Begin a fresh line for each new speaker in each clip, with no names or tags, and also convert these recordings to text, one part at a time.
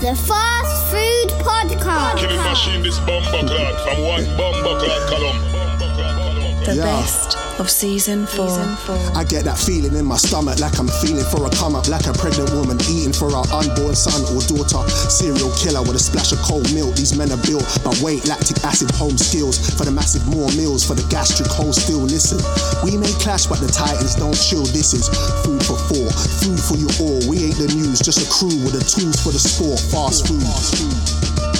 The Fast Food Podcast.
Killing machine this bumper clot from one bumper clot column.
The
Yeah.
best of season four.
I get that feeling in my stomach like I'm feeling for a come up, like a pregnant woman eating for her unborn son or daughter. Serial killer with a splash of cold milk. These men are built by weight, lactic acid, home skills. For the massive more meals, for the gastric hole still listen. We may clash, but the Titans don't chill. This is food for four, food for you all. We ain't the news, just a crew with the tools for the sport. Fast food.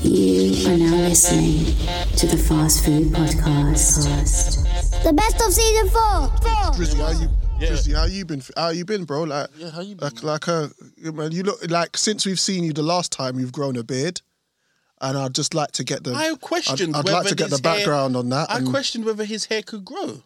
You are now listening to the Fast Food Podcast.
The best of season four.
Drizzy, how you?
Yeah.
Drizzy, how you been? How you been, bro? Like,
Yeah, how you been,
Like, like uh, yeah, man, you look like since we've seen you the last time, you've grown a beard, and I'd just like to get the.
I questioned.
I'd, I'd
whether
like to get the
his hair-
background on that.
I
and-
questioned whether his hair could grow,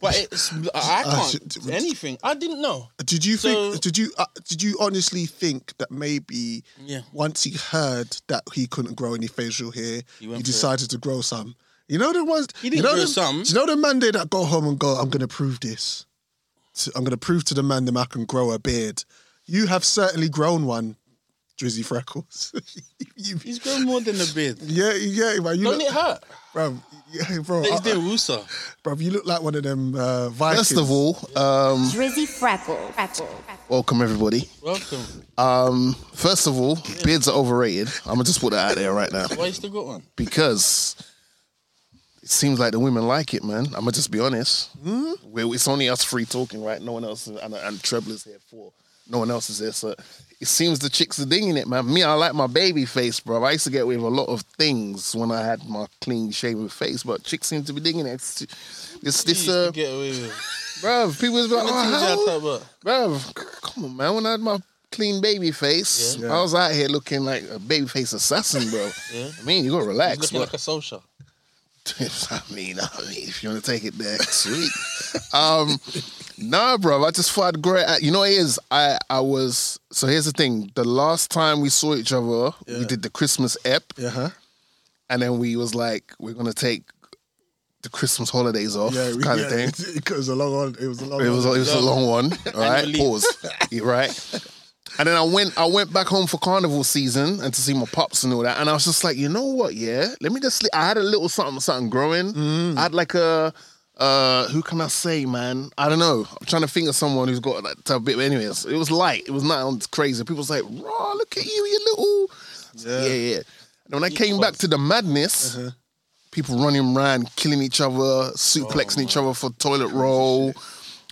but it's I I
I
can't
should-
anything. I didn't know.
Did you
So-
think? Did you? Uh, did you honestly think that maybe?
Yeah.
Once he heard that he couldn't grow any facial hair, he,
went for it.
decided to grow some. You know the ones.
He didn't
you know
grow
them-
some.
do You know the man there that go home and go, "I'm going to prove this. So I'm going to prove to the man that I can grow a beard." You have certainly grown one, Drizzy Freckles. You-
He's grown more than a beard.
yeah, yeah, man. You
Don't
look,
it hurt?
bro, yeah, bro,
It's
uh,
doing Wusa.
bro, you look like one of them uh, Vikings.
First of all, um,
Drizzy Freckle.
welcome everybody.
Welcome.
Um, first of all, beards are overrated. I'm gonna just put that out there right now
Why you still got one?
because it seems like the women like it, man. I'm gonna just be honest.
Hmm?
We're, it's only us three talking, right? No one else, and, and Treble's here for. No one else is there, so it seems the chicks are dinging it, man. Me, I like my baby face, bro. I used to get away with a lot of things when I had my clean shaven face, but chicks seem to be dinging it. It's, it's
Please
this,
to
uh,
get away with. it.
bruv. People is like,
What
oh,
things
how
I talk about?
Bro, come on, man. When I had my clean baby face,
Yeah.
I was out here looking like a baby face assassin, bro.
Yeah.
I mean, you gotta
He's
relax,
looking
bro.
like a social.
I, mean, I mean, if you wanna take it there, sweet. um, nah, bro. I just thought I'd grow it out. You know, what it is I I was. So here's the thing. The last time we saw each other, we
Yeah. Uh-huh.
did the Christmas ep,
yeah, huh?
and then we was like, we're gonna take the Christmas holidays off,
Yeah, we-
kind of
yeah,
thing.
It was a long one. It was a long.
It was it
one.
was a long one. All right,
leave.
pause. Yeah, Right. And then I went I went back home for carnival season and to see my pops and all that. And I was just like, you know what? Yeah, let me just. Sleep. I had a little something something growing. I had like a. Uh, who can I say, man? I don't know. I'm trying to think of someone who's got that type of bit. but Anyways, it was light. It was not crazy. People was like, "Raw, look at you, you little." Yeah, yeah. And when I came back to the madness, people running around, killing each other, suplexing each other for toilet roll.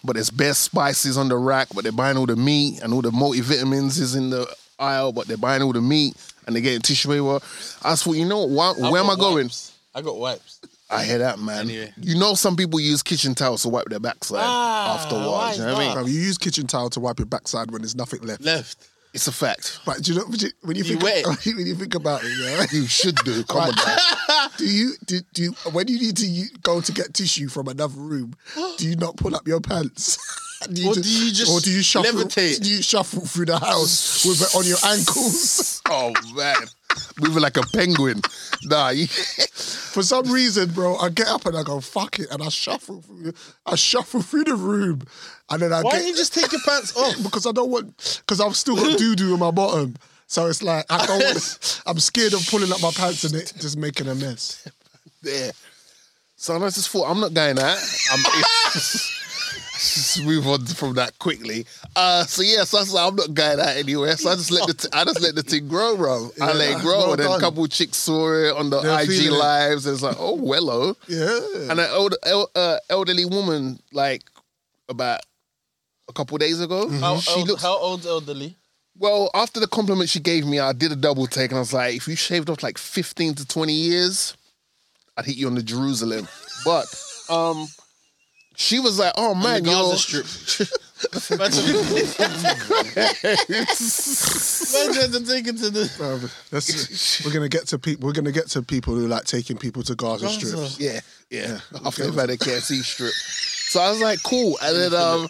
But there's best spices on the rack, but they're buying all the meat and all the multivitamins is in the aisle, but they're buying all the meat and they're getting tissue paper. I thought, you know, what?
I've
where am I
got
going?
wipes. I got wipes.
I hear that, man.
Anyway.
You know, some people use kitchen towels to wipe their backside
Ah, why
afterwards. You know what I
is
mean?
Bro, you use kitchen towel to wipe your backside when there's nothing left.
Left.
It's a fact.
But do you know but you- when you,
You
think when you think about it, yeah.
You should do. Come on, man.
do you do, do you, when you need to u- go to get tissue from another room? Do you not pull up your pants? Do
Or do you just
or do you shuffle?
levitate?
Do you shuffle through the house with it on your ankles?
Oh, man. Moving like a penguin. Nah, you.
For some reason, bro, I get up and I go fuck it, and I shuffle through. I shuffle through the room, and then I
Why
get
don't you just take your pants off?
because I don't want because I've still got doo doo in my bottom. So it's like I don't. Want, I'm scared of pulling up my pants and it just making a mess.
there. So I just thought, I'm not going out. I'm, just move on from that quickly. Uh, so yeah, so I was like, I'm not going out anywhere. So I just let the t- I just let the thing grow, bro. I let it
Yeah,
grow,
well
and then a
done.
couple chicks saw it on the
They're
IG
feeling it.
lives, and it's like, oh wello.
Yeah.
And an elder, el- uh, elderly woman, like about a couple days ago,
Mm-hmm.
How,
she
old,
looks
how old elderly?
well. After the compliment she gave me, I did a double take, and I was like, if you shaved off like 15 to 20 years, I'd hit you on the Jerusalem. But um, she was like, oh man,
the
you're
Gaza Strip. Imagine to take it to the.
Um, that's- we're gonna get to people. We're gonna get to people who like taking people to Gaza,
Gaza.
strips.
Yeah, yeah. After they've had a KFC strip. So I was like, cool. And then um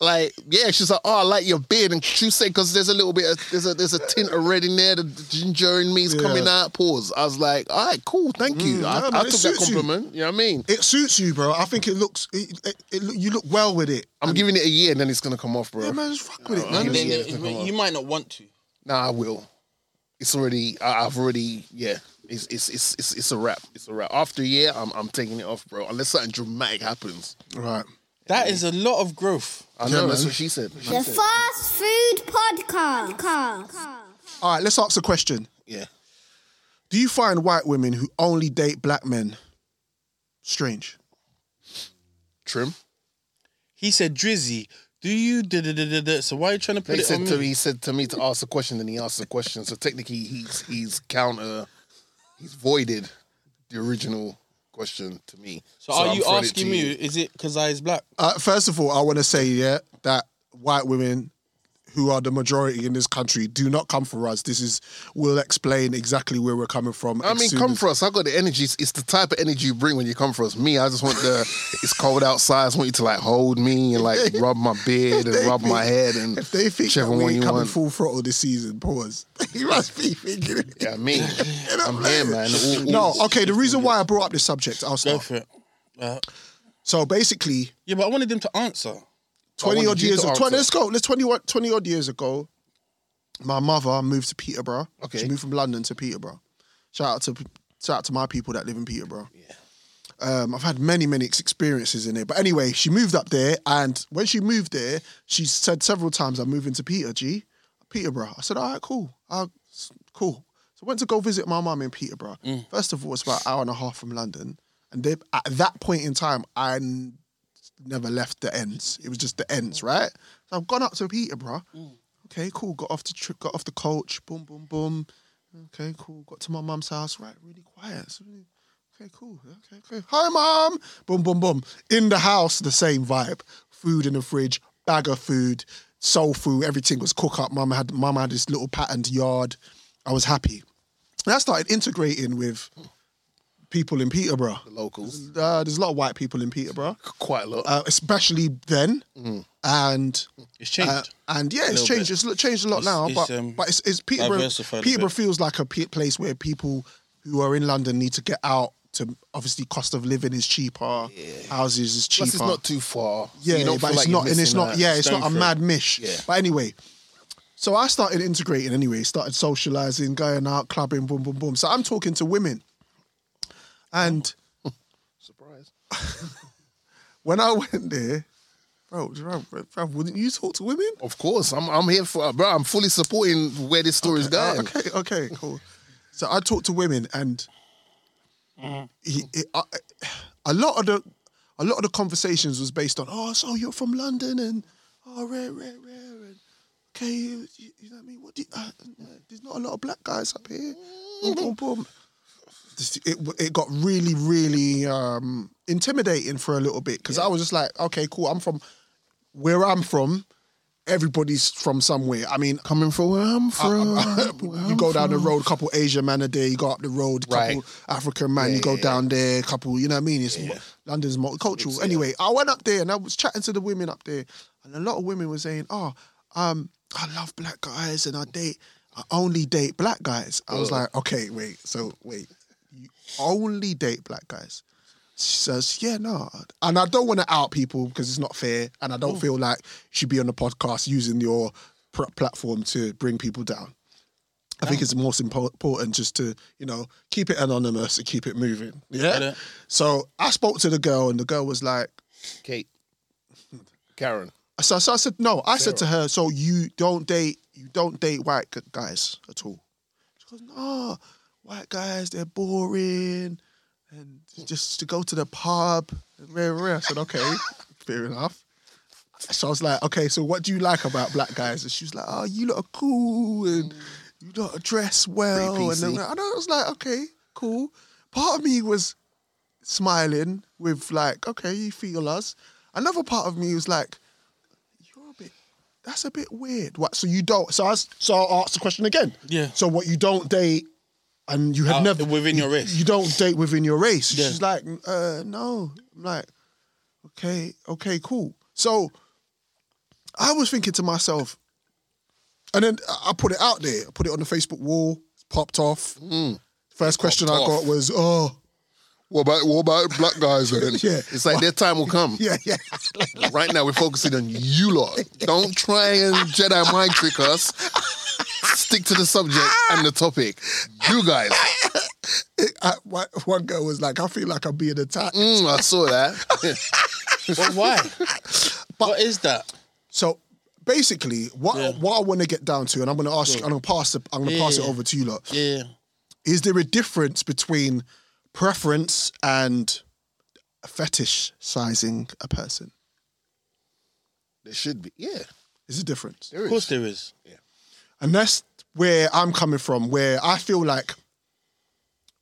Like, yeah, she's like, oh, I like your beard, and she said, because there's a little bit, of, there's a there's a tint of red in there, the ginger in me is coming
Yeah.
out. Pause. I was like, all right, cool, thank
Mm,
you. I,
nah, man,
I
it
took that
suits you.
compliment. You know what I mean?
It suits you, bro. I think it looks. It, it, it, look- you look well with it.
I'm giving it a year, and then it's gonna come off, bro.
Yeah, man, just fuck with it,
And
man.
then
Yeah,
it-
come on.
you might not want to.
Nah, I will. It's already. I, I've already. Yeah. It's it's, it's it's it's a wrap. It's a wrap. After a year, I'm I'm taking it off, bro. Unless something dramatic happens.
Right.
That
Mm.
is a lot of growth.
I know.
Yeah,
that's
man.
what she said.
The Fast Food Podcast.
All right. Let's ask a question.
Yeah.
Do you find white women who only date black men strange?
Trim.
He said, Drizzy, do you da da da da da? So why are you trying to put
He
it
said
on
to
me?
me. He said to me to ask a question. Then he asked a question. So technically, he's he's counter. He's voided the original question to me.
So, are
I'm
you
throwing it
asking
to
me?
you.
Is it because I is black?
Uh, first of all, I want to say yeah that white women who are the majority in this country do not come for us. This is we'll explain exactly where we're coming from.
I mean, come for us. I got the energy. It's- It's the type of energy you bring when you come for us. Me, I just want the. it's cold outside. I just want you to like hold me and like rub my beard and rub my head and
If they think that
whichever
we
one
ain't
you
coming
want.
full throttle this season, pause. you must be thinking it.
Yeah, me. I'm here, man. All-
No,
all-
okay. The reason why I brought up this subject, I'll
Go
start.
for it.
Oh.
Uh,
So basically,
yeah, but I wanted them to answer.
20
wanted
odd
you
years
to
ago. 20,
answer.
let's go. Let's 20, odd- 20 odd years ago, my mother moved to Peterborough.
Okay.
She moved from London to Peterborough. Shout out to shout out to my people that live in Peterborough. Yeah. Um, I've had many, many ex- experiences in there. But anyway, she moved up there and when she moved there, she said several times, I'm moving to Peter G. Peterborough. I said, all right, cool. Uh, s- cool. So I went to go visit my mum in Peterborough.
Mm.
First of all, it's about an hour and a half from London. And they, at that point in time, I n- never left the ends. It was just the ends, right? So I've gone up to Peterborough. Okay, cool. Got off the trip, got off the coach. Boom, boom, boom. Okay, cool. Got to my mum's house. Right, really quiet. So, Okay, cool. Okay, okay. Hi, mum. Boom, boom, boom. In the house, the same vibe. Food in the fridge, bag of food, soul food. Everything was cook up. Mum had mum had this little patterned yard. I was happy. And I started integrating with people in Peterborough.
locals.
Uh, there's a lot of white people in Peterborough
Quite a lot.
uh, especially then, and
Mm-hmm. It's changed.
uh, and yeah, it's
Little
changed.
bit.
It's lo- changed a lot
It's-
now,
it's,
but
um,
but it's, it's Peterborough.
diversified a
Peterborough
bit.
feels like a pe- place where people who are in London need to get out. To obviously, cost of living is cheaper, houses is cheaper.
Plus, it's not too far. so
Yeah,
you don't
but
feel
it's
like you're
not, and it's
missing
not.
out.
Yeah, it's not a
Stanford.
mad mish.
Yeah.
But anyway, so I started integrating anyway. Started socializing, going out clubbing, boom, boom, boom. So I'm talking to women, and
Surprise.
when I went there, bro, bro, bro, bro, wouldn't you talk to women?
Of course, I'm. I'm here for, bro. I'm fully supporting where this story's going.
Uh, Okay, okay, cool. So I talk to women, and
Mm-hmm.
he- he- I- a lot of the a lot of the conversations was based on, oh, so you're from London, and oh, rare, rare, rare, and okay, you, you- you know what I mean? What do you, uh, uh, there's not a lot of black guys up here. Boom, boom, boom. Just- It it got really, really um, intimidating for a little bit because I was just like, okay, cool, I'm from where I'm from. Everybody's from somewhere. I mean,
Coming from where I'm from.
you go down the road, a couple Asian man a day, you go up the road, couple
Right.
African man, you go down there, couple, you know what I mean? It's London's multicultural. Anyway, I went up there and I was chatting to the women up there, and a lot of women were saying, Oh, um, I love black guys and I date I only date black guys. I was like, okay, wait, so wait. You only date black guys. She says, yeah, no. And I don't want to out people because it's not fair. And I don't feel like you should be on the podcast using your pr- platform to bring people down. I think it's most impo- important just to, you know, keep it anonymous and keep it moving.
Got
Yeah.
it.
So I spoke to the girl and the girl was like,
Kate. Karen.
so, so I said, no, I said to her, so you don't date, you don't date white gu- guys at all. She goes, no, white guys, they're boring. And just to go to the pub, rare, rare. I said, okay, fair enough. So I was like, okay, so what do you like about black guys? And she was like, oh, you look cool and you don't dress well. And,
Pretty
then,
PC.
and I was like, okay, cool. Part of me was smiling with like, okay, you feel us. Another part of me was like, you're a bit. That's a bit weird. What? So you don't? So I s- so I asked the question again.
Yeah.
So what? You don't date, and you have
Out-
never
within your race.
You don't date within your race.
Yeah.
She's like, uh, no. I'm like, okay, okay, cool. So I was thinking to myself, and then I I put it out there. I put it on the Facebook wall. It's popped off.
Mm.
First question I
popped
got
off.
was, "Oh,
What about what about black guys then?
Yeah.
It's like their time will come.
yeah, yeah."
Right now we're focusing on you lot. Don't try and Jedi mind trick us. Stick to the subject and the topic. You guys.
I, one- one girl was like, "I feel like I'm being attacked."
Mm, I saw that.
But why? what is that?
So basically, what
Yeah.
what I want to get down to, and I'm going to ask, you, I'm going to pass, the, I'm going to
Yeah,
pass
yeah.
it over to you lot.
Yeah.
Is there a difference between preference and fetish sizing a person?
There should be. Yeah.
Is a difference?
Of course there is.
And that's where I'm coming from, where I feel like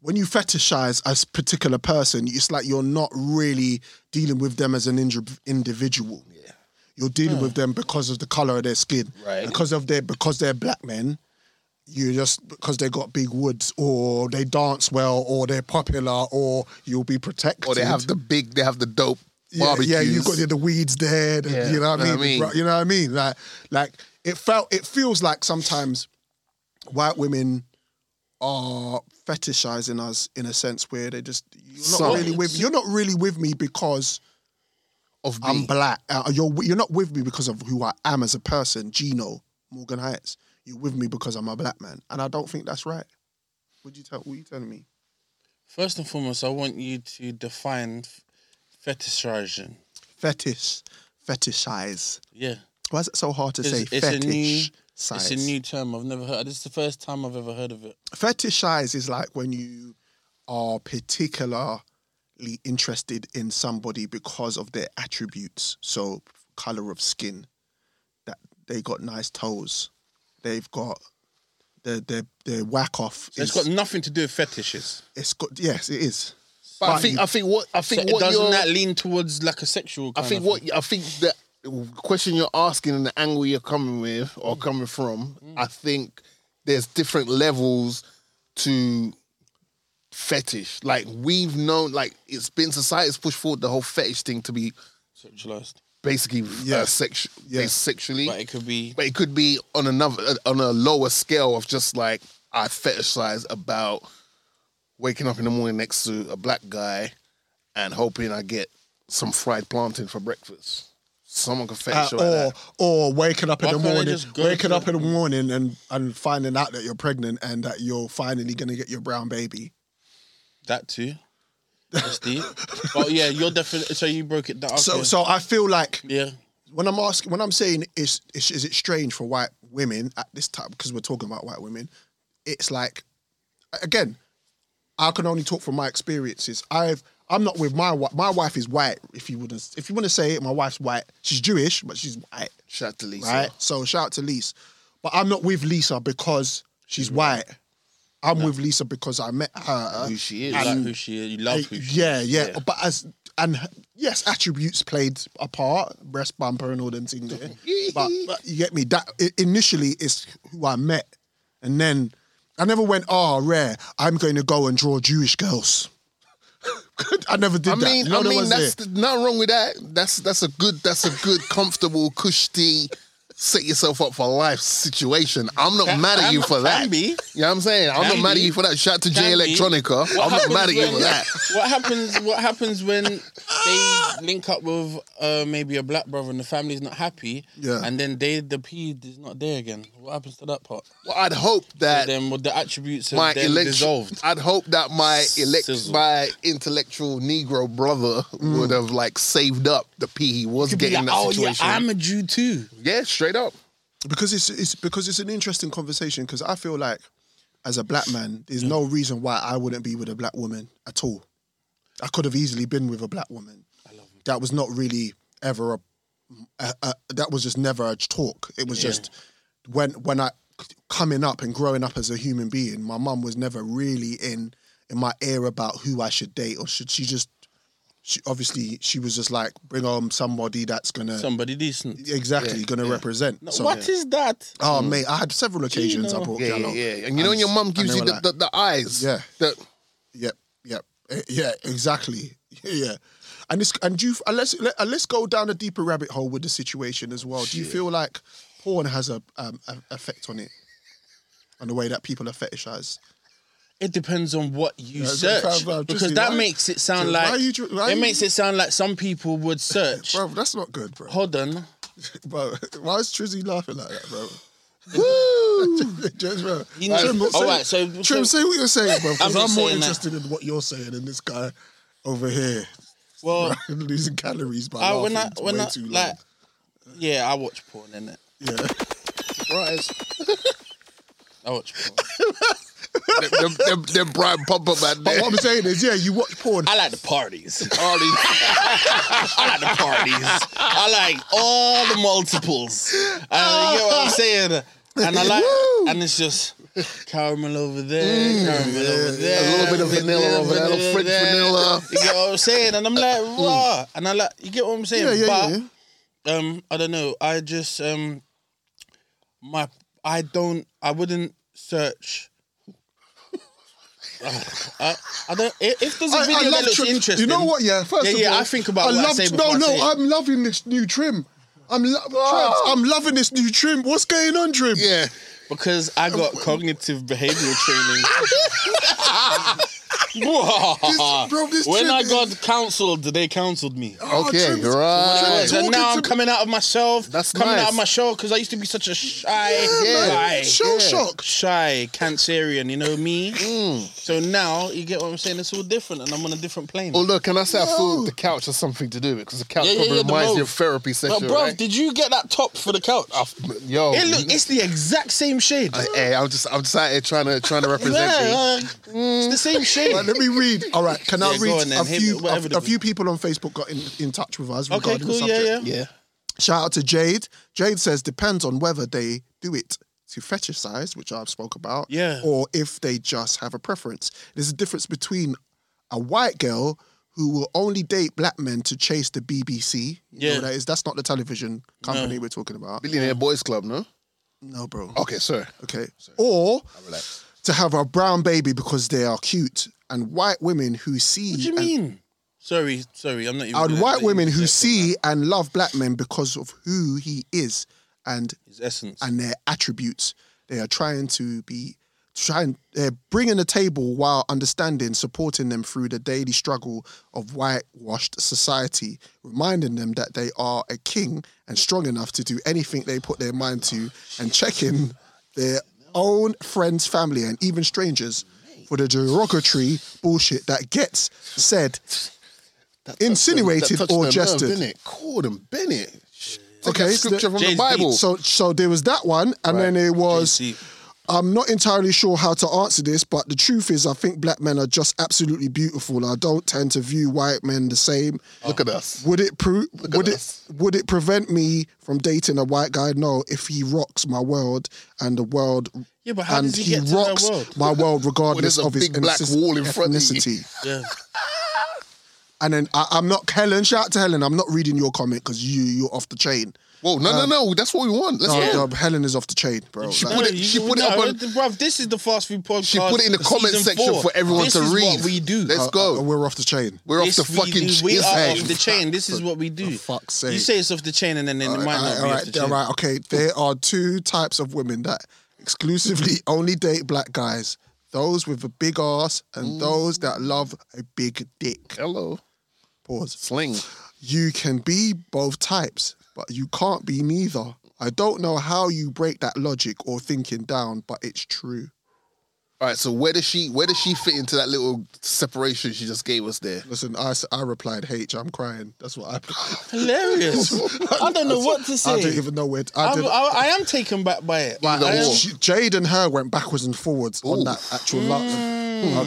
when you fetishize a particular person, it's like you're not really dealing with them as an indi- individual. Yeah. You're dealing with them because of the color of their skin,
Right.
because of their because they're black men. You just because they got big woods, or they dance well, or they're popular, or you'll be protected.
Or Oh, they have the big, they have the dope
Yeah,
barbecues.
Yeah, you got the, the weeds there. the-
Yeah,
you know what I mean? Bro- You know what I mean? Like, like it felt, it feels like sometimes white women are fetishizing us in a sense where they just you're not
Some.
really with you're not really with me because
of
I'm
me.
black. Uh, you're you're not with me because of who I am as a person, Gino Morgan Heights. You're with me because I'm a black man, and I don't think that's right. Would you tell? What you telling me?
First and foremost, I want you to define f- fetishizing.
Fetish, fetishize.
Yeah.
Why is it so hard to say?
It's, it's a
fetish.
new
size?
it's a new term. I've never heard this is the first time I've ever heard of it.
fetishize is like when you are particularly interested in somebody because of their attributes. So color of skin, that they got nice toes, they've got their their their whack off.
So it's
Is,
got nothing to do with fetishes.
it's got yes, it is.
But I think I think what I think
So
what
doesn't
you're
that lean towards like a sexual
I
kind
think
of
what I think that question you're asking and the angle you're coming with or coming from, I think there's different levels to fetish. Like we've known, like it's been society's pushed forward the whole fetish thing to be
thing? sexualized.
basically uh, sexu-
Yeah.
based sexually,
But it could be
but it could be on another uh, on a lower scale of just like I fetishize about waking up in the morning next to a black guy and hoping I get some fried plantain for breakfast. Someone can
Uh,
fetish
or
like that.
or waking up
Why
in the
can't they
morning,
just go
waking
to-
up in the morning and and finding out that you're pregnant and that you're finally gonna get your brown baby.
that too. That's deep. but yeah, you're definitely so you broke it down.
So
okay.
so I feel like
yeah.
when I'm asking, when I'm saying is, is is it strange for white women at this time because we're talking about white women, it's like, again, I can only talk from my experiences. I've I'm not with my wife. My wife is white. If you would if you want to say it, my wife's white. She's Jewish, but she's white,
Shout out to Lisa.
right? So shout out to Lisa. But I'm not with Lisa because she's white. I'm with Lisa because I met her.
Who she
You
is.
like who she is, you love who she
Yeah,
is.
yeah, But as and yes, attributes played a part, breast bumper and all them things. There. but, but you get me. That i- initially is who I met, and then I never went. Oh, rare. I'm going to go and draw Jewish girls. I never did
I
that.
mean,
No,
I
there
mean,
was
that's
there.
th- nothing wrong with that. That's that's a good, that's a good, comfortable, cushy, set yourself up for life situation. I'm not mad at you for that.
Can be.
You know what I'm saying? I'm
Can
not mad at
be.
you for that. Shout out to J
Can be.
Electronica.
What
I'm not
happens
mad at you
when-
for that.
What happens? What happens when they link up with uh, maybe a black brother and the family's not happy?
Yeah.
And then they the P is not there again. What happens to that part?
Well, I'd hope that
then with the attributes of
my
them
elect-
dissolved.
I'd hope that my elect-
Sizzle.
my intellectual Negro brother would have like saved up the P he was
Mm. Be
getting in
like,
that
oh yeah,
situation.
I'm a Jew too.
yeah, straight up.
because it's it's because it's an interesting conversation. Because I feel like as a black man, there's no reason why I wouldn't be with a black woman at all. I could have easily been with a black woman. that was not really ever a, a, a that was just never a talk. It was just when when I coming up and growing up as a human being, my mum was never really in in my ear about who I should date or should she just. She, obviously, she was just like, bring on somebody that's gonna
Somebody decent.
exactly gonna represent.
No,
So-
what is that?
Oh mate, I had several occasions I
Gino.
brought
Yeah, yeah,
Gallo.
yeah. And you know when your mum gives
they
you
were
the,
like-
the, the eyes.
Yeah.
The,
Yep, yep, Eh, yeah, exactly, yeah. And this and do you and let's let, and let's go down a deeper rabbit hole with the situation as well. Do you feel like porn has a um a, effect on it? On the way that people are fetishized.
It depends on what you
Yeah, it's
search
like, bruv, bruv,
because
Tristan,
that
why-
makes it sound
Tristan,
like
why you dr- why
it
you-
makes it sound like some people would search.
Bro, that's not good, bro.
Hold on,
bro why is Trizzy laughing like that, bro? Just, bro.
You know-
Trim,
all
say,
right, so-
Trim,
so-
say what you're saying, bro, because
I'm
I'm,
just
more
saying that-
interested in what you're saying than this guy over here
well,
losing calories by
I,
laughing
Uh, when I when
way
I
too long.
like, yeah, I watch porn in it.
yeah.
I watch porn.
them, them, them bright pop up at
But
there.
what I'm saying is, yeah, you watch porn.
I like the parties.
All these-
I like the parties. I like all the multiples. Uh, you get what I'm saying? And I like, and it's just caramel over there,
Mm.
caramel over there,
a little bit of vanilla over there, a little French vanilla.
You get what I'm saying? And I'm like, raw. And I like, you get what I'm saying?
Mm. yeah, yeah,
but,
yeah.
um, I don't know. I just, um, my, I don't, I wouldn't search. Uh, I, I don't. If if there's a
I,
video
I
that
love
looks
trim.
interesting,
You know what? Yeah, first
Yeah,
of
yeah,
all,
I think about what I say before
no,
I
no,
say it. Ah.
I'm loving this new trim. I'm lo- Trebs, I'm loving this new trim. What's going on, trim?
yeah.
Because I got cognitive behavioral training. Whoa.
bro, this
when
trip
I
is-
got counseled, they counseled me.
Okay,
Oh, Trim's- oh,
right.
Trim's
And
talking
now I'm
to-
coming out of myself.
That's
coming
nice.
out of my shell because I used to be such a shy
Yeah.
guy.
Shell shock.
Shy, cancerian, you know me.
Mm.
So now you get what I'm saying. It's all different, and I'm on a different plane.
Well, look, can I say I feel the couch has something to do with it? Because the couch
Yeah, yeah,
probably
yeah, the
reminds you
mauve.
of therapy
but
session,
bro,
right?
did you get that top for the couch?
Yo,
It look, it's the exact same shade.
hey, I'm just, I'm just out here trying to, trying to represent me.
yeah, uh, it's the same shade.
Right, let me read. All right, can I
Yeah, go on
read
then.
a
Hit
few?
me, whatever
A,
the-
a few people on Facebook got in, in touch with us
Okay,
regarding the
cool. Yeah,
subject.
yeah.
Yeah.
Shout out to Jade. Jade says depends on whether they do it to fetishize, which I've spoke about,
Yeah.
or if they just have a preference. There's a difference between a white girl who will only date black men to chase the BBC. You know
Yeah.
what that is that's not the television company we're talking about.
Billionaire Boys Club, no?
No, bro.
Okay, Oh. sorry.
Okay. Or to have a brown baby because they are cute and white women who see
What do you
and
mean? Sorry, sorry, I'm not even.
and
gonna
white
let you
women who
dissect
see and love black men because of who he is and
his essence.
and their attributes. They are trying to be trying they're bringing the table while understanding, supporting them through the daily struggle of whitewashed society, reminding them that they are a king and strong enough to do anything they put their mind to, and checking their own friends, family, and even strangers for the derogatory bullshit that gets said
That
insinuated
touched
or
the
jested.
Nerve, didn't it? Called him Bennett.
Okay,
Okay,
so-
scripture from the
James
Bible.
Beat.
So, so there was that one, and then it was.
JC.
I'm not entirely sure how to answer this, but the truth is, I think black men are just absolutely beautiful. I don't tend to view white men the same.
Look at us.
Would it pro-
Oh. at
would it
us.
would it prevent me from dating a white guy? No, if he rocks my world and the world,
Yeah, but how
and
does he get to her
rocks
world?
my world regardless
there's a
of his
big black
ethnic-
wall in front of you.
ethnicity.
Yeah.
And then I, I'm not Helen. Shout out to Helen. I'm not reading your comment because you you're off the chain.
Whoa, no, no, no. That's what we want. Let's
Uh, No,
go.
no, Helen is off the chain, bro. Like-
put it- she put it up on-
Bruv, this is the fast food podcast.
She put it in the
season
comment section
four.
for everyone
This
to
is
read.
What we do.
Let's
Uh,
go.
uh, we're off the chain.
We're off
This
the
we
fucking
do.
ch-
We
his
are
head.
off the chain. This is what we do.
fuck's
You
sake.
say it's off the chain, and then it might
All
not
right,
be
all
off the
right,
chain.
all right, okay. There are two types of women that exclusively only date black guys: those with a big ass
Mm.
and those that love a big dick.
Hello.
Pause.
Sling.
You can be both types, but you can't be neither. I don't know how you break that logic or thinking down, but it's true.
All right, so where does she where does she fit into that little separation she just gave us there?
Listen, I, s- I replied, H, I'm crying. That's what I.
Hilarious. I don't know what to say.
I don't even know where. To, I
I'm-
didn't,
I, I am taken back by it.
Either
I am-
or.
She- Jade and her went backwards and forwards
Ooh. Mm.
on that actual love.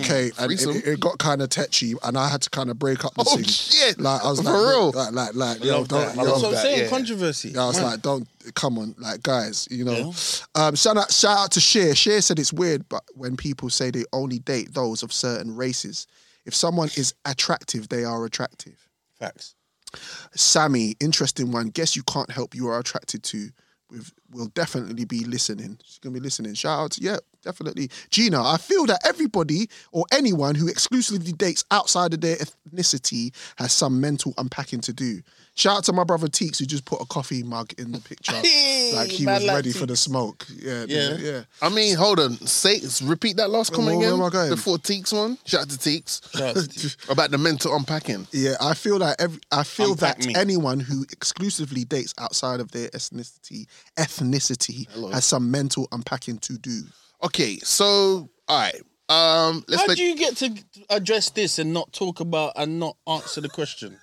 Okay, and it,
Threesome.
it- it got kind of tetchy, and I had to kind of break up the
Oh,
scene.
shit.
Like I was
For
like,
real?
like, like, like,
I
yo,
love
don't,
that.
yo,
That's what I'm
that,
saying.
yeah.
Controversy.
yeah, I was
Man.
like, don't come on, like guys, you know. Um, shout out, shout out to Sheer. Sheer said it's weird, but when people say they only date those of certain races, if someone is attractive, they are attractive.
Facts.
Sammy, interesting one. Guess you can't help you are attracted to. With will definitely be listening. She's gonna be listening. Shout out, to, yeah, Definitely. Gina, I feel that everybody or anyone who exclusively dates outside of their ethnicity has some mental unpacking to do. Shout out to my brother Teeks who just put a coffee mug in the picture. like he
Man
was
like
ready for
Teeks.
the smoke. Yeah,
Yeah.
yeah. yeah.
I mean, hold on. Say, repeat that last comment
where
again.
am I going?
Before Teeks one. Shout out to Teeks
Shout out to Teeks.
about the mental unpacking.
Yeah, I feel that every I feel
Unpack
that
me.
anyone who exclusively dates outside of their ethnicity ethnicity has some mental unpacking to do.
Okay, so all right. Um, let's
How
make,
do you get to address this and not talk about and not answer the question?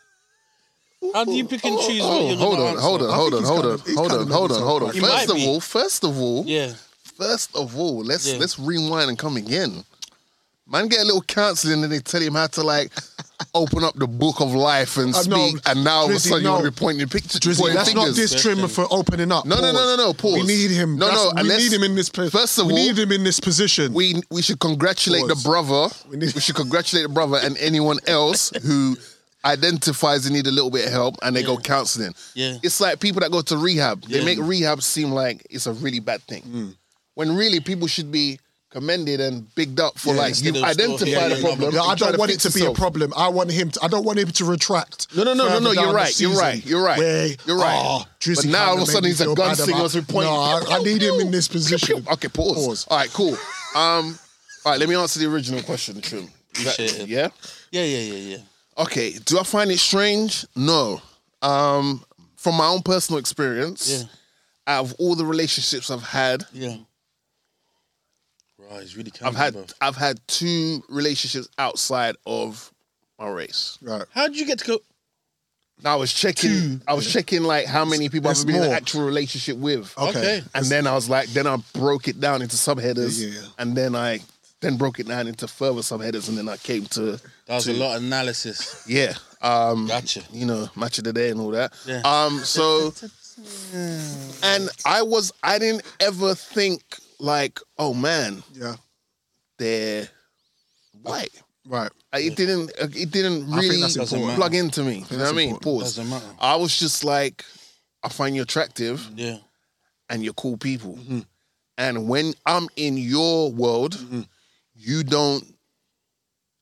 How do you pick and choose what
Oh,
you're
hold
going to
on,
answer?
hold on,
I
hold on,
think
hold
he's
on,
kind of- he's
hold
kind
on,
of
hold on,
known
hold on.
himself
quite well. He
First of
might be.
all, first of all,
Yeah.
first of all, let's
Yeah.
let's rewind and come again. Man, get a little counselling, and they tell him how to like open up the book of life and
Uh, no,
speak. and now all of a
Drizzy,
sudden you want to
no.
be pointing pictures.
Drizzy,
pointing
that's not
fingers.
this trimmer for opening up.
No, no,
Pause.
no, no, no, pause.
We need him.
No,
That's-
no,
we
unless-
need him in this. pos-
first of
we
all-
need him in this position.
we we should congratulate the
Pause.
brother. We, should congratulate the brother and anyone else who identifies they need a little bit of help and they go counseling.
Yeah.
It's like people that go to rehab. They
Yeah. Hmm.
make rehab seem like it's a really bad thing. When really people should be commended and bigged up for like
instead
you've
of still-
identified
yeah,
the
yeah,
problem.
Yeah, I
and try
don't want it
fix
to be
yourself.
a problem. I want him. To, I don't want him to retract.
No, no, no, no,
further
no.
down
You're
the
right. You're
season
right. You're right.
where,
You're right.
"Oh, Drizzy
but now all of
kinda
a sudden
made me
he's a
feel
gun
bad
singer.
about-
So we point.
No, I, I need him in this position.
Okay, pause.
Pause.
All right, cool. Um, all right, let me answer the original question, Trim. Is that-
Appreciate it.
Yeah.
Yeah, yeah, yeah, yeah.
Okay. Do I find it strange? No. Um, from my own personal experience,
Yeah.
out of all the relationships I've had,
Yeah. Right, it's really
I've had I've had two relationships outside of my race.
Right.
How did you get to go?
Now I was checking. I was checking like how many people
There's
I've been in an
more.
actual relationship with.
Okay.
Okay.
And then I was like, then I broke it down into subheaders,
Yeah, yeah, yeah.
and then I then broke it down into further subheaders, and then I came to
That was a lot of analysis.
yeah, um,
Gotcha.
you know, match of the day and all that.
Yeah.
Um, so, and I was, I didn't ever think like, oh man,
Yeah.
they're white.
Right.
I- It didn't. uh, It didn't
think
really
that's important.
plug into me. You know what I mean?
important.
Pause.
Doesn't matter.
I was just like, I find you attractive.
Yeah.
and you're cool people.
Mm-hmm.
And when I'm in your world,
Mm-hmm.
you don't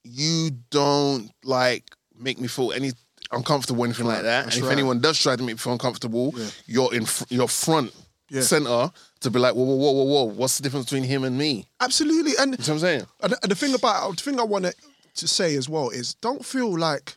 you don't like make me feel any uncomfortable or anything like that. And if
right.
anyone does try to make me feel uncomfortable, you're in fr- you're front
Yeah.
center to be like, whoa, whoa, whoa, whoa, whoa, what's the difference between him and me?
Absolutely. And
You know what I'm saying?
And, and the thing about the thing I want to say as well is don't feel like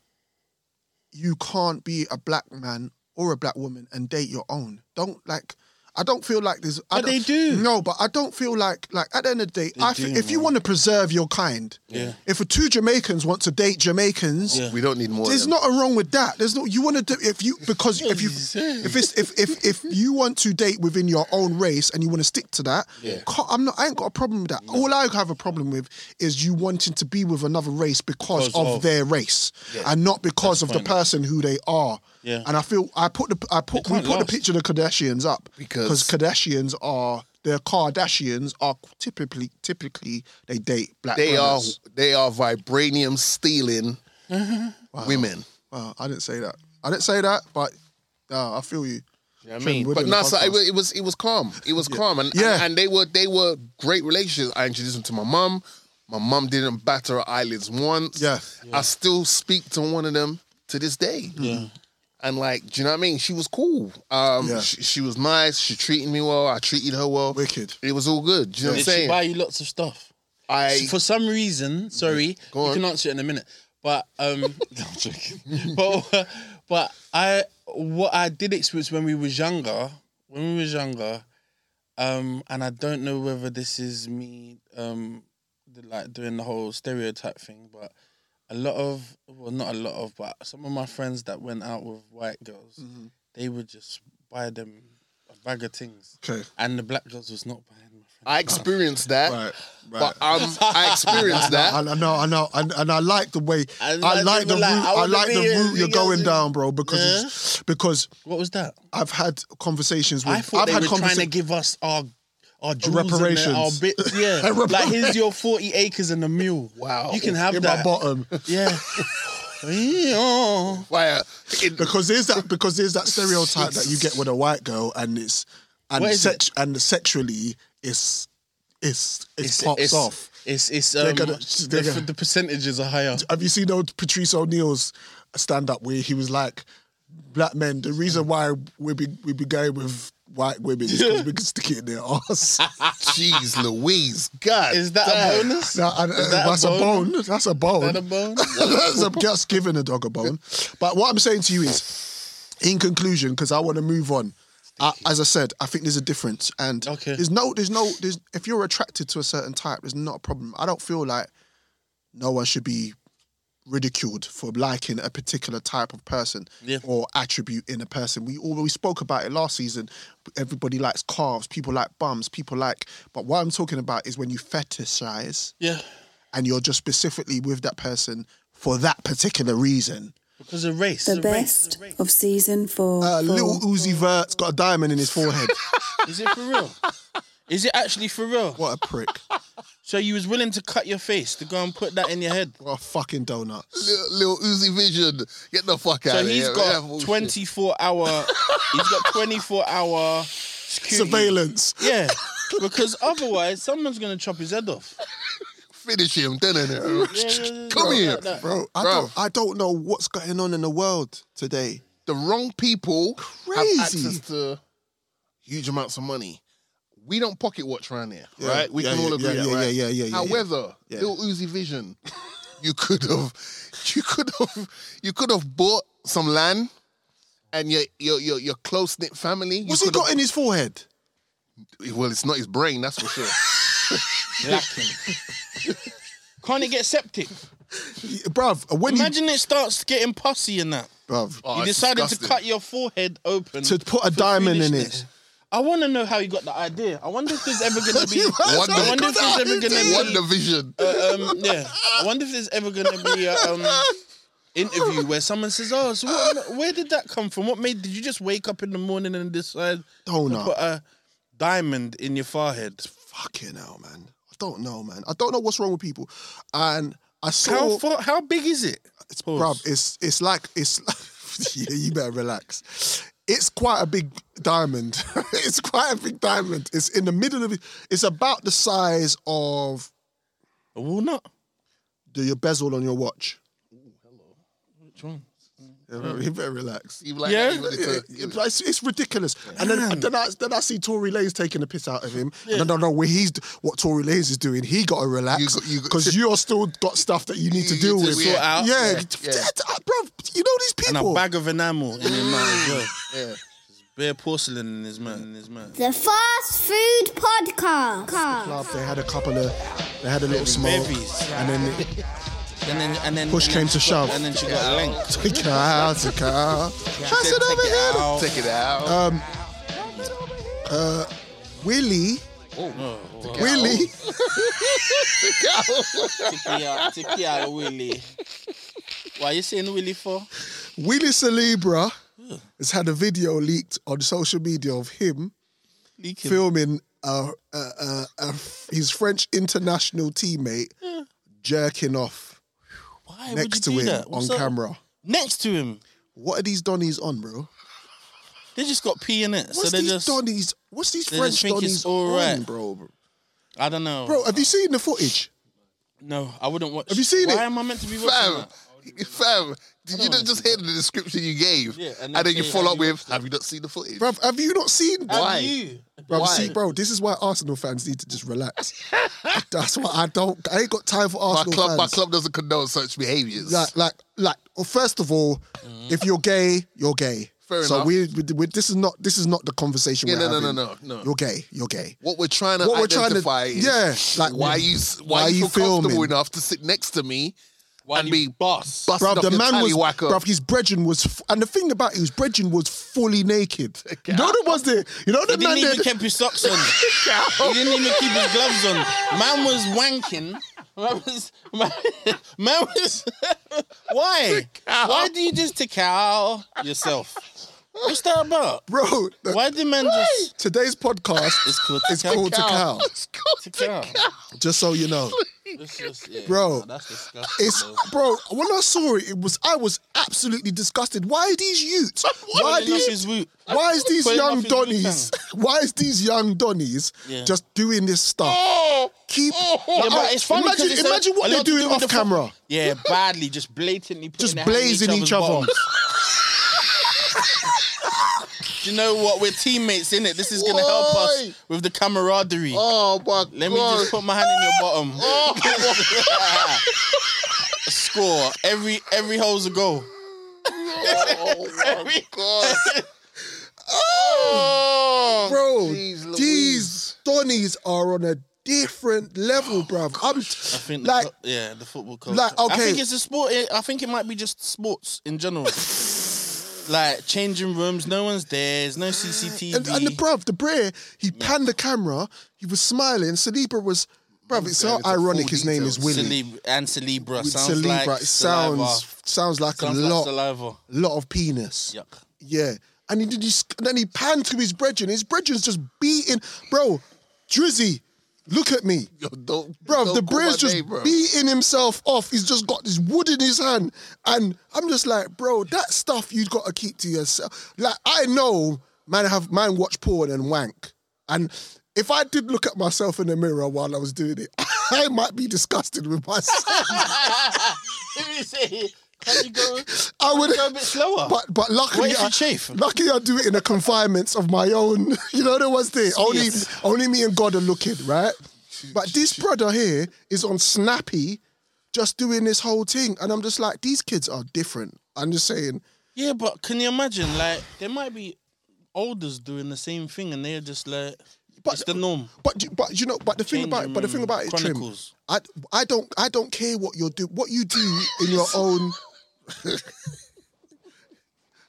you can't be a black man or a black woman and date your own. Don't like. I don't feel like there's. I
But they
don't-
do.
No, but I don't feel like like at the end of the day, I
do,
feel, if you
man.
want to preserve your kind,
Yeah.
If two Jamaicans want to date Jamaicans,
Yeah.
We don't need more.
there's
of them.
nothing wrong with that. There's no you want to do if you because if you if it's if if if you want to date within your own race and you want to stick to that, co- I'm not I ain't got a problem with that. All I have a problem with is you wanting to be with another race because,
Because
of,
of-
their race and not because of the person who they are.
Yeah.
And I feel I put the I put we
can't
put
last.
the picture of the Kardashians up
Because-
Kardashians are the Kardashians are typically typically they date black.
they are
brothers.
they are vibranium stealing women.
Wow, Uh, I didn't say that. I didn't say that, but uh, I feel you.
I
Trent,
mean,
we're
but
doing a
no, so it
podcast.
was, it was it was calm. It was calm, and,
Yeah.
and and they were they were great relationships. I introduced them to my mum. My mum didn't batter her eyelids once.
Yeah.
I still speak to one of them to this day.
Mm-hmm.
Yeah, and like, do you know what I mean? She was cool. Um,
Yeah.
she, she was nice. She treated me well. I treated her well.
Wicked.
It was all good. Do you know
Did
what I'm
she
saying?
buy you lots of stuff?
I
For some reason, sorry,
Go
you
on.
can answer it in a minute. But um, no, I'm joking. But but I what I did experience when we was younger, when we was younger, um, and I don't know whether this is me um, the- like doing the whole stereotype thing, but a lot of well, not a lot of, but some of my friends that went out with white girls, they would just buy them a bag of things,
Okay.
and the black girls was not buying. My friends.
I experienced that.
Right,
But um, I experienced that.
I, I know, I know, and, and I like the way
I
I
like
like,
it,
the
like,
route.
I
I,
wanna
like the
be a
route you're
nigga
going
who-
down, bro. Because it's, because
What was that?
I've had conversations with.
I
have
thought they
had
were trying to
conversations.
give us our our jewels and
reparations.
our bits. Yeah, like here's your forty acres and a mule.
Wow.
you can have
in my
that.
bottom
yeah. Yeah.
Why, uh, it,
because there's that because there's that stereotype that you get with a white girl and it's and
What is
sex and sexually it's it's it pops
it's,
off.
It's it's
They're
um,
gonna- they're
the,
gonna-
the percentages are higher.
Have you seen old Patrice O'Neill's stand up where he was like, black men, the reason why we be we be going with white women is because we can stick it in their ass.
Jeez Louise, God.
Is that a
damn.
bonus?
Now, and,
Is
uh,
that a
that's a bone?
bone?
That's a bone.
Is that a bone?
That's a- just giving a dog a bone. But what I'm saying to you is, in conclusion, because I want to move on. I, as I said, I think there's a difference, and
Okay.
there's no, there's no, there's if you're attracted to a certain type, there's not a problem. I don't feel like no one should be ridiculed for liking a particular type of person
Yeah.
or attribute in a person. We always spoke about it last season. Everybody likes calves, people like bums, people like. But what I'm talking about is when you fetishize
yeah,
and you're just specifically with that person for that particular reason.
because of race.
The
of
best
Race,
of season four.
Uh,
four.
little Uzi Vert's got a diamond in his forehead.
of race. Is it for real? Is it actually for real?
what a prick.
So you was willing to cut your face to go and put that in your head?
What a fucking donut.
Lil Lil Uzi Vision, get the fuck out
So
of
he's
here.
got
Yeah, bullshit.
24 hour. he's got 24 hour security.
Surveillance.
Yeah, because otherwise someone's gonna chop his head off.
Finish him. Dun, dun, dun.
Yeah, yeah, yeah,
Come
yeah,
here.
like that.
Bro, I
Bro.
don't I don't know what's going on in the world today.
The wrong people
Crazy.
have access to huge amounts of money. We don't pocket watch around here,
Yeah,
right? We
yeah,
can
yeah,
all agree,
yeah, yeah,
right?
yeah, yeah, yeah, yeah.
However,
Yeah.
Lil Uzi Vision, you could have, you could have, you could have bought some land, and your your your, your close knit family. you
What's he
could have-
got in his forehead?
Well, it's not his brain, that's for sure.
Lacking. Can't it get septic?
Y- Bruv, uh, when you
Imagine it starts getting pussy and that.
bruv,
Oh,
you
it's
decided
disgusting.
to cut your forehead open
to put a
for
diamond in
foolishness.
it.
I want to know how you got the idea. I wonder if there's ever going to be.
What
I wonder if there's ever going to
What
be.
the vision?
uh, um, yeah. I wonder if there's ever going to be a um, interview where someone says, "Oh, so what, where did that come from? What made? Did you just wake up in the morning and decide
Donut.
to put a diamond in your forehead?
Fucking hell, man. I don't know, man. I don't know what's wrong with people. And I saw
How far, How big is it?
It's
Pause.
bruv, it's it's like it's like, yeah, you better relax. It's quite a big diamond. it's quite a big diamond. It's in the middle of it. It's about the size of
A walnut.
the your bezel on your watch.
Which one?
Yeah, You better relax.
You like
Yeah.
that, you wanted to-
It's, it's ridiculous, and then then I, then I see Tory Lanez taking the piss out of him, and I don't know where he's what Tory Lanez is doing. He got to relax
You got- you got-
because you are still got stuff that you need to
You
deal
need to
with.
sort
out.
yeah,
Yeah.
uh, bro, you know these
And
people.
a bag of enamel in your mouth as well.
yeah.
Bare porcelain in his mouth. In his mouth.
The Fast Food Podcast.
club. They had a couple of, they had a little smoke,
Babies.
and then it,
And then, and then
Push
and
came
then
to
she got-
shove.
And then she got length.
take it out, take it out. Pass
Said,
it
"Take
over
it
here.
out."
Take it out.
Uh, Willie, Willie,
Tikia, Tikia, Willie. Why you saying Willie for?
Willie Celebra has had a video leaked on social media of him
Leaking.
filming uh, uh, uh, uh, his French international teammate jerking off
Why
next to
would you do
him
that?
on
What's up?
camera.
Next to him.
What are these Donnies on, bro?
They just got pee in it.
What's
so they
these
just.
Donnies? What's these
they
French
just think
Donnies
it's all right.
on, bro?
I don't know.
Bro, have you seen the footage?
No, I wouldn't watch.
Have you seen
Why
it?
Why am I meant to be watching
Fam,
that?
fam, did you not just hear the description you gave?
Yeah,
and,
and
then
then
you
say,
follow
have
up
you
with, have you not seen the footage?
Bruv, have you not seen
Why?
Have you?
Bro,
Why?
see, bro, this is why Arsenal fans need to just relax. That's why I don't. I ain't got time for
my
Arsenal
club, my
fans.
club doesn't condone such behaviors.
Like, like, like. Well, first of all, if you're gay, you're gay.
Mm. Fair
so
enough.
we, we, we- this is not, this is not the conversation.
Yeah,
we're
no, no,
having.
no, no, no.
You're gay. You're gay.
what we're trying to
What we're trying to-
identify is
yeah, like,
why you why,
why
you
you
feel comfortable
filming?
enough to sit next to me
Why
and
you
be
boss?
busted
Bruv,
up
the
your
man was,
tallywhacker.
bruv, his brethren was, f- and the thing about it was, brethren was fully naked. You know the was there. You know the
He
man
didn't even
that-
keep his socks on. he didn't even keep his gloves on. Man was wanking. Man was. Man, man was why? Why do you just take out yourself? What's that about?
bro. the-
Why do men just?
Today's podcast
It's called.
is called to cow.
It's called
Tick out.
Just so you know.
It's just, yeah,
Bro,
nah, that's disgusting.
It's
though.
bro. When I saw it, it was I was absolutely disgusted. Why are these youths? Why are
Putting off
these?
his root.
Why is these
Putting off
young
his root
donnies? Why is these young donnies
Yeah.
just doing this stuff?
Oh,
Keep.
Yeah, but oh, it's funny 'cause
imagine,
it's a-
imagine
a
what they're
lot to
doing
do with
off
the fu-
camera.
Yeah, badly, just blatantly,
Just
putting their hand in
blazing each
other's
other.
bottoms. Do you know what? We're teammates, innit? This is gonna help us
Why?
with the camaraderie.
oh my
Let
god.
me just put my hand in your bottom.
Oh.
Score every every hole's a goal.
Oh my god. Oh,
bro.
Jeez Louise.
these Donnies are on a different level, bruv. I'm t-
I think, the
like,
like, yeah, the football culture.
like,
I
okay.
think it's a sport. eh, I think it might be just sports in general. like changing rooms, no one's there. There's no CCTV.
and, and the bruv, the Bray, he panned the camera. He was smiling. Saliba was, bruv. It's
going
so
into
ironic.
full
His name is
details.
Willie.
Celib- and Celebra
With
sounds
Saliba,
like
it
saliva.
sounds sounds like
Sounds
a
like
lot,
saliva.
lot of penis.
Yuck.
Yeah, and he did. He, sc- then he panned to his brethren. His brethren's just beating, bro. Drizzy, look at me.
Yo, don't,
Bro,
don't
the
call
brain's
my
just
name, bro.
beating himself off. He's just got this wood in his hand. And I'm just like, bro, that stuff you got to keep to yourself. Like, I know man have man watch porn and wank. And if I did look at myself in the mirror while I was doing it, I might be disgusted with myself.
Let me see. Can you go?
I would
Go a bit slower.
But uh, but luckily,
What if you
I,
chafe?
luckily I do it in the confinements of my own. You know the ones there. Only
Yes.
only me and God are looking, right? But this brother here is on Snappy, just doing this whole thing, and I'm just like, these kids are different. I'm just saying,
Yeah, but can you imagine? Like, there might be olders doing the same thing, and they're just like,
But-
it's the norm.
but you- but you know, but the thing about it, but the thing about it, Trim,
Chronicles.
I I don't I don't care what you do, what you do in your own.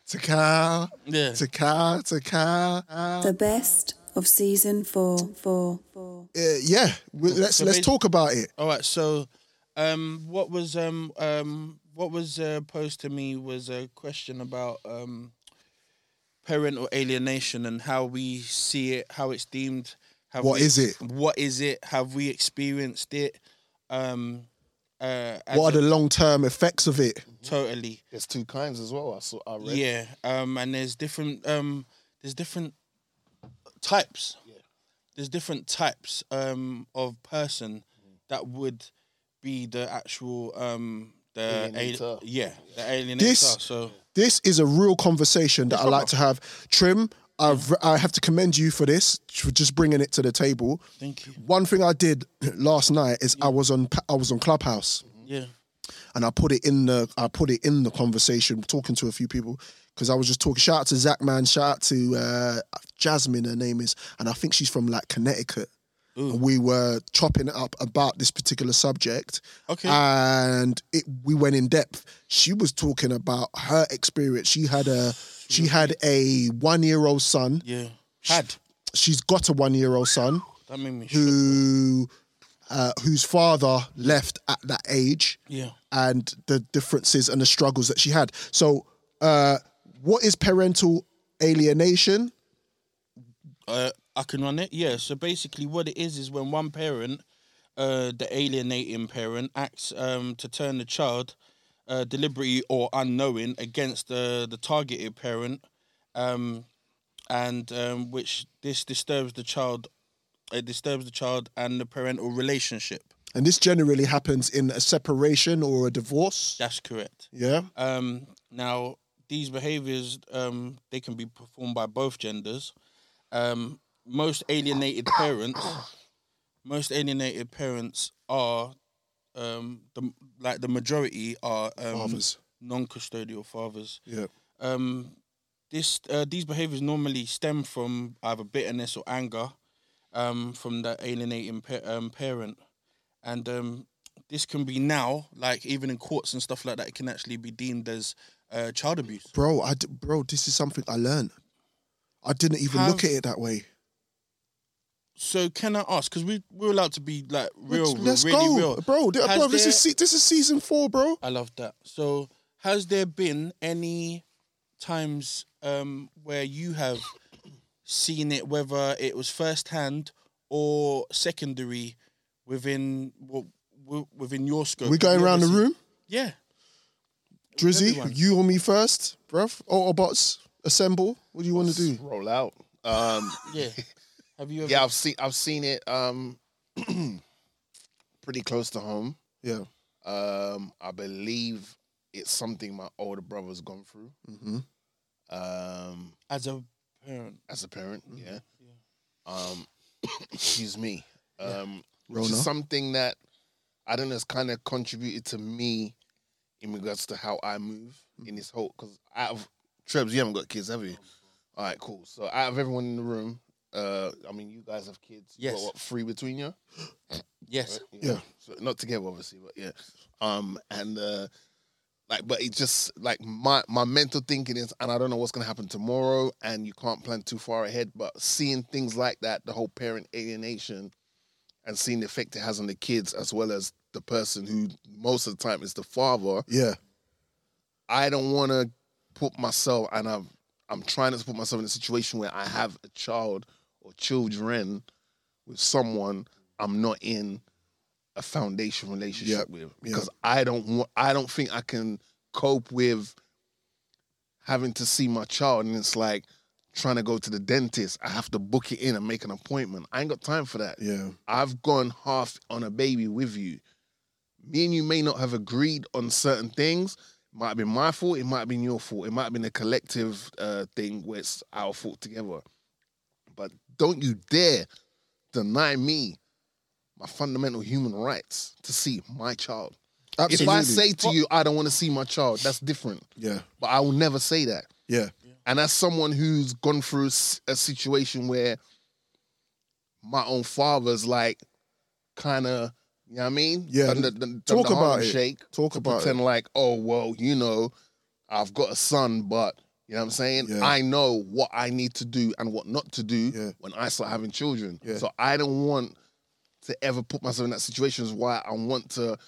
Taka,
Yeah.
taka, taka.
The best of season four. Four. Four.
Uh, yeah, we, let's
So
let's
basi-
talk about it.
All right. So, um, what was um um what was uh, posed to me was a question about um parental alienation and how we see it, how it's deemed. Have
What
we-
is it?
What is it? Have we experienced it? Um, uh, as
What are the long term effects of it?
a- totally.
There's two kinds as well. I saw. I read.
Yeah, um, and there's different um, there's different types. Yeah. There's different types um, of person that would be the actual um, the
Alienator.
al- yeah the alienator.
This-
so
This is a real conversation that I like to have. Trim, I've, I have to commend you for this for just bringing it to the table.
thank you.
One thing I did last night is I was on I was on Clubhouse
Yeah,
and I put it in the I put it in the conversation talking to a few people because I was just talking. Shout out to Zach man, shout out to uh, Jasmine, her name is, and I think she's from like Connecticut. And We were chopping it up about this particular subject,
Okay.
and it, we went in depth. She was talking about her experience. She had a she had a one year old son.
yeah. Had
She's got a one year old son
that made me shook.
who uh, whose father left at that age
Yeah.
and the differences and the struggles that she had. So, uh, what is parental alienation?
Uh, I can run it. Yeah. So basically, what it is is when one parent, uh, the alienating parent, acts um, to turn the child, uh, deliberately or unknowing, against the the targeted parent, um, and um, which this disturbs the child. It disturbs the child and the parental relationship.
And this generally happens in a separation or a divorce.
That's correct.
Yeah.
Um, now, these behaviors um, they can be performed by both genders. Um, most alienated parents, most alienated parents are um, the like the majority are um,
Fathers.
non-custodial fathers.
Yeah.
Um, this uh, these behaviors normally stem from either bitterness or anger um, from the alienating pa- um, parent, and um, this can be now like even in courts and stuff like that, it can actually be deemed as uh, child abuse.
Bro, I d- bro, this is something I learned. I didn't even
Have-
look at it that way.
So can I ask? Because we we're allowed to be like real,
Let's
really
go,
real,
bro. th-
Has
bro, this
there-
is se- this is season four, bro.
I love that. So, has there been any times um, where you have seen it, whether it was firsthand or secondary, within wh- w- within your scope.
We going
You're
around the
obviously-
room.
Yeah.
Drizzy,
Everyone.
you or me first, bruv? Autobots, assemble. What do you want to do?
Roll out. Um,
Yeah. Have you ever?
yeah, I've seen I've seen it um, pretty close to home.
Yeah.
Um, I believe it's something my older brother's gone through
Mm-hmm.
um,
As a parent.
as a parent. Yeah. Um, excuse me. Um, which
Rona.
is something that I don't know has kind of contributed to me in regards to how I move in this whole. Because out of Trebs, you haven't got kids, have you? All right, cool. So out of everyone in the room, uh, I mean, you guys have kids. You got,
Yes.
what, three between you?
Yes.
right?
Yeah.
So not together, obviously, but yeah. Um, and uh, like, but it just like my my mental thinking is, and I don't know what's gonna happen tomorrow, and you can't plan too far ahead. But seeing things like that, the whole parent alienation, and seeing the effect it has on the kids as well as the person who most of the time is the father.
Yeah.
I don't want to put myself, and I'm I'm trying not to put myself in a situation where I have a child or children with someone I'm not in a foundation relationship
Yep,
with
yep.
because I don't want, I don't think I can cope with having to see my child, and it's like trying to go to the dentist. I have to book it in and make an appointment. I ain't got time for that.
Yeah.
I've gone half on a baby with you. Me and you may not have agreed on certain things. Might have been my fault. It might have been your fault. It might have been a collective uh, thing where it's our fault together. But don't you dare deny me my fundamental human rights to see my child.
Absolutely.
If I say to you, I don't want to see my child, that's different.
Yeah.
But I will never say that.
Yeah.
And as someone who's gone through s- a situation where my own father's like kind of, you know what I mean?
Yeah,
Done the- done- done
talk
the
about
Harlem
it.
Shake,
Talk
to
about
pretend like, oh, well, you know, I've got a son, but, you know what I'm saying?
Yeah.
I know what I need to do and what not to do
Yeah.
when I start having children.
Yeah.
So I don't want to ever put myself in that situation, is why I want to,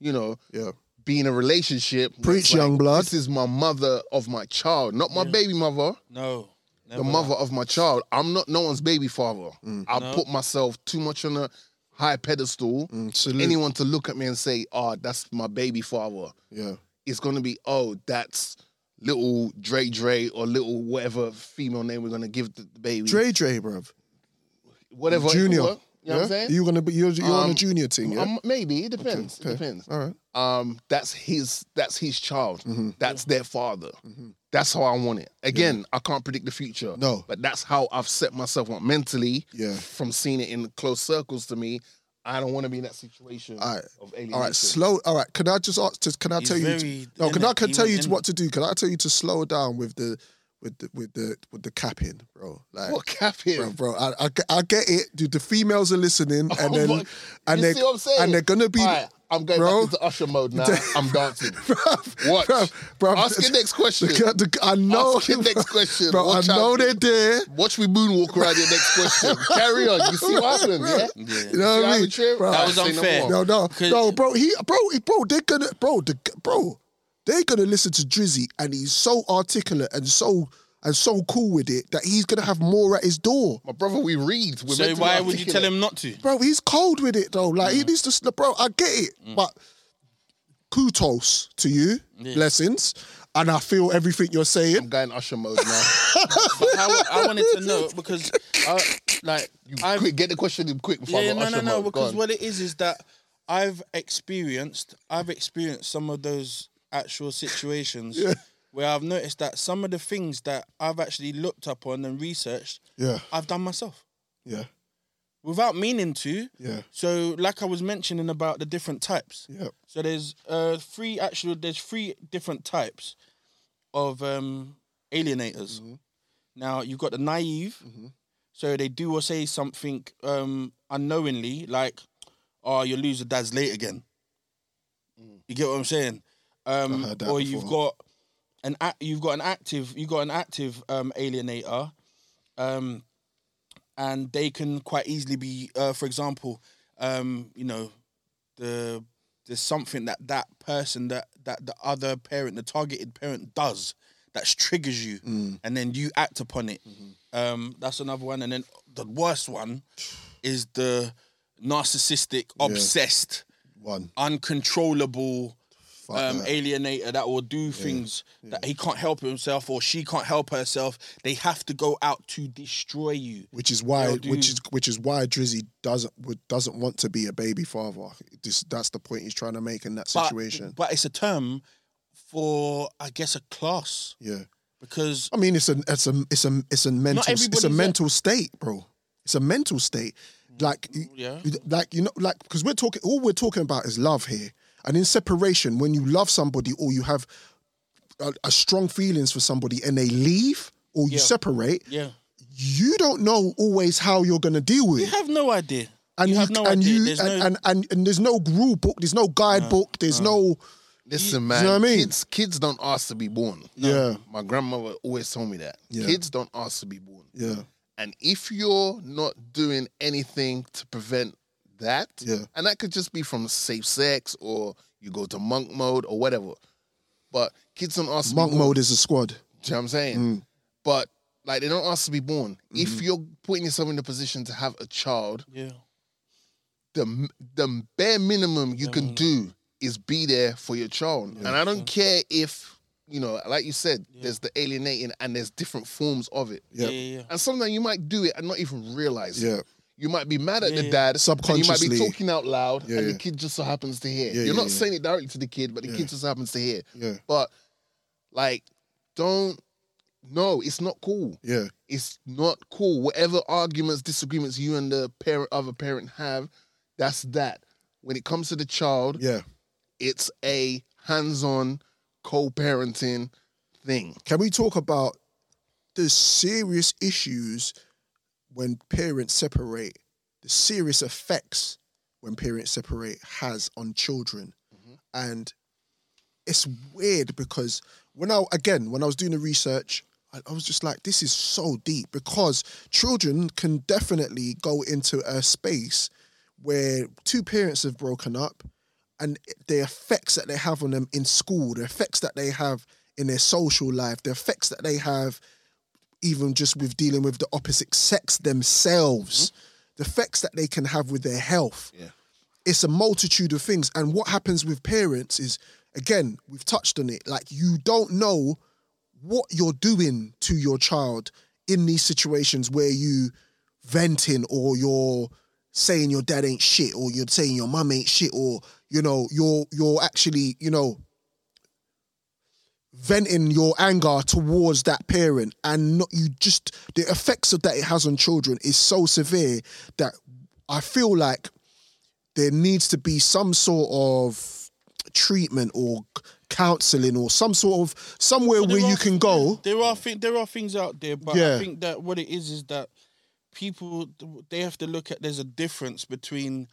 you know,
Yeah.
be in a relationship. where
Preach,
it's
young blood.
This is my mother of my child, not my baby mother,
No.
the
Never.
mother of my child. I'm not no one's baby father.
Mm.
I
No.
put myself too much on a high pedestal.
Mm, Salute.
Anyone to look at me and say, "Oh, that's my baby father,"
yeah.
it's gonna be, "Oh, that's little Dre Dre or little whatever female name we're gonna give the the baby,
Dre Dre, bruv.
whatever
Junior.
You know what I'm saying?
You're gonna be you're, you're on a
Um,
junior team, yeah?
Um, maybe it depends. It depends.
All right. Mm-hmm.
um, that's his that's his child. That's their father. That's how I want it. Again, I can't predict the future.
No.
But that's how I've set myself up mentally
Yeah.
from seeing it in close circles to me. I don't want to be in that situation
All right.
of alienation.
All right, slow. All right, can I just ask? Just, can I
He's
tell you?
very
no, can
in
I
it,
can
he
tell
was
you
in
what to do? Can I tell you to slow down with the with the with the with the capping, bro? Like,
What cap here?
bro, bro I, I, get- I get it. The, the females are listening, and then
What-
and
Oh you
they
see what I'm saying?
and they're gonna be.
All right, I'm going
bro,
back into usher mode now. I'm dancing. Watch.
bro, bro,
Ask your next question.
The, the, I know.
Ask your next question.
Bro,
Watch
I know
out.
they're there.
Watch me moonwalk around your next question. Carry on. You see what happened, yeah?
Yeah.
You know
See
what I
how
mean,
the trip-
bro?
That was
Say no
unfair.
more.
No, no,
Could-
no, bro. He, bro, he, bro. They're gonna, bro, the, bro. They're gonna listen to Drizzy, and he's so articulate and so and so cool with it that he's gonna have more at his door,
My brother, we read. We're
So
meant to be
why would you
articulate.
tell him not to?
bro. He's cold with it though. Like he needs to, sn- bro. I get it,
Mm.
but kudos to you, blessings, and I feel everything you're
I'm
saying.
going usher mode now.
But I, wa- I wanted to know because, I, like,
You
I've
quick, get the question in quick before
yeah,
I'm
no, no, no.
mode. Go
Because
on.
what it is is that I've experienced, I've experienced some of those actual situations where I've noticed that some of the things that I've actually looked up on and researched,
Yeah,
I've done myself
yeah,
without meaning to.
yeah,
So, like I was mentioning about the different types.
yeah.
So there's uh three actual there's three different types of um alienators.
Mm-hmm.
Now you've got the naive, so they do or say something um unknowingly, like, "Oh, you'll lose your dad's late again." You get what I'm saying? Um,
Mm. I heard that
or you've
before.
got an act, you've got an active you've got an active um alienator, um, and they can quite easily be, uh, for example, um, you know, the there's something that that person that that the other parent the targeted parent does that triggers you
Mm.
and then you act upon it
Mm-hmm.
um that's another one and then the worst one is the narcissistic obsessed
One.
uncontrollable
Fuck
um,
that.
alienator that will do things that he can't help himself or she can't help herself. They have to go out to destroy you.
which is why,
They'll do-
which is which is why Drizzy doesn't would, doesn't want to be a baby father. This, that's the point he's trying to make in that
But-
situation.
But, it's a term for, I guess, a class
yeah,
because
I mean, it's a it's a it's a it's a mental it's a
everybody's- Mm,
mental state, bro. It's a mental state. Like, y-
yeah.
y- like you know, like because we're talking all we're talking about is love here, and in separation, when you love somebody or you have a, a strong feelings for somebody and they leave or you
Yeah.
separate,
yeah,
you don't know always how you're gonna deal with. it.
you have no idea.
and
you
you,
have no
and,
idea.
you
There's
and,
no-
and, and and there's no rule book, there's no guidebook, there's no
Listen, man.
know what I mean?
Kids, kids don't ask to be born.
Yeah.
My grandmother always told me that.
Yeah.
Kids don't ask to be born.
yeah
And if you're not doing anything to prevent that,
Yeah.
and that could just be from safe sex or you go to monk mode or whatever. But kids don't ask to be
monk
born.
mode is a squad.
Do you know what I'm saying? But like they don't ask to be born. If you're putting yourself in the position to have a child,
yeah,
the the bare minimum you
Mm.
can do is be there for your child. and I don't care if you know, like you said, there's the alienating and there's different forms of it.
Yeah.
yeah, yeah.
And sometimes you might do it and not even realize. it.
Yeah.
You might be mad at the
yeah.
dad. and You might
Subconsciously.
be talking out loud
Yeah,
and
yeah.
the kid just so happens to hear.
Yeah,
You're
yeah,
not
yeah.
saying it directly to the kid, but the
Yeah.
kid just happens to hear.
Yeah.
But like, don't no, it's not cool.
Yeah.
It's not cool. Whatever arguments, disagreements you and the parent other parent have, that's that. When it comes to the child,
Yeah.
it's a hands-on co-parenting thing.
Can we talk about the serious issues when parents separate, the serious effects when parents separate has on children? And it's weird because when I, again, when I was doing the research, I, I was just like, this is so deep because children can definitely go into a space where two parents have broken up and the effects that they have on them in school, the effects that they have in their social life, the effects that they have even just with dealing with the opposite sex themselves, the effects that they can have with their health. Yeah. It's a multitude of things. And what happens with parents is, again, we've touched on it, like you don't know what you're doing to your child in these situations where you venting or you're saying your dad ain't shit or you're saying your mum ain't shit or you know you're you're actually you know venting your anger towards that parent and not you just the effects of that it has on children is so severe that I feel like there needs to be some sort of treatment or counseling or some sort of somewhere
But there
where you
are-
can go
There are thi- there are things out there, but
Yeah.
I think that what it is is that people they have to look at. There's a difference between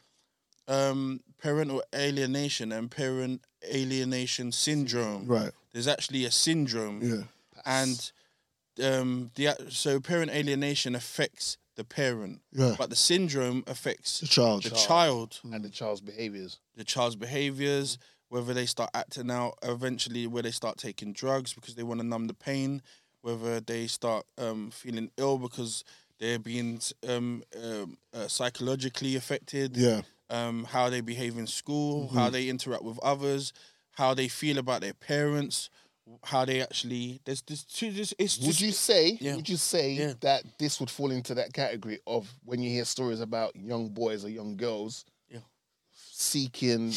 um, parental alienation and parent alienation syndrome.
right
There's actually a syndrome,
yeah
and um, the a- so parent alienation affects the parent,
Yeah.
but the syndrome affects
the child
the child
And the child's behaviors.
the child's behaviors, whether they start acting out, eventually where they start taking drugs because they want to numb the pain, whether they start um, feeling ill because they're being um, um, uh, psychologically affected,
yeah
um, how they behave in school, how
Mm-hmm.
they interact with others, how they feel about their parents, how they actually there's this two just it's
Would
just
you say
yeah.
would you say
Yeah.
that this would fall into that category of when you hear stories about young boys or young girls
Yeah.
seeking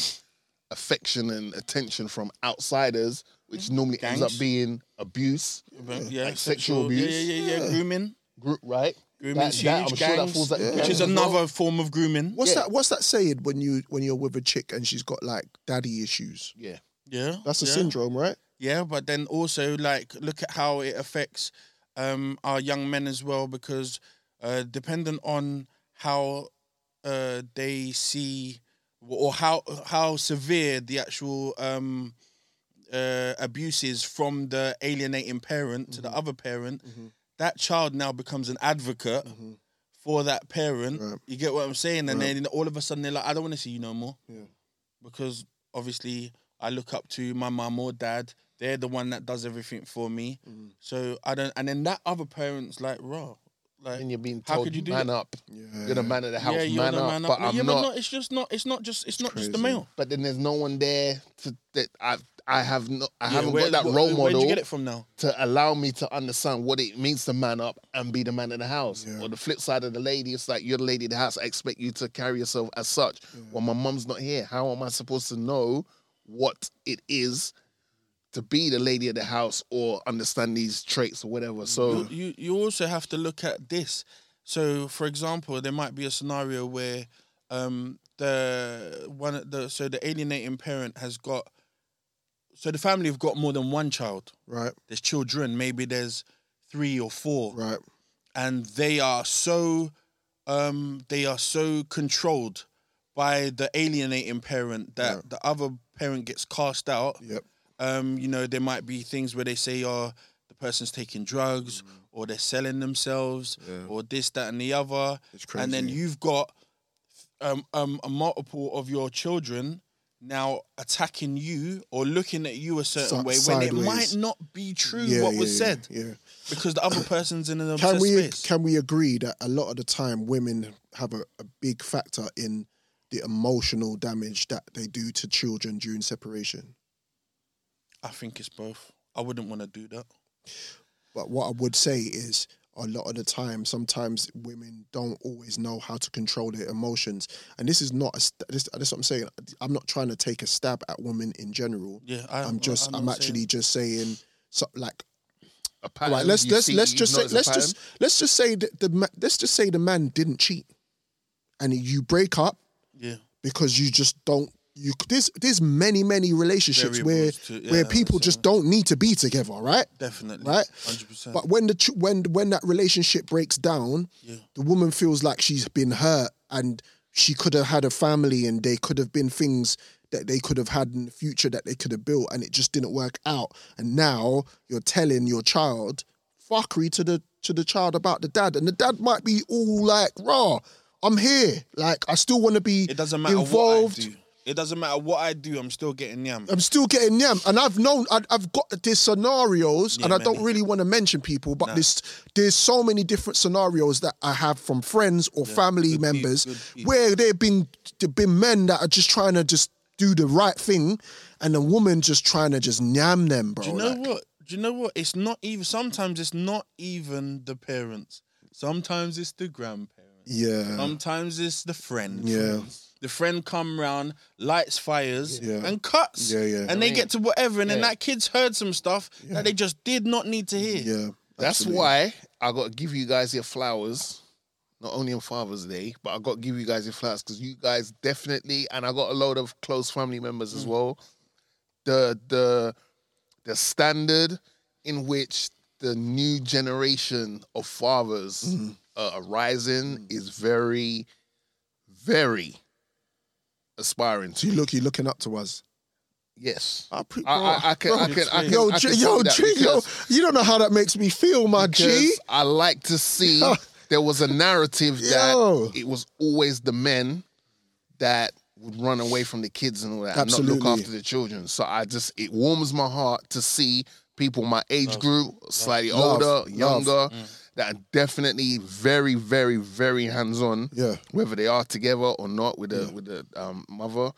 affection and attention from outsiders, which normally ends up
Gangs.
being abuse,
yeah
like sexual abuse.
yeah yeah yeah, yeah. grooming
group, right?
grooming huge
I'm sure
gangs,
that falls under
which is
gangs as well.
another form of grooming
What's
Yeah.
that? What's that saying when you when you're with a chick and she's got like daddy issues?
Yeah.
yeah
That's a
yeah.
syndrome, right?
Yeah, but then also like look at how it affects um, our young men as well because uh, dependent on how uh, they see or how how severe the actual um, uh, abuse is from the alienating parent to the other parent, that child now becomes an advocate for that parent.
Right.
You get what I'm saying? And then all of a sudden they're like, I don't want to see you no more because obviously I look up to my mum or dad. They're the one that does everything for me. So I don't. And then that other parent's like, raw. Like,
And you're being
how
told,
could you do
man
that?
up.
Yeah.
You're the man of the house,
yeah, you're
man,
the
up,
man up.
But
No,
I'm
yeah,
not.
But no, it's just not. It's not just. It's, not just the
crazy.
male.
But then there's no one there to that I I have no I
Yeah,
haven't
where-
got that
where-
role
where,
model
Where'd you get it from now?
to allow me to understand what it means to man up and be the man in the house. Or the flip side of the lady, it's like you're the lady in the house. I expect you to carry yourself as such. Well, my mum's not here. How am I supposed to know what it is to be the lady of the house or understand these traits or whatever? So
you you also have to look at this. So, for example, there might be a scenario where um, the one of the so the alienating parent has got so the family have got more than one child.
Right,
There's children. Maybe there's three or four,
right.
and they are so um, they are so controlled by the alienating parent that the other parent gets cast out
Yep.
um, you know, there might be things where they say, oh, the person's taking drugs
Mm-hmm.
or they're selling themselves or this, that, and the other.
It's
And then
crazy.
you've got um, um, a multiple of your children now attacking you or looking at you a certain
Si-
way when it might
sideways.
not be true what was
yeah,
said
Yeah.
because the other person's in an obsessed
Can we
space.
can we agree that a lot of the time women have a, a big factor in the emotional damage that they do to children during separation?
I think it's both. I wouldn't want to do that.
But what I would say is a lot of the time, sometimes women don't always know how to control their emotions, and this is not a, st- this. That's what I'm saying. I'm not trying to take a stab at women in general.
Yeah, I,
I, am just.
know
I'm,
what you're
actually
saying.
just saying. So, like
a
All
pattern
right, let's
you
let's
see,
let's
you
just say,
notice a
let's
pattern.
just let's just say that the ma- let's just say the man didn't cheat, and you break up
yeah.
because you just don't you. There's there's many many relationships where
Variables to- yeah,
where
that's
people just don't need to be together, right?
Definitely,
Right,
hundred percent.
but when the ch- when when that relationship breaks down,
Yeah.
the woman feels like she's been hurt, and she could have had a family, and they could have been things that they could have had in the future that they could have built, and it just didn't work out. And now you're telling your child fuckery to the to the child about the dad, and the dad might be all like, "Raw, I'm here. Like, I still want to be.
It doesn't matter
involved."
what I do. It doesn't matter what I do. I'm still getting yam.
I'm still getting them, and I've known I, I've got these scenarios, and I
man.
don't really want to mention people, but there's there's so many different scenarios that I have from friends or family members
good people.
where they've been there been men that are just trying to just do the right thing, and the woman just trying to just nyam them, bro.
Do you know
like,
what? Do you know what? It's not even. Sometimes it's not even the parents. Sometimes it's the grandparents.
Yeah,
Sometimes it's the friend.
yeah,
The friend come round, lights fires,
Yeah.
and cuts.
Yeah, yeah.
And they get to whatever, and then
Yeah.
that kid's heard some stuff that they just did not need to hear.
yeah.
That's
absolutely.
why I got to give you guys your flowers, not only on Father's Day, but I got to give you guys your flowers because you guys definitely, and I got a load of close family members as well. The the the standard in which the new generation of fathers uh, are rising is very, very aspiring
So
to.
you look, you're looking up to us.
Yes.
I, pre-
I, I, I can, I can, I can,
yo,
I can
G,
see
yo,
that
G, yo,
because-
you don't know how that makes me feel, my G.
because I like to see there was a narrative that
Yo.
it was always the men that would run away from the kids and all that, and not look
Absolutely.
after the children. So I just it warms my heart to see people my age group, slightly
Love. Love.
older, younger, that are definitely very, very, very hands on.
Yeah.
Whether they are together or not with the with the um, mother,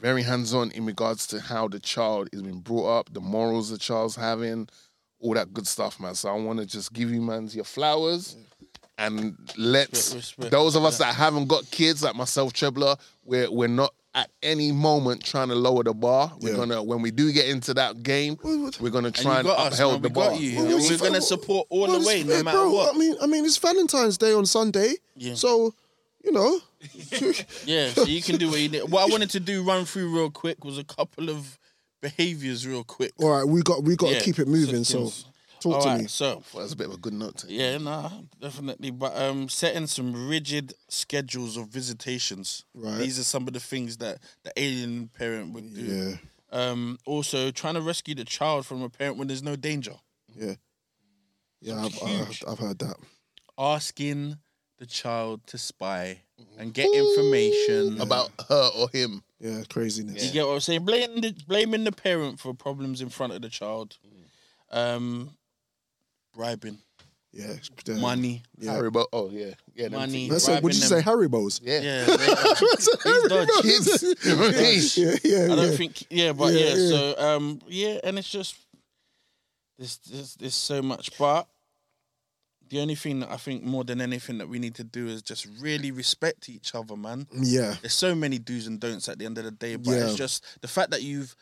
very hands on in regards to how the child is being brought up, the morals the child's having, all that good stuff, man. So I want to just give you, man, your flowers. And let's
respect.
those of us that haven't got kids, like myself, Trebler, we're we're not at any moment trying to lower the bar. We're
Yeah.
gonna when we do get into that game, we're gonna
And
try
you
and,
got us,
upheld
man.
the
we
bar.
got you.
Well,
and
it's
we're
fair-
gonna support all
Well,
the
it's
way, no
fair,
matter
eh, bro.
what.
I mean, I mean, it's Valentine's Day on Sunday,
Yeah.
so you know,
Yeah, so you can do what you did. What I wanted to do, run through real quick, was a couple of behaviors, real quick.
all right, we got we got
Yeah,
to keep it moving. So,
symptoms.
talk
All
to
right,
me.
so
Well, that's a bit of a good note. To
yeah, nah, definitely. But um, setting some rigid schedules of visitations.
Right.
These are some of the things that the alien parent would do.
Yeah,
Um, also trying to rescue the child from a parent when there's no danger.
yeah, yeah. I've, I've, I've heard that.
Asking the child to spy and get information
About her or him.
Yeah, craziness.
You get what I'm saying? Blaming the, blaming the parent for problems in front of the child. Um, bribing.
Yeah. it's- uh,
Money.
Yeah.
Haribo. Oh yeah, yeah. them
Money.
things.
That's it. Would you say
Bribing
Haribo's?
Yeah.
Yeah. they-
Haribo's.
Dutch.
Kids. You know what I mean?
Yeah, yeah,
I don't
yeah.
think, yeah, but
Yeah,
yeah,
yeah.
So, um, yeah, and it's just there's, there's there's so much, but the only thing that I think more than anything that we need to do is just really respect each other, man.
Mm, Yeah.
There's so many do's and don'ts at the end of the day, but
Yeah.
it's just the fact that you've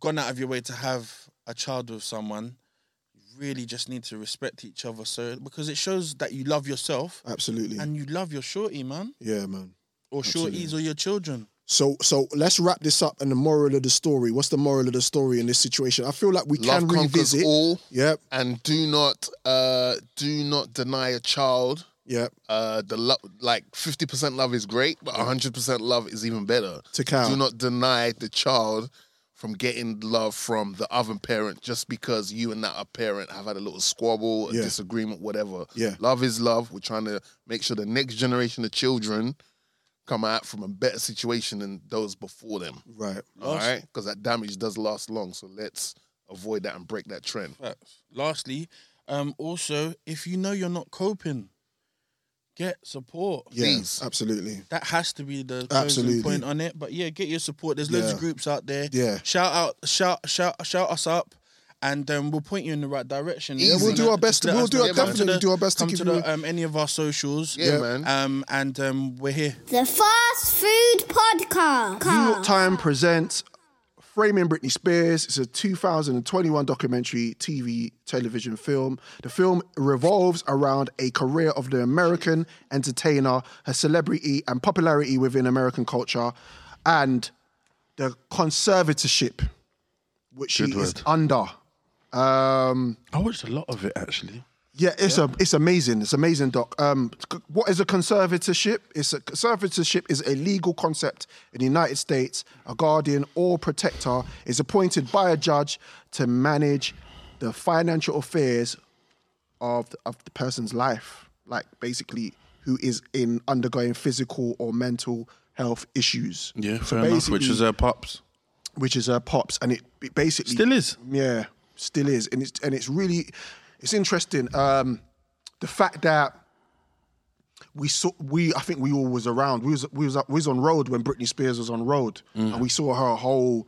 gone out of your way to have a child with someone. you Really, just need to respect each other, so because it shows that you love yourself
Absolutely.
and you love your shorty, man,
Yeah, man.
or
Absolutely.
shorties, or your children.
So so let's wrap this up and the moral of the story. What's the moral of the story in this situation? I feel like we
Love
can
conquers
revisit.
all,
Yep,
and do not uh do not deny a child.
yep.
Uh, the love, like fifty percent love is great, but hundred percent love is even better.
To Cal.
Do not deny the child from getting love from the other parent just because you and that other parent have had a little squabble, a
Yeah.
disagreement, whatever.
Yeah.
love is love. We're trying to make sure the next generation of children come out from a better situation than those before them.
Right.
All right, because that damage does last long. So let's avoid that and break that trend.
Facts. Uh, Lastly, um, also, if you know you're not coping, get support.
Yeah,
Please.
absolutely.
That has to be the
Absolutely.
closing point on it. But yeah, get your support. There's loads
Yeah.
of groups out there.
Yeah.
Shout out, shout, shout, shout us up. And um, we'll point you in the right direction.
Yeah,
Just
we'll
wanna-
do our best to-
just let
we'll
us
do
know.
our-
Come to
definitely
the-
do our best to
come
give
to
you
the, um, any of our socials.
Yeah, man.
Um, and um, we're here.
The Fast Food Podcast.
New York Times presents Framing Britney Spears. It's a 2021 documentary TV television film. The film revolves around a career of the American entertainer, her celebrity and popularity within American culture, and the conservatorship which she
Good
is
word.
under. Um,
I watched a lot of it actually.
yeah, it's a it's amazing. It's amazing, Doc. Um, c- what is a conservatorship? It's a conservatorship is a legal concept in the United States. A guardian or protector is appointed by a judge to manage the financial affairs of the, of the person's life, like basically who is in undergoing physical or mental health issues.
Yeah,
So
fair enough. Which
basically-
is her pops.
which is her pops, and it, it basically
Still is.
yeah, still is, and it's and it's really it's interesting. Um, the fact that we saw we I think we all was around. We was we was we was on road when Britney Spears was on road, and we saw her whole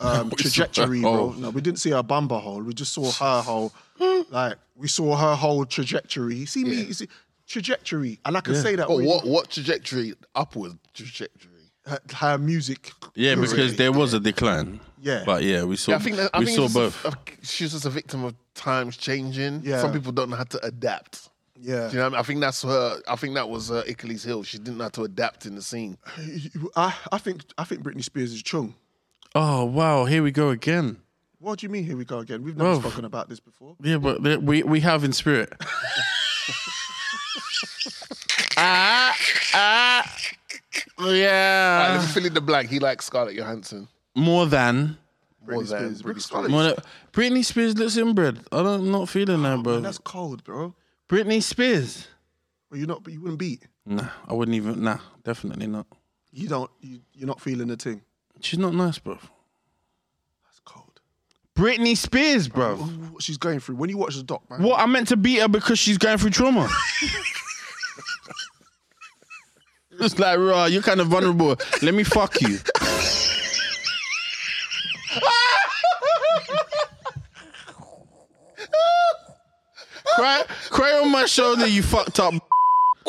um,
We saw her
trajectory. bro.
whole-
No, we didn't see her bumper hole. We just saw her whole like we saw her whole trajectory. You see me. You see, Trajectory, and I can say that
Oh,
already.
what what trajectory? Upward trajectory.
Her, her music.
Yeah, because there was a decline.
Yeah.
but yeah, we saw.
I think that, I
we
think
saw
it's
both.
just a- a- she's just a victim of times changing.
Yeah.
Some people don't know how to adapt.
yeah,
Do you know what I mean? I think that's her. I think that was uh, Achilles' heel. She didn't know how to adapt in the scene.
I, I think I think Britney Spears is chung.
oh wow, here we go again.
What do you mean? Here we go again. We've never
Bruv.
spoken about this before.
Yeah, but th- we we have in spirit. ah ah.
Oh, All right,
Yeah.
let me fill in the blank. He likes Scarlett Johansson.
More than.
More than
Spears.
Britney
Britney
Spears.
Spears.
More than Britney Spears looks inbred. I don't, I'm not feeling that, bro.
Oh, That's cold, bro.
Britney Spears.
Well, you're not. You wouldn't beat.
Nah, I wouldn't even. Nah, definitely not.
You don't. You, you're not feeling the thing.
She's not nice, bro.
That's cold.
Britney Spears, bro.
Ooh, What she's going through. When you watch the doc, man.
What? I meant to beat her because she's going through trauma. It's like, raw, you're kind of vulnerable. Let me fuck you. cry, cry on my shoulder, you fucked up.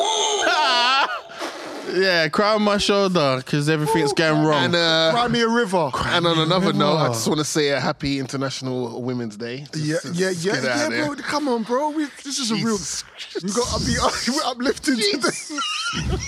yeah, cry on my shoulder because everything's going wrong.
And uh,
Cry me a river.
And on another note, I just want to say a happy International Women's Day. Just
Yeah,
to-
yeah,
just
yeah,
get it out
yeah,
there.
bro. Come on, bro. We, this is a real.
Jesus
You got to be we're uplifted today.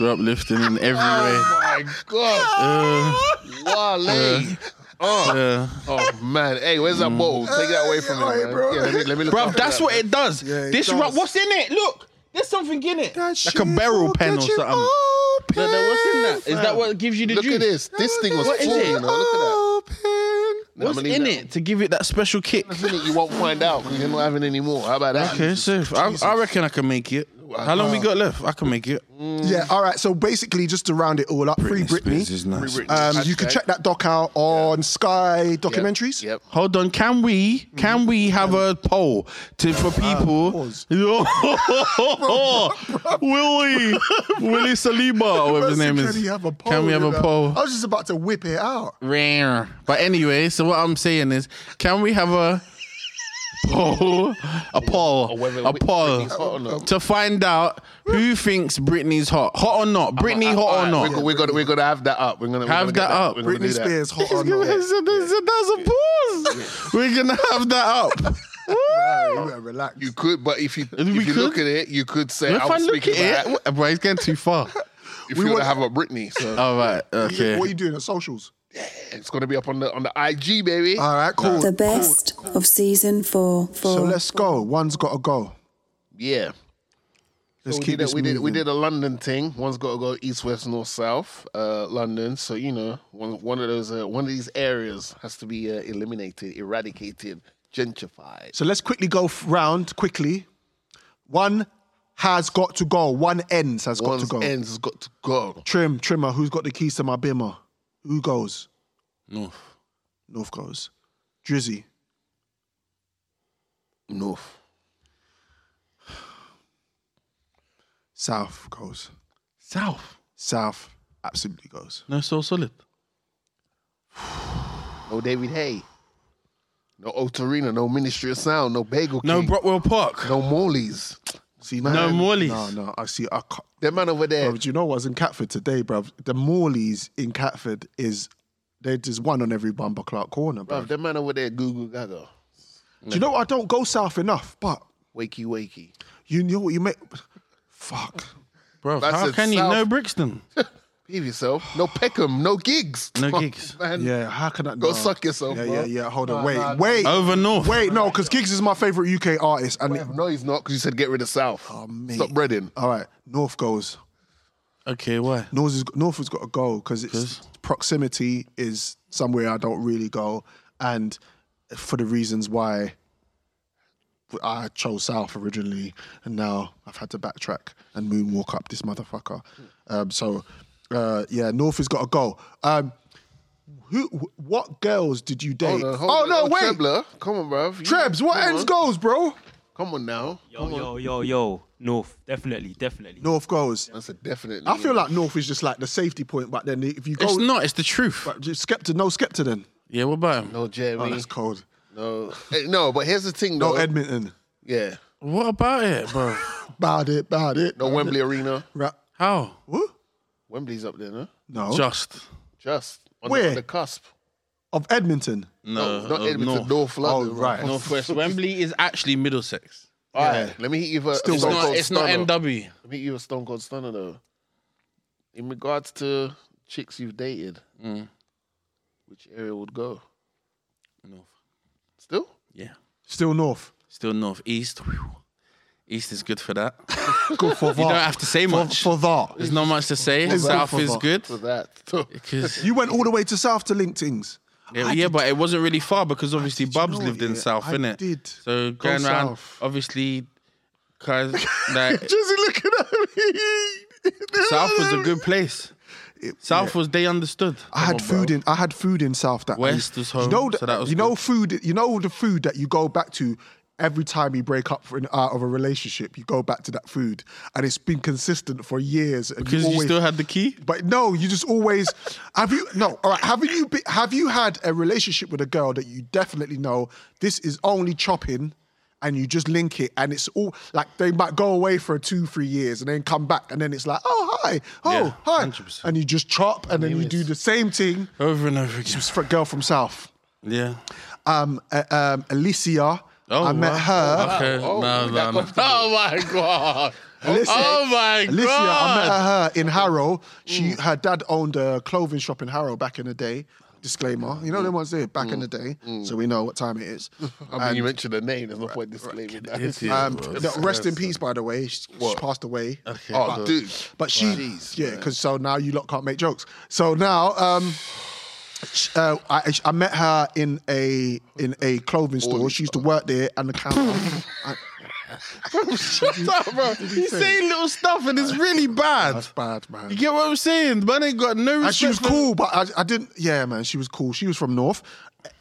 We're uplifting in every way.
Oh My God,
Uh,
Wale.
yeah.
Oh man, hey, where's that bottle? Take that away from me,
Mm. Hey,
man.
bro.
Yeah, let me, let me look
Bro,
after
that's
that,
what
man.
it does.
it
this
does.
ro- what's in it? Look, there's something in it.
That
like
shit
a barrel
will
pen or
get you
something. No, no, what's in that? Is that what gives you the
Look
juice?
at this. This thing was
What is
full,
it?
you know. Look at that.
Open.
Nah,
What's
I'ma leave
in
that.
it to give it that special kick?
What's in it? You won't find out. 'cause You're not having any more. How about that?
Okay, safe. I, I reckon I can make it.
How long we got left? I can make it.
Yeah, all right. So basically, just to round it all up, free Britney.
Spears is nice.
Um, you can
Hashtag.
check that doc out on Sky documentaries.
Yep.
Hold on, can we can we have a poll to for people?
Mm-hmm. Uh, pause.
Yo, Willie Willie Saliba, whatever his name
Can
is.
you have a poll,
can we have
you
a
know?
poll?
I was just about to whip it out.
Rare. But anyway, so what I'm saying is, can we have a poll, a poll,
whether
a
Whit- Britney's hot or
poll
not.
to find out who thinks Britney's hot, hot or not? Britney hot or
We're, go-
not?
we're gonna we're gonna have that up. We're gonna we're
Have
gonna get
that up.
We're gonna do
Britney
that.
Spears, hot or not.
That's a pause. We're gonna have that up.
Right, you better relax.
You could, but if you if
we
you look
could?
at it, you could say
If
I
I
was
look
speaking
at
about
it, bro, it's getting too far.
if
We
we want to
want-
have a Britney, so
All right, okay.
What are you doing on socials?
it's gonna be up on the on the
Uh,
IG baby.
All right, cool.
The best of season four. Four.
So let's go. One's got to go.
yeah.
Let's
So we
keep
did, a-
this
we did we
moving.
did a London thing. One's got to go east, west, north, south. Uh, London. So you know, one one of those uh, one of these areas has to be uh, eliminated, eradicated, gentrified.
So let's quickly go f- round quickly. One has got to go. One ends has got
One's
to go.
ends has got to go.
Trim, trimmer. Who's got the keys to my bimmer? Who goes? North goes. Drizzy.
North,
South goes.
South.
South absolutely goes.
No, so solid.
no David Hay, no Otarina, no Ministry of Sound, no Bagel
No
King,
Brockwell Park.
no Morley's.
See, man,
No Morleys.
No, no. I see. I can't.
That man over there.
Bruv, do you know what's in Catford today, bruv? The Morleys in Catford is there- there's one on every bumper Clark corner, bruv.
Bruv, that man over there, Goo Goo Gaga,
Do you know what? I don't go south enough, but
wakey wakey.
you know what you make. Fuck.
Bro,
That's
how
it,
can you?
South.
No Brixton.
Behave yourself. No Peckham, no gigs.
No
Come on,
gigs.
Man.
Yeah, how can I
Go suck yourself,
Yeah,
bro.
yeah, yeah. Hold on, wait, wait,
Over North.
wait. No, because Giggs is my favorite UK artist, and
No, he's not because you said get rid of South.
Oh,
Stop breading.
all right, North goes.
Okay, why?
North is North has got to go because it's proximity is somewhere I don't really go, and for the reasons why I chose South originally, and now I've had to backtrack and moonwalk up this motherfucker. Um, so uh, yeah, North has got to go. Um, who? wh- What girls did you date?
Hold on, hold
oh
on.
no,
Oh,
wait,
Trebler. Come on, bruv. You-
Trebs, what
come
ends
on.
goes, bro?
Come on now.
Yo, yo, yo, yo. North, definitely, definitely.
North goes.
That's a definite.
I feel like North is just like the safety point, but then if you go,
It's not. It's the truth.
But just Skepta, no Skepta then.
Yeah, what about him?
No,
Oh,
Jeremy.
that's cold.
no. Hey, no, but here's the thing, though.
No Edmonton.
yeah.
What about it, bro?
Bad it, bad it.
No Wembley Arena.
Ra-
How?
what?
Wembley's up there, no?
No.
Just.
Just on,
Where?
The, on the cusp.
Of Edmonton.
No,
No,
not
uh,
Edmonton, North,
North.
London.
Oh,
bruv.
right.
Northwest. Wembley is actually Middlesex.
All right. Let me hit you for
Still
a
It's
Stone
not,
Cold
it's not
Stunner.
MW.
Let me hit you a Stone Cold Stunner, though. In regards to chicks you've dated, which area would go?
North.
Still?
Yeah.
Still North.
Still North. East. Whew. East is good for that.
Good for that.
You don't have to say
for,
much.
for that.
There's not much to say.
that.
South
For
is
that.
good.
For that. So,
Because
You went all the way to South to link things.
Yeah, yeah, but it wasn't really far because obviously
you
Bubs
know
lived
it?
in South,
I
innit?
did.
So
Go
going around,
south.
obviously, cause like
Jesse looking at me.
South was a good place. South was they understood.
I had food in. I had food in South that
West
I-
was home,
You know,
so that was
you know food. You know the food that you go back to every time you break up for an, out of a relationship. You go back to that food, and it's been consistent for years. And
because you
always-
still had the key.
But no, you just always have you no. All right, haven't you? Be, have you had a relationship with a girl that you definitely know this is only chopping, and you just link it, and it's all like they might go away for two, three years, and then come back, and then it's like, oh hi, oh
Yeah,
hi,
100%.
and you just chop, and then you do the same thing.
Over and over again.
This fr- girl from South,
Yeah.
um, uh, um, Alicia.
Oh,
I met
wow.
her.
Okay. no, no, no.
oh my god!
Alicia,
Oh my
Alicia, I
God.
met her in Harrow. She,
Mm.
her dad owned a clothing shop in Harrow back in the day. Disclaimer, you know
Mm.
them ones there back in the day, so we know what time it is.
I mean, you mentioned the name. There's no point disclaiming that.
Idiot,
Um,
bro.
no, rest in peace, by the way. She, she passed away.
Oh, dude.
But she, yeah, because so now you lot can't make jokes. So now, um, sh- uh, I, I met her in a in a clothing store. She used to work there, and the counter. I-
Shut up, bro. He's saying little stuff and it's really bad.
That's bad, man.
You get what I'm saying? Man ain't got no respect.
And she was
for-
cool, but I, I didn't. Yeah, man, she was cool. She was from North,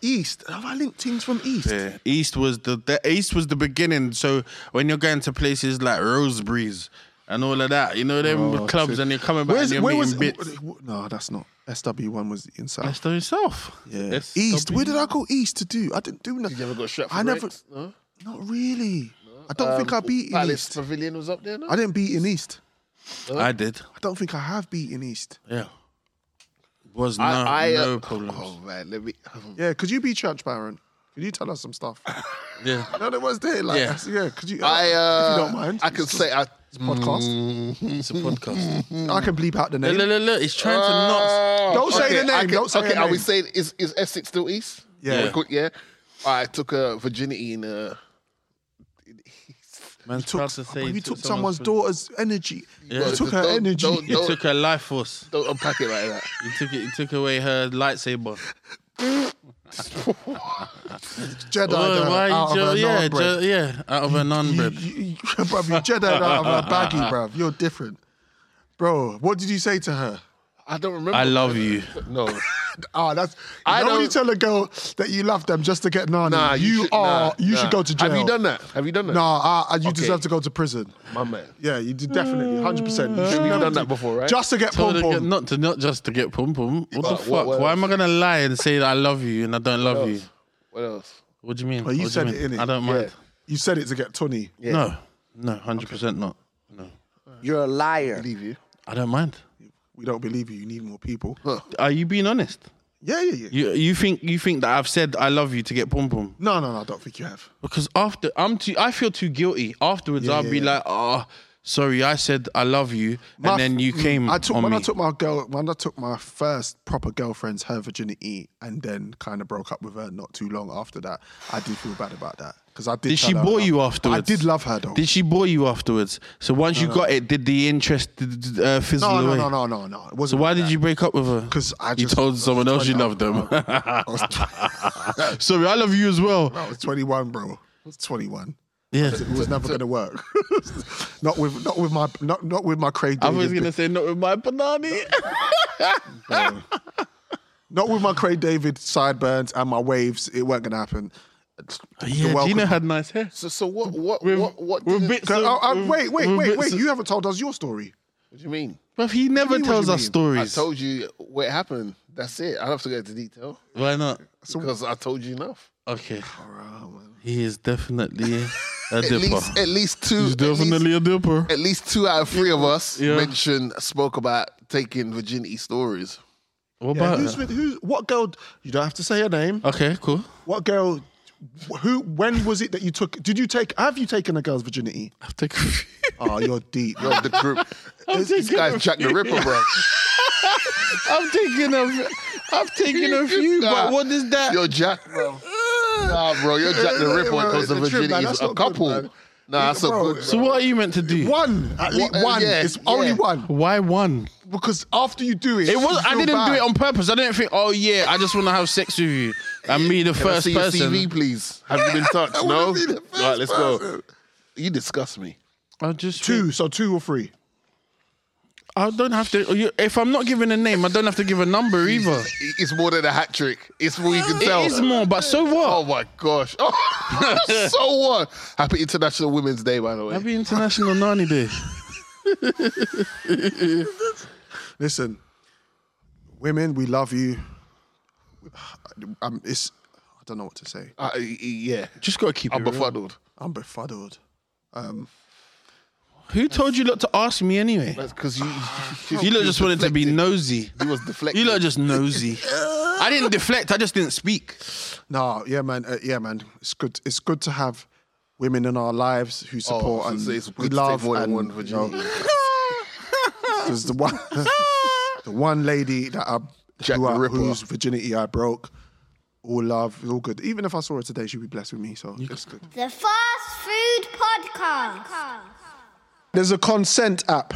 East. Have I linked things from East?
Yeah, East was the, the East was the beginning. So when you're going to places like Roseberries and all of that, you know them
Oh,
clubs,
shit.
and you're coming back
Where's-
and you're
where
meeting
was
bits.
w- No, that's not. SW one was inside.
That's to yourself.
yeah.
That's-
East. Where did I go east to do? I didn't do nothing.
Did you ever go Stratford
I never.
Rakes? No?
Not really. I don't think I
Um,
beat in
Palace
East.
Pavilion was up there. No?
I didn't beat in East.
I did.
I don't think I have beaten East.
Yeah, was no,
I, I, uh,
no problems.
Oh man, let me.
Yeah, could you be transparent? Could you tell us some stuff?
Yeah,
no, there was there. Like,
Yeah.
yeah. yeah, could you?
I uh,
if you don't mind,
I can
it's
say I.
a podcast.
it's a podcast.
I can bleep out the
Look,
name.
look, look, look, he's trying to
Uh,
not.
Don't say the
I
name,
can-
don't say
okay,
the
are we
name.
saying is is Essex still East?
Yeah.
We could- yeah. I took a virginity in uh
Man,
took,
proud to say
you
he
took someone's daughter's energy.
Yeah.
You took her
Don't-
energy.
don't-
You took her life force.
Don't unpack it like that.
You took it. You took away her lightsaber.
Jedi
Oh, why?
out
you-
of her
yeah,
non bread.
ju- yeah, out of a non
You,
bread.
you, you, bruv, you Jedi out of her baggy, bruv. You're different. Bro, what did you say to her?
I don't remember.
I love you.
No.
Ah, that's.
I
I know when you
don't-
tell a girl that you love them just to get none.
Nah,
you,
should-
are.
nah,
you
nah.
should go to jail.
Have you done that? Have you done that?
Nah, uh, you
Okay.
deserve to go to prison.
my man.
Yeah, you did definitely, hundred percent. You should
You've
never
done
do-
that before, right?
Just to get
Told
pom
her get-
pom.
not to not just to get pom pom. What the
But
fuck?
what- what
Why am I gonna lie and say that I love you and I don't love you?
What else?
What do you mean?
Well, you
What do
said
mean?
it, innit?
I don't mind.
You said it to get twenty.
No, no, hundred percent not. No,
You're a liar.
Leave you.
I don't mind.
We don't believe you. You need more people.
Are you being honest?
Yeah, yeah, yeah.
You you think you think that I've said I love you to get pom pom?
No, no, no. I don't think you have.
Because after I'm too, I feel too guilty. Afterwards,
Yeah,
I'll
yeah,
be
yeah.
like, oh, sorry, I said I love you,
My- mm,
and then you came
I took
on
when
me.
I took my girl when I took my first proper girlfriend's her virginity and then kind of broke up with her not too long after that. I did feel bad about that because I did.
Did
tell
she
her I
bore
loved-
you
I
afterwards?
did love her though.
Did she bore you afterwards? So once you got it, did the interest uh, fizzle
no, no,
away?
no, no, no, no. It wasn't.
So why did you break up with her?
'Cause I
you
just-
told someone else you loved them. Sorry, I love you as well.
I was twenty one, bro. I was twenty one.
Yeah.
It was never going to work. not with not with my not not with my Craig.
I
David
was
bit.
gonna say not with my banani.
Not with my Craig David sideburns and my waves. It weren't going to happen.
yeah,
welcome-
Gina had nice hair.
So so what what
With-
what what
with
did it-
bits
Go-
So- um,
oh, oh, wait, wait,
With
wait,
bits
wait.
of-
You haven't told us your story.
what do you mean?
But he never
mean, what
tells
do you
us
mean?
stories.
I told you what happened. That's it. I don't have to go into detail.
Why not?
Because I told you enough.
Okay. He is definitely a
At
dipper.
least at least two
He's
at least-
definitely a dipper.
at least two out of three of us
Yeah.
mentioned spoke about taking virginity stories.
What
Yeah,
about
who's
her?
with who? What girl? You don't have to say her name.
Okay, cool.
What girl? Who? When was it that you took? Did you take? Have you taken a girl's virginity?
I've taken.
Oh, you're deep. You're
Yo, the group. this, this guy's Jack the Ripper, bro.
I've taken a. I've taken a few.
Nah.
uh,
But what is that?
You're Jack, bro. Nah, bro, you're Jack the Ripper when it comes to
The truth, man,
virginity.
that's not
A
good,
couple.
man.
nah, that's
Bro,
a good.
so what are you meant to do?
one at least
What- uh,
one.
yeah,
it's only
yeah.
one
Why one?
because after you do it,
It was.
you
I
feel
didn't do
bad.
it on purpose. I didn't think. Oh yeah, I just want to have sex with you and me the
Can I
first
see your
person.
CV, please? Have you been touched?
I wanna
no.
be the
All right, let's go.
person.
You disgust me.
I just
two. So two or three.
I don't have to. you- If I'm not giving a name, I don't have to give a number either.
It's more than a hat trick. It's more you can tell.
It is more, but so what?
Oh my gosh. Oh, so what? Happy International Women's Day, by the way.
Happy International Nani Day.
Listen, women, we love you. I'm, it's, I don't know what to say.
Uh, yeah.
Just gotta keep
I'm
it. Real.
befuddled.
I'm befuddled.
Who told you not to ask me anyway?
That's because you.
You lot just wanted to be nosy.
He was deflected.
You lot just nosy. I didn't deflect. I just didn't speak.
No, yeah, man, uh, yeah, man. It's good. It's good to have women in our lives who support
Oh, so
and
it's
we
good to
love
take more than
and,
one
you
virginity.
know, there's the one, the one lady that I,
Jack
who
the
I-
Ripper.
whose virginity I broke. All love, it's all good. Even if I saw her today, she'd be blessed with me. So it's good.
The Fast Food Podcast.
There's a consent app.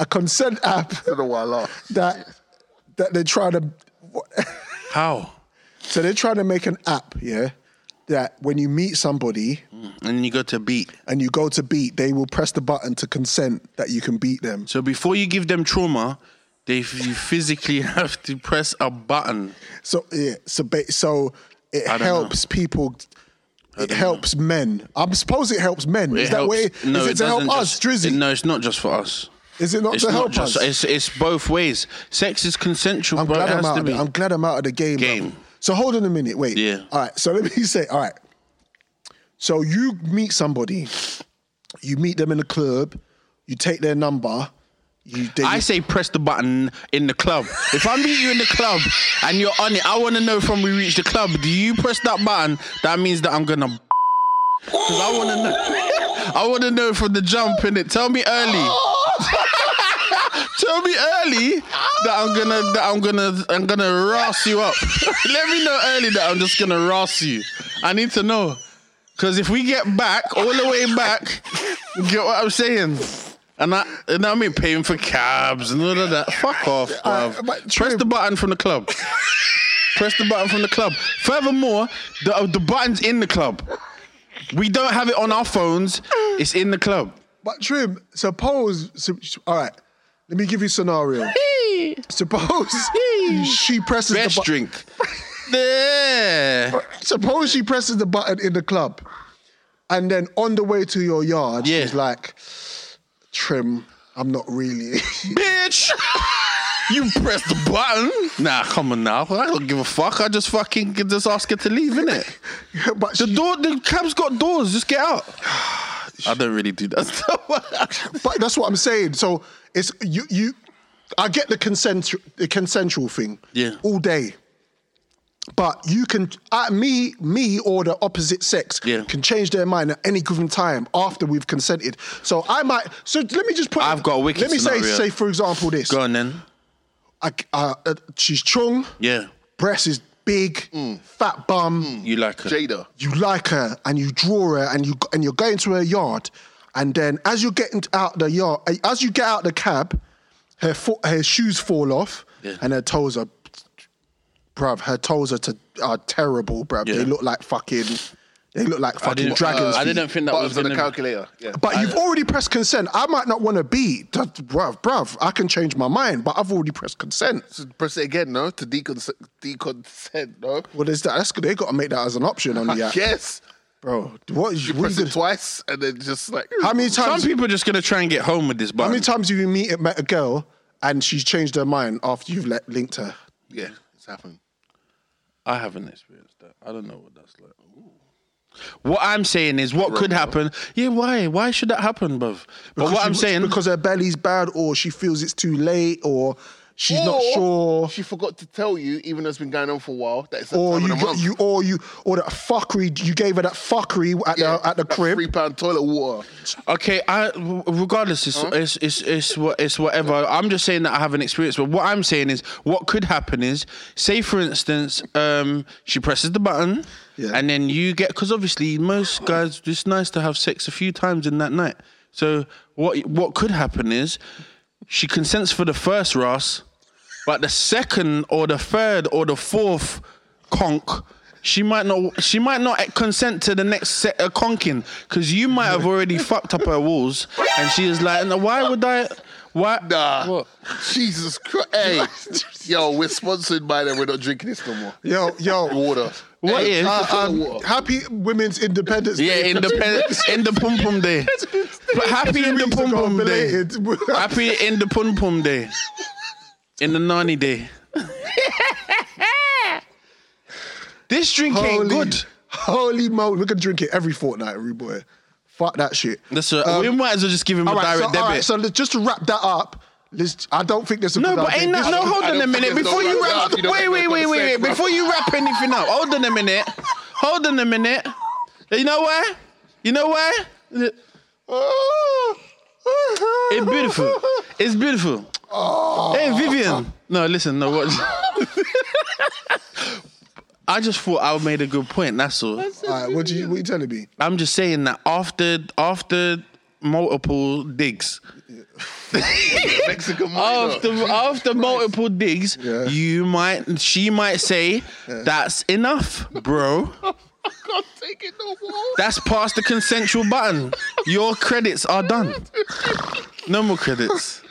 a consent app
I don't know why I laugh.
that that they're trying to
How?
so they're trying to make an app, yeah, that when you meet somebody
And you go to beat.
and you go to beat, they will press the button to consent that you can beat them.
So before you give them trauma, they f- you physically have to press a button.
So yeah, so ba- so it
I don't know.
helps people. It helps men. I suppose it helps men. Is
It
that
helps-
way? is it, to help
doesn't
us,
just-
Drizzy?
No, it's not just for us.
is it not
It's
to
not
help
just.
us?
It's it's both ways. Sex is consensual,
I'm
bro.
glad
it
I'm
has
out.
to
Of
be.
the, I'm glad I'm out of the game. bro.
Game.
So hold on a minute. Wait.
Yeah.
All right. So let me say. All right. So you meet somebody, you meet them in the club, you take their number. You, they,
I say press the button in the club. If I meet you in the club and you're on it, I want to know from we reach the club. Do you press that button? That means that I'm gonna. Because I want to know. I want to know from the jump in it. Tell me early. Tell me early that I'm gonna that I'm gonna I'm gonna ross you up. Let me know early that I'm just gonna ross you. I need to know. Cause if we get back all the way back, you get what I'm saying? And I and I mean paying for cabs and all of that. Fuck off, bruv.
Uh, but
Press
true.
the button from the club. Press the button from the club. Furthermore, the uh, the button's in the club. We don't have it on our phones. It's in the club.
but Trim, suppose. So, all right. Let me give you a scenario. suppose she presses
Best
the button.
drink. There.
Suppose she presses the button in the club, and then on the way to your yard,
Yeah.
she's like, "Trim, I'm not really."
bitch. You press the button. Nah, come on now. I don't give a fuck. I just fucking can just ask her to leave, innit?
but
The
she-
door, the cab's got doors. Just get out. I don't really do that stuff.
But that's what I'm saying. So it's you you I get the consent the consensual thing.
Yeah.
All day. But you can uh, me me or the opposite sex
Yeah.
can change their mind at any given time after we've consented. So I might so let me just put
I've got a wicked
Let me say
scenario.
say for example this.
Go on then.
I, uh, uh, she's chung,
Yeah, Mm.
breast is big, fat bum
you like her.
Jada.
you like her and you draw her and you and you're going to her yard, and then as you're getting out the yard, eh, as you get out the cab, her fo- her shoes fall off
Yeah.
and her toes are, bruv, her toes are, to, are terrible, bruv.
Yeah.
They look like fucking, they look like fucking
didn't- uh,
dragons.
I
feet.
didn't think that
Buttons
was
on
in
the calculator. Yeah.
But you've already pressed consent. I might not want to be, that- bruv, bruv. I can change my mind, but I've already pressed consent.
Press it again, no? To decons- deconsent, no?
Well, is that? That's they got to make that as an option on the
I
app,
guess.
bro. What is
You
you? what
press
you
it
gonna-
twice and then just like.
How many
Some
times?
people are just gonna try and get home with this
How
button.
many times have you meet met a girl and she's changed her mind after you've let, linked her?
Yeah, it's happened.
I haven't experienced that. I don't know what that's like. What I'm saying is, what could happen? Yeah, why? Why should that happen, bruv? But
Because
what
she-
I'm saying,
because her belly's bad, or she feels it's too late, or she's not sure,
She forgot to tell you, even though it's been going on for a while, that it's that
or
time
you
of the
got
month.
you, or you, or that fuckery you gave her that fuckery at
Yeah,
the at the
that
crib.
Three pound toilet water.
Okay, I w- regardless, it's, it's it's it's what it's whatever. I'm just saying that I haven't experienced. But what I'm saying is, what could happen is, say for instance, um, she presses the button,
Yeah.
and then you get because obviously most guys, it's nice to have sex a few times in that night. So what what could happen is, she consents for the first Ross, but the second or the third or the fourth conk, she might not. She might not consent to the next set of conking because you might have already fucked up her walls, and she is like, "No, "Why would I? Why?"
Nah.
What?
Ah. Jesus Christ. Hey, yo, we're sponsored by them. We're not drinking this no more.
Yo, yo,
Water.
What
Hey,
if-
uh, um,
um, happy Women's Independence.
Yeah,
Day.
in the in the pum pum day. But happy in the
Weeks
pum
ago,
pum day.
belated.
Happy in the pum pum day. In the nani day. this drink
holy,
ain't good.
holy moly, we can drink it every fortnight, every boy. Fuck that shit.
That's right. we might as well just give him a
Um, All right,
direct
so,
debit.
all right, so let's- just to wrap that up, let's, I don't think this. a
No,
good
but
idea.
ain't that
This-
no? Hold
I
on a
don't
minute.
think it's
Before
no
you
right
wrap,
now, you don't
wait,
have
wait,
no
wait, wait, wait.
consent, bro.
Before you wrap anything up, hold on a minute. Hold on a minute. You know why? You know why? It's beautiful. It's beautiful. Hey, Vivian. No, listen. No, what? I just thought I made a good point. That's all.
All right, what you what you telling me?
I'm just saying that after after multiple digs.
Mexican minor.
after after multiple digs,
Yeah.
you might she might say, "That's enough, bro."
can't take it no more.
That's past the consensual button. Your credits are done. No more credits.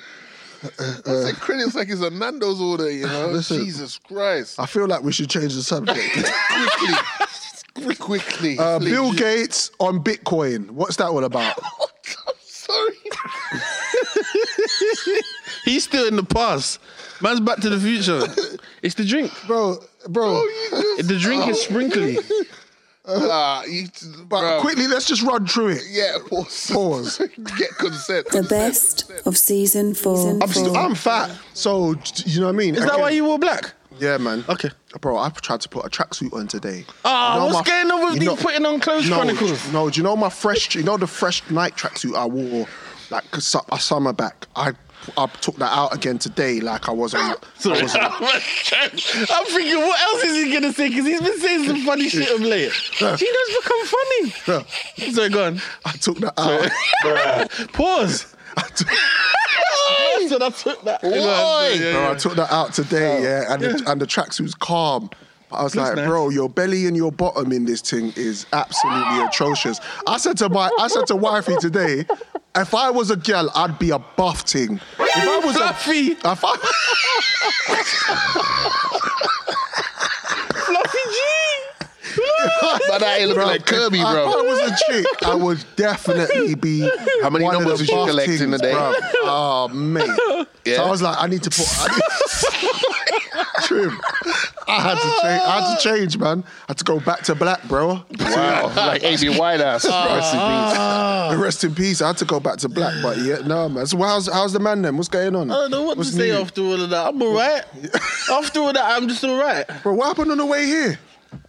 That's the credits like it's a Nando's order, you know?
Listen.
Jesus Christ.
I feel like we should change the subject.
Quickly. Quickly.
Uh,
please.
Bill Gates on Bitcoin. What's that all about?
I'm sorry.
He's still in the past. Man's back to the future. It's the drink.
bro,
Oh,
bro.
The drink is sprinkly.
Ah, you,
But
bruv.
quickly, let's just run through it.
Yeah, pause.
Pause.
Get consent.
The best of season four.
I'm, st- I'm fat, so d- you know what I mean.
Is that why you wore black?
Yeah, man.
Okay.
bro. I tried to put a tracksuit on today.
Ah,
You know
what's
my-
going on with
you know-
you putting on clothes
no,
chronicles?
d- No, do you know my fresh? You know the fresh night tracksuit I wore like a, su- a summer back. I I took that out again today, like I was on. I was on
I'm thinking, what else is he gonna say? Because he's been saying some funny shit of late. He does become funny. Sorry, go on.
I took that out.
Pause. so I took that. Go on. Yeah, yeah,
Bro, I
yeah.
took that out today, yeah, and the, and the tracksuit's calm. But I was like,
Oh. nice.
bro, your belly and your bottom in this thing is absolutely atrocious. I said to my, I said to wifey today, if I was a girl, I'd be a buff thing. If I was
Fluffy.
a, if I,
Fluffy G.
but that ain't look like Kirby,
If I
bro.
was a chick, I would definitely be.
How many
one of
numbers
the
did you
buff
collect in
things,
a day?
bruv. Oh, mate. So
Yeah.
I was like, I need to put. I need- Trim. I had to change. I had to change, man. I had to go back to black, bro.
Wow, like AB White ass.
Uh,
Rest in peace. I had to go back to black, but yeah, no, man. So how's how's the man then? What's going on?
I don't know what
What's
to say
new?
after all of that. I'm alright. after all that, I'm just alright.
Bro, what happened on the way here?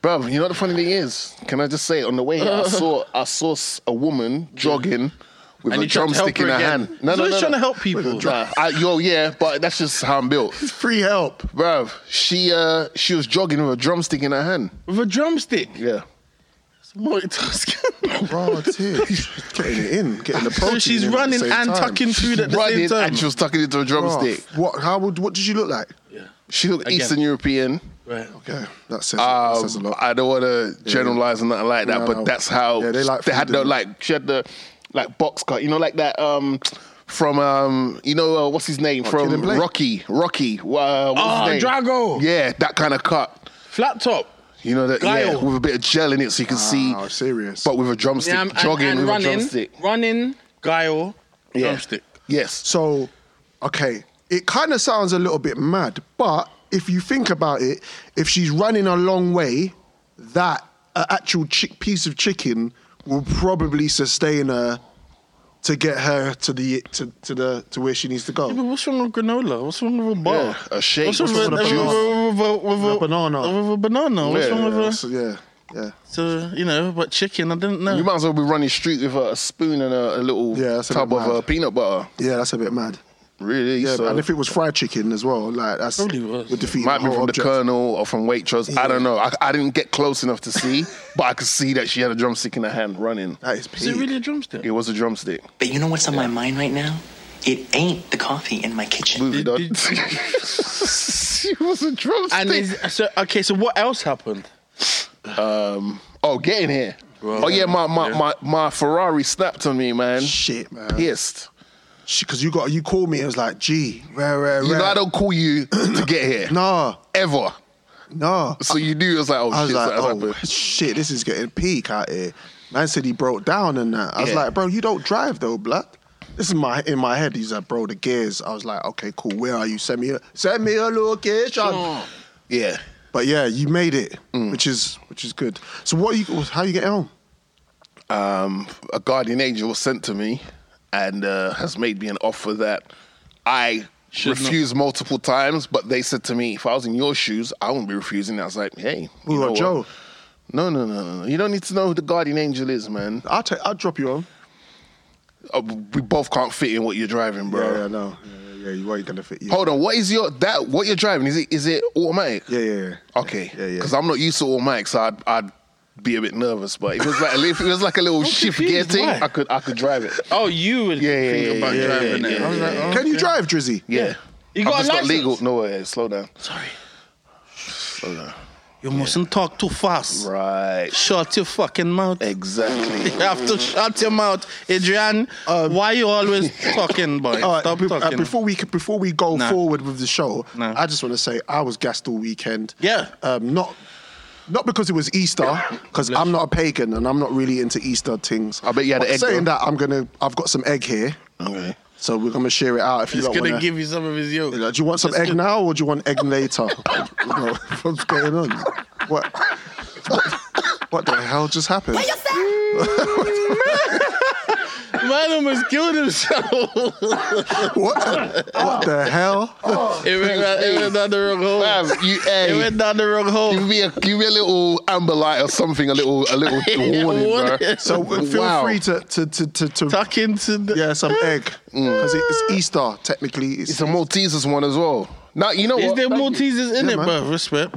Bro, you know what the funny thing is? Can I just say, on the way here, I
Uh.
saw, I saw s- a woman jogging with
And
a
you tried to help
drumstick
her
in her
again.
hand.
He's always trying to help people.
Nah, I, yo, yeah, but that's just how I'm built.
Free help.
Bruv, she uh she was jogging with a drumstick in her hand.
With a drumstick.
Yeah.
Multitasking.
Bro, tears. getting it in, getting the protein.
so she's
in at the
running
same
and
time.
tucking food at the same
Running
time.
and she was tucking into a
Bro,
drumstick.
What? How would? What did she look like?
She looked
Again.
Eastern European.
Right.
Okay, that says, that
Um,
says a lot.
I don't want to generalize and nothing like that,
No,
but
no.
that's how
Yeah, they like
they had
food,
the
don't
like she had the like box cut, you know, like that um from um you know uh, what's his name
Kid
from
and Play?
Rocky, Rocky. Uh, what's
Oh,
his name?
Drago.
Yeah, that kind of cut.
Flat top.
You know that yeah,
Guile.
with a bit of gel in it so you can see.
Wow, Ah, serious.
But with a drumstick,
Yeah, and- and-
jogging
and
with
running,
a drumstick.
Running, guile,
Yeah.
drumstick.
Yes.
So, okay, it kind of sounds a little bit mad, but if you think about it, if she's running a long way, that uh, actual chick piece of chicken will probably sustain her to get her to the to, to the to where she needs to go.
But what's wrong with granola? What's wrong with a bar?
Yeah, a shake.
What's wrong with,
wrong with a
with-
banana?
with- with- with- with-
With a banana.
With a banana. What's
Yeah,
wrong
Yeah,
with
so,
a...
yeah, yeah.
So, you know, but chicken, I didn't know.
You might as well be running street with a, a spoon and a, a little
Yeah, that's a
tub
bit
of uh,
mad.
peanut butter.
Yeah, that's a bit mad.
Really?
Yeah,
so
and if it was fried chicken as well, like that's
Probably was.
would defeat
might
the
be
whole
from the
object.
Colonel or from Waitrose. I don't know. I, I didn't get close enough to see, but I could see that she had a drumstick in her hand running.
That is
Is it
peak.
really a drumstick?
It was a drumstick.
But you know what's on my mind right now? It ain't the coffee in my kitchen.
Movie
Did-
done.
did-
she was a drumstick.
And is, so, okay, so what else happened?
um, oh, get in here.
Well,
oh yeah, my my,
yeah.
my my Ferrari snapped on me, man.
Shit, man.
Pissed.
because you got you called me. It was like, gee, rare, rare, rare.
You know I don't call you to get here.
Nah,
ever.
nah.
So you knew it was like, oh
I was
shit,
like,
something's
oh
happened.
shit, this is getting peak out here. Man said he broke down and that. I was
Yeah.
like, bro, you don't drive though, blood. This is my in my head. He's like, bro, the gears. I was like, okay, cool. Where are you? Send me, a, send me a location.
Yeah.
But yeah, you made it,
Mm.
which is which is good. So what? Are you how you getting home?
um, a guardian angel was sent to me and uh, has made me an offer that I refused multiple times, but they said to me, if I was in your shoes, I wouldn't be refusing. I was like, hey, you
Ooh,
know what?
Joe.
No, no, no, no, no. You don't need to know who the guardian angel is, man.
I'll take. I'll drop you home.
Uh, we both can't fit in what you're driving, bro.
Yeah, yeah, no. Yeah, yeah, yeah, you ain't gonna fit. You.
Hold on, what is your that? What you're driving is it? Is it automatic?
Yeah, yeah, yeah.
Okay.
Yeah, yeah.
Because I'm not used to automatic, so I'd, I'd be a bit nervous. But if it was like a, if it was like a little shift gear
confused,
thing,
why?
I could I could drive it.
Oh, you would
Yeah, yeah,
think
yeah,
about
yeah,
driving
yeah,
it.
yeah,
I was like, oh,
Can you drive, Drizzy?
Yeah.
You got a
I'm just not
license?
legal. No, yeah, slow down. Sorry. Slow down.
You mustn't talk too fast.
Right.
Shut your fucking mouth.
Exactly.
You have to shut your mouth, Adrian. why you always talking, boy?
All right,
Stop
be- uh,
talking.
before we c- before we go
Nah.
forward with the show,
Nah.
I just want to say I was gassed all weekend.
Yeah.
um, not not because it was Easter, because I'm not a pagan and I'm not really into Easter things.
I bet you had
But
an egg,
Saying
though.
that, I'm gonna I've got some egg here,
Okay.
so we're gonna share it out. If you
He's
lot
gonna
wanna-
give you some of his yolk.
do you want some egg now or do you want egg later? Bro, What's going on? What? What the hell just happened?
Man almost killed himself.
What? What the hell?
it, went, down- it went down the wrong hole.
Fam, you,
it
hey,
went down the wrong hole.
give me a give me a little amber light or something, a little a little warning, bro.
warning.
So uh, feel
Wow.
free to to to to, to
Tuck into the.
Yeah, some egg. Because it's Easter, technically. It's,
It's a Maltesers one as well. Now you know
Is
what?
there Maltesers in
Yeah,
it,
man.
bro? Respect.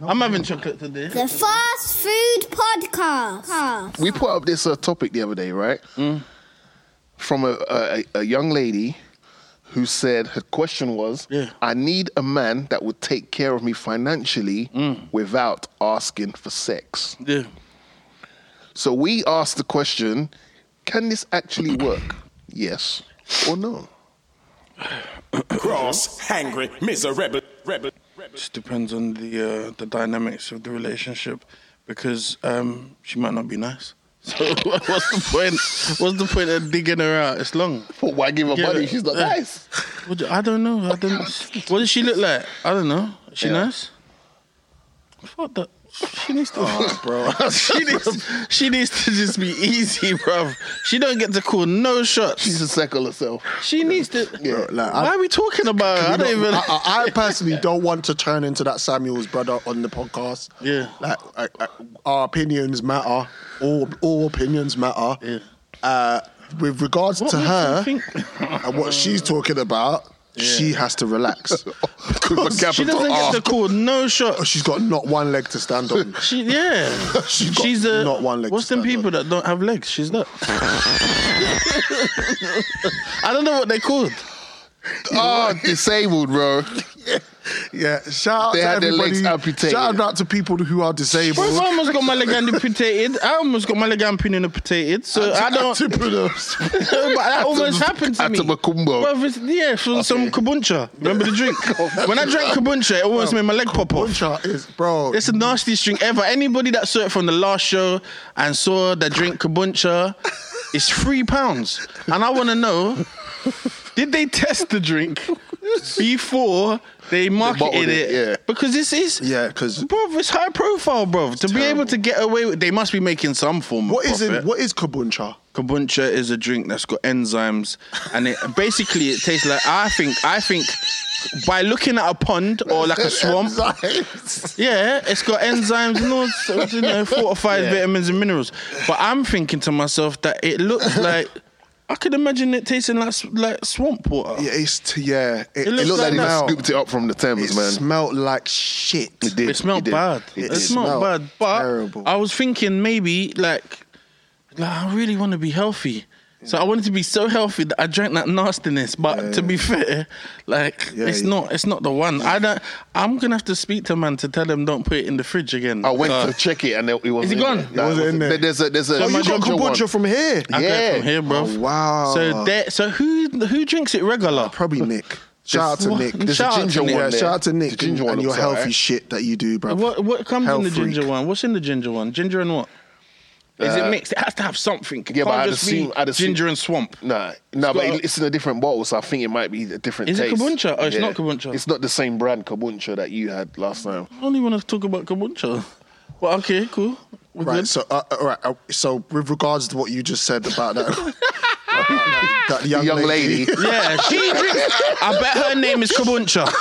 I'm having chocolate today.
The Fast Food Podcast.
we put up this uh, topic the other day, right?
Mm.
From a, a a young lady who said her question was,
Yeah.
"I need a man that would take care of me financially
Mm.
without asking for sex."
Yeah.
So we asked the question, "Can this actually work? yes or no?"
Cross, hangry, miserable, rebel.
Just depends on the uh, the dynamics of the relationship, because um, she might not be nice. So what's the point? What's the point of digging her out? It's long.
But why give her
Yeah,
money?
but-
She's not
yeah.
nice.
What do, I don't know. I don't. What does she look like? I don't know. Is she
Yeah.
nice? Fuck that. She needs to, bro. she needs, to- she needs to just be easy, bro. She don't get to call no
She's
shots.
a second herself.
She needs to.
Yeah.
like,
Why
I-
are we talking about? Her? I
we
don't even.
I, I- I personally don't want to turn into that Samuel's brother on the podcast.
Yeah.
Like, I, I, our opinions matter. All, all opinions matter.
Yeah.
Uh, with regards to
makes
her
you think-
and what she's talking about, she has to relax.
With a
she
capital
doesn't
R.
get to call no
Oh,
shots.
she's got not one leg to stand on.
She yeah.
She's got
She's a
not one leg.
What's
to
them
stand
people
on.
that don't have legs? She's that. I don't know what they called.
Oh, disabled, bro.
Yeah, shout out
They
to
had their
everybody.
legs amputated.
Shout out to people who are
Bro, if
disabled.
I almost got my leg amputated. I almost got my leg amputated. So I don't.
Entrepreneurs.
but that almost happened to
At
me.
the Macumbo.
Bro, it's- yeah, for some kabuncha. Remember the drink? when I drank kabuncha, it almost made my leg pop off.
Buncha is bro.
It's the nastiest drink ever. Anybody that saw it from the last show and saw the drink kabuncha, it's three pounds. And I want to know, did they test the drink before they marketed
bottled
it?
it, yeah.
Because this is
Yeah, 'cause-
bro, it's high profile, bro. To be able to get away with, they must be making some form.
What
of
is in,
profit.
what is kabuncha?
Kombucha is a drink that's got enzymes, and it basically it tastes like I think I think by looking at a pond or like a swamp. Yeah, it's got enzymes and all sorts, you know, fortified vitamins and minerals. But I'm thinking to myself that it looks like I could imagine it tasting like s- like swamp water.
Yeah, it's t- yeah.
It
It
looks
looked like they just
now.
scooped it up from the Thames,
It
man.
smelled like shit.
It did.
It smelled
did.
bad.
It
It,
did.
smelled
smelled
bad. But
terrible.
I was thinking maybe like, like I really want to be healthy. So I wanted to be so healthy that I drank that nastiness. But to be fair, like
Yeah,
it's
yeah.
not it's not the one. I don't I'm gonna have to speak to man to tell him don't put it in the fridge again.
I went
Uh,
to check it and it, it wasn't.
Is it gone?
Nah,
It wasn't in there.
There's a there's a.
Oh, you got
ginger one.
kombucha from here?
I got it
yeah.
from here, bro.
Oh, wow.
So there so who who drinks it regular?
Probably Nick. Shout out to
What?
Nick.
There's a Shout out ginger to Nick. one
Yeah,
there.
shout out to
The
Nick
ginger
and,
one
and your
looks alright.
healthy shit that you do, bro.
What what comes
Health
in the
freak. Uh,
ginger one? What's in the ginger one? Ginger and what? Is it mixed? It has to have something. It
Yeah, but
can't
I'd
just
assume-
be
I'd assume-
ginger and swamp.
Nah, nah, but
got
it-
a-
it's in a different bottle, so I think it might be a different
Is it
taste.
kombucha? Oh, it's not kombucha.
It's not the same brand kombucha that you had last time.
I only want to talk about kombucha. Well, okay, cool. We're
Right.
good.
So, uh, all right. Uh, so, with regards to what you just said about that, about that, that young,
The young lady,
yeah, she drinks. I bet her name is kombucha.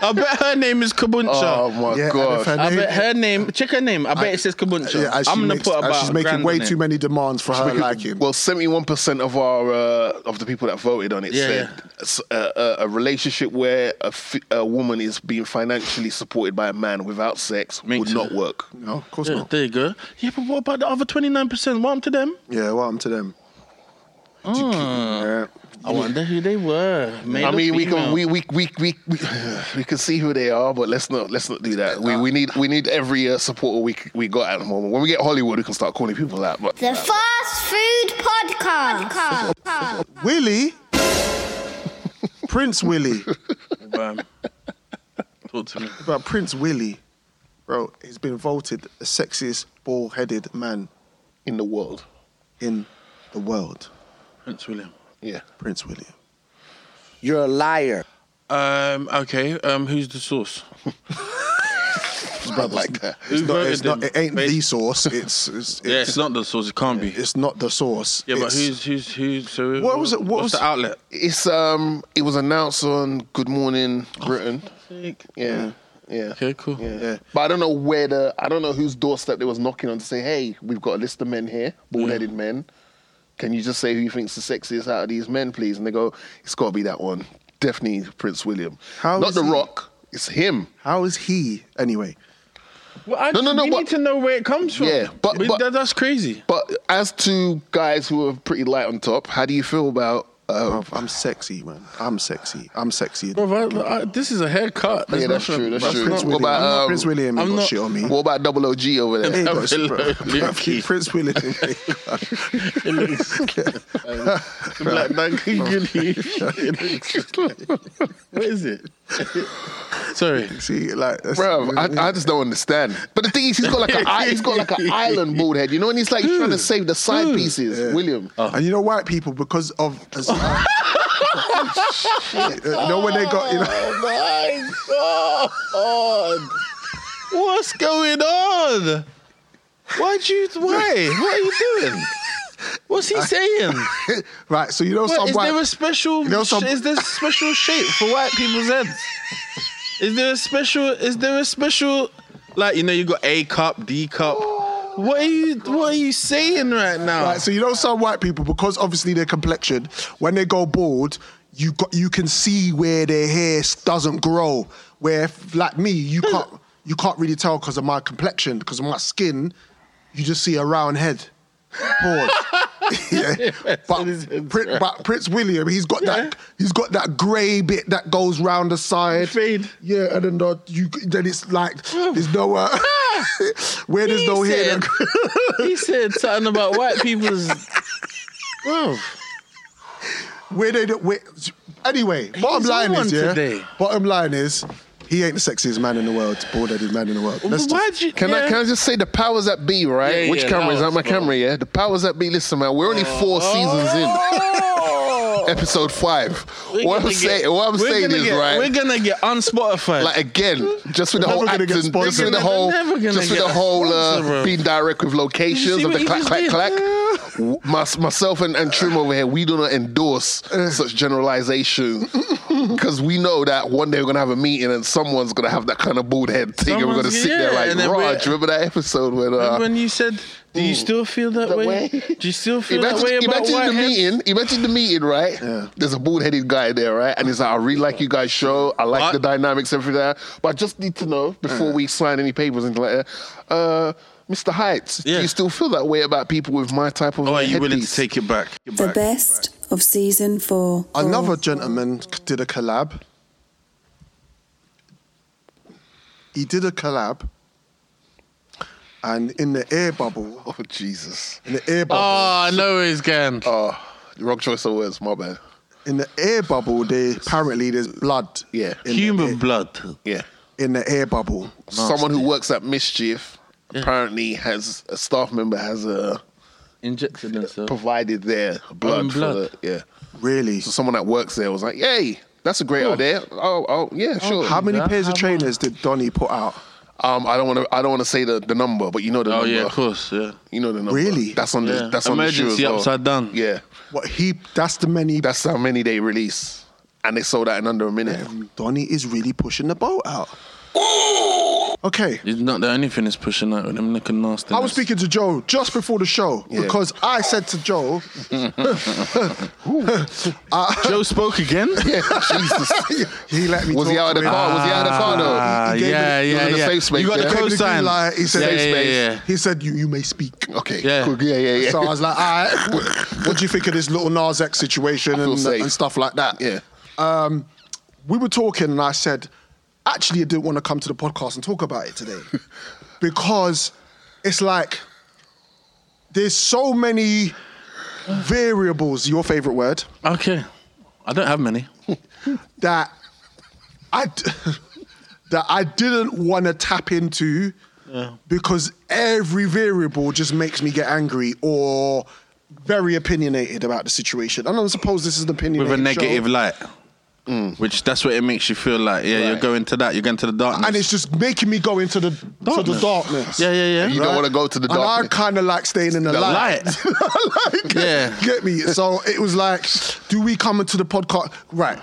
I bet her name is kombucha.
oh my
Yeah, and if her
god,
I
name-
bet her name. Check her name. I bet it says kombucha.
Yeah, and she
I'm gonna
makes-
put
and
about.
She's making
grand
way
on it.
too many demands for her liking.
well, seventy-one percent of our uh, of the people that voted on it
Yeah,
said
yeah.
s- uh, uh, a relationship where a, fi- a woman is being financially supported by a man without sex
Me
would
too.
not work.
no, of course
Yeah,
not.
there you go. Yeah, but what about the other 29%? What happened to them? Mm.
Yeah, well, I'm to them. Yeah.
I want wonder who they were. Male
I
or
mean, we
female?
can we we we we we, we can see who they are, but let's not let's not do that. We we need we need every uh, supporter we c- we got at the moment. When we get Hollywood, we can start calling people that. But
The Fast Food Podcast.
Willie. Prince Willie.
Bam. Talk to me.
But Prince Willie, bro, he's been voted the sexiest bald headed man
in the world,
in the world.
Prince William.
yeah,
Prince William.
You're a liar.
Um, okay. Um, who's the source?
it's about like that.
Who
No,
voted
it's not,
them?
it ain't
Bas-
the source. It's it's, it's,
Yeah, it's not the source. It can't be.
it's not the source.
Yeah, but
It's-
who's who's who's? So
What was it- what
what's
was-
the outlet?
It's um, it was announced on Good Morning Britain. Yeah, yeah.
Okay, cool.
Yeah. But I don't know where the I don't know whose doorstep they was knocking on to say, hey, we've got a list of men here, bald headed men. Can you just say who you think's the sexiest out of these men, please? And they go, it's got to be that one, definitely Prince William.
How
Not
is
The
he-
Rock, it's him.
How is he anyway?
Well, I,
No, no, no,
We
but-
need to know where it comes from.
Yeah, but-
We-
but-
that, that's crazy.
But as to guys who are pretty light on top, how do you feel about? Uh,
Oh.
Bro, I'm sexy, man. I'm sexy. I'm sexy.
Bro, I, I, this is a haircut.
yeah,
There's
that's
nothing-
true. That's
but
true.
Prince
what
William.
about
I'm not
um,
Prince William.
I'm
ain't got
not-
shit on me.
What about Double OG over there?
Ain't got
Double
shit, bro.
L-
Bro,
Luke.
Prince William.
Black Dog Goody. what is it? Sorry.
See, like, that's-
Bro, I, I just don't understand. But the thing is, he's got like a he's got like an island bald head, you know, and he's like trying to save the side pieces. William,
And you know, white people because of. As, oh, Shit, you know when they got you know.
My Oh God. What's going on? Why'd you? Why? What are you doing? What's he saying?
Right, so you know
What,
some
is
white.
there a special?
You know some-
is there a special shape for white people's heads? Is there a special? Is there a special? Like you know, you got A cup, D cup. What are you? What are you saying right now?
Right, so you know some white people because obviously their complexion, when they go bald, you got you can see where their hair s- doesn't grow. Where f- like me, you
Hmm.
can't you can't really tell because of my complexion, because of my skin, you just see a round head. Bald. yeah. But, Prin- but Prince William, he's got that he's got that grey bit that goes round the side.
Fade.
Yeah, and then the, you then it's like there's no uh, where there's no
Ah! He
hair.
said-
that-
he said something about white people's.
Where they don't wait. Anyway, bottom
He's
line
on
is, yeah.
today.
Bottom line is, he ain't the sexiest man in the world, bald headed man in the world. Let's just,
Why'd you?
Can I
yeah.
can I just say the powers that be, right?
Yeah,
Which
yeah,
camera is that?
powers,
My
bro.
camera, yeah. The powers that be. Listen, man, we're only four seasons in,
Oh.
episode five.
We're
what
gonna
I'm
get-
saying, what I'm
we're
saying
gonna
is
get- We're
right.
gonna get on Spotify.
Like again, just with the
We're
whole
never gonna
acting,
get
just with
sponsored.
the
We're
whole,
never gonna
just with
get
the whole
sponsored,
uh,
bro.
being direct with
You
locations
see
of
what
the
he
clack
just
clack
did?
clack. W- mys- myself and, and Trim over here, we do not endorse such generalization because we know that one day we're gonna have a meeting and someone's gonna have that kind of bald head thing, and we're gonna
Someone's-
sit there
yeah, and then
like,
we're-
Raj, remember that episode when uh,
when you said, "Do you still feel that,
That
way?
way?
Do you still feel that way
Imagine,
about
imagine the
white heads?"
meeting. Imagine the meeting, right? There's a bald headed guy there, right? And he's like, I really like you guys' show. I like
What?
the dynamics, everything like that. But I just need to know before we sign any papers and like that. Uh, Mr. Heights,
Yeah.
do you still feel that way about people with my type of
Or are you
headpiece?
willing to take it back? Get
The
back.
best of season four.
another gentleman did a collab. He did a collab, and in the air bubble,
Oh, Jesus.
in the air bubble,
Oh, no, worries, Gan.
Oh, wrong choice of words, my bad.
in the air bubble, they apparently there's blood.
Yeah.
in
Human
the,
blood.
Yeah.
in the air bubble.
Someone who works at Mischief apparently has a staff member has uh,
Injected themselves.
provided their blood.
Own
for
blood.
the- yeah.
Really?
So someone that works there was like, "Yay, that's a great idea." Oh, oh, yeah, sure.
How many
that
pairs of
how
trainers did Donny put out?
Um, I don't want to. I don't want to say the, the number, but you know the
Oh,
number.
yeah, of course, yeah.
You know the number.
Really?
That's on the.
Yeah.
That's on the shoe as
Emergency
well.
upside down.
Yeah,
What he? That's the many
that's how many they release, and they sold out in under a minute.
Donny is really pushing the boat out. Okay.
It's not the only thing that's pushing out with them looking nasty.
I was speaking to Joe just before the show
Yeah.
because I said to Joe,
Joe spoke again?
yeah, Jesus.
he let me.
Was he
talk
out of the
to him.
car? Was he out of the car though?
Ah,
He gave
yeah,
it- he was
yeah,
in the
yeah.
safe space,
You got the
yeah?
He gave me the
cosign.
green light. He said,
Yeah, yeah, yeah, yeah.
He said, you, you may speak.
Okay.
Yeah.
Cool. Yeah, yeah, yeah.
So I was like, all right, what, what do you think of this little Nas X situation and,
safe.
and stuff like that?
Yeah.
Um, we were talking, and I said, actually, I didn't want to come to the podcast and talk about it today because it's like there's so many variables. Your favorite word?
Okay. I don't have many.
that I d- that I didn't want to tap into because every variable just makes me get angry or very opinionated about the situation. And I suppose this is an opinion
With a negative light.
Mm.
Which that's what it makes you feel like. Yeah, you're going to that. You're going to the darkness.
and it's just making me go into the to the
Darkness.
darkness.
yeah, yeah, yeah.
You don't want to go to the
and I
darkness.
kind of like staying in the,
The
light.
light.
I like it.
Yeah.
Get me? So it was like, do we come into the podcast? Right.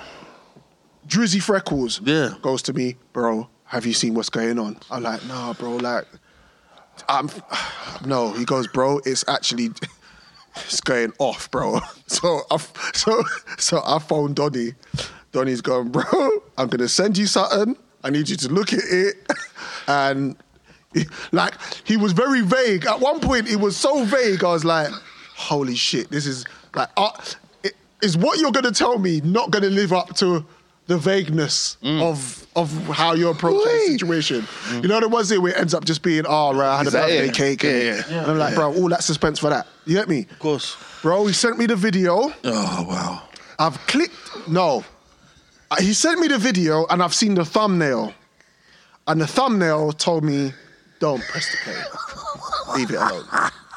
Drizzy Freckles
Yeah.
goes to me, bro, have you seen what's going on? I'm like, nah, bro, like, I'm, no. He goes, bro, it's actually, it's going off, bro. So I, so, so I phoned Donny. Donny's going, bro, I'm going to send you something. I need you to look at it. And like, he was very vague. At one point, he was so vague, I was like, holy shit, this is like, uh, i- is what you're going to tell me not going to live up to the vagueness
Mm.
of of how you're approaching the situation. You know, there was it where it ends up just being, oh, right, I had
Is
a
that
birthday
it?
cake.
Yeah,
and,
yeah.
and I'm like, bro, all that suspense for that. You get me?
Of course.
Bro, he sent me the video.
Oh, wow.
I've clicked. No. Uh, He sent me the video and I've seen the thumbnail. And the thumbnail told me, don't press the play. Leave it alone.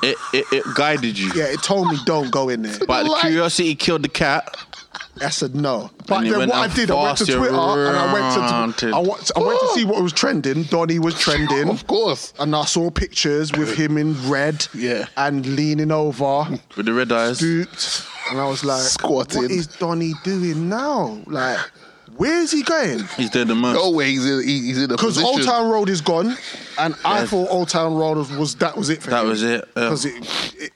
It, it, it guided you.
Yeah, it told me don't go in there.
But the curiosity killed the cat.
I said no. But
you
then
went
what I
and
did, I went to
fast, you
Twitter and I went to
ranted.
I went, I went to see what was trending. Donnie was trending,
Of course.
and I saw pictures with him in red,
Yeah.
and leaning over,
With the red eyes.
stooped, and I was like,
Squatting.
What is Donnie doing now? Like, where's he going?
He's doing the most.
No way. He's in, he- he's in a
Because
position.
Old Town Road is gone, and I
Yeah.
thought Old Town Road was, was that was it for
That
him.
was it, yeah.
Because it,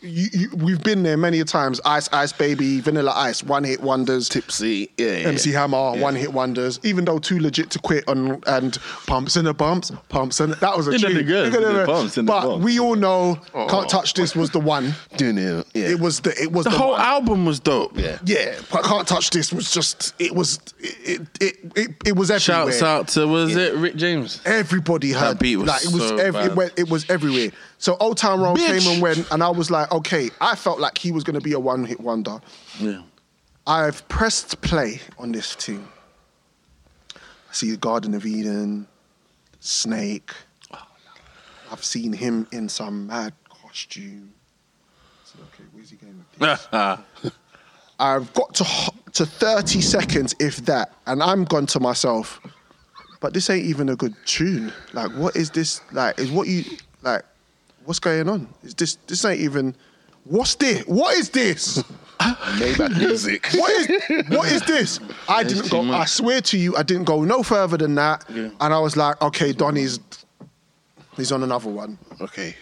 you, you, we've been there many times. Ice, Ice Baby, Vanilla Ice, One Hit Wonders,
Tipsy. Yeah, yeah.
MC Hammer, One Hit Wonders. Even though too legit to quit on and pumps and the bumps, pumps and that was a
In the
tune.
niggas,
Look
in
at
the
that.
bumps, in the
but
bumps.
we all know,
Oh.
can't touch this was the one.
Doing it. Yeah.
It was the it was
the
the,
whole
one.
album was dope.
Yeah.
Yeah, but can't touch this was just it was it it it, it was everywhere.
Shouts out to, was it Rick James?
Everybody heard
beat was
like it was
so
ev- it
bad.
went it was everywhere. So Old Town Road
Bitch.
came and went, and I was like, okay, I felt like he was gonna be a one hit wonder.
Yeah.
I've pressed play on this thing. I see the Garden of Eden, Snake. I've seen him in some mad costume. I said, okay, where's he going with this? I've got to h- to 30 seconds, if that, and I'm gone to myself. But this ain't even a good tune. Like, what is this? Like, is what you like? What's going on? Is this? This ain't even. What's this? What is this?
Maybach music.
What is what is this? I didn't go. I swear to you, I didn't go no further than that. And I was like, okay, Donny's he's on another one.
Okay.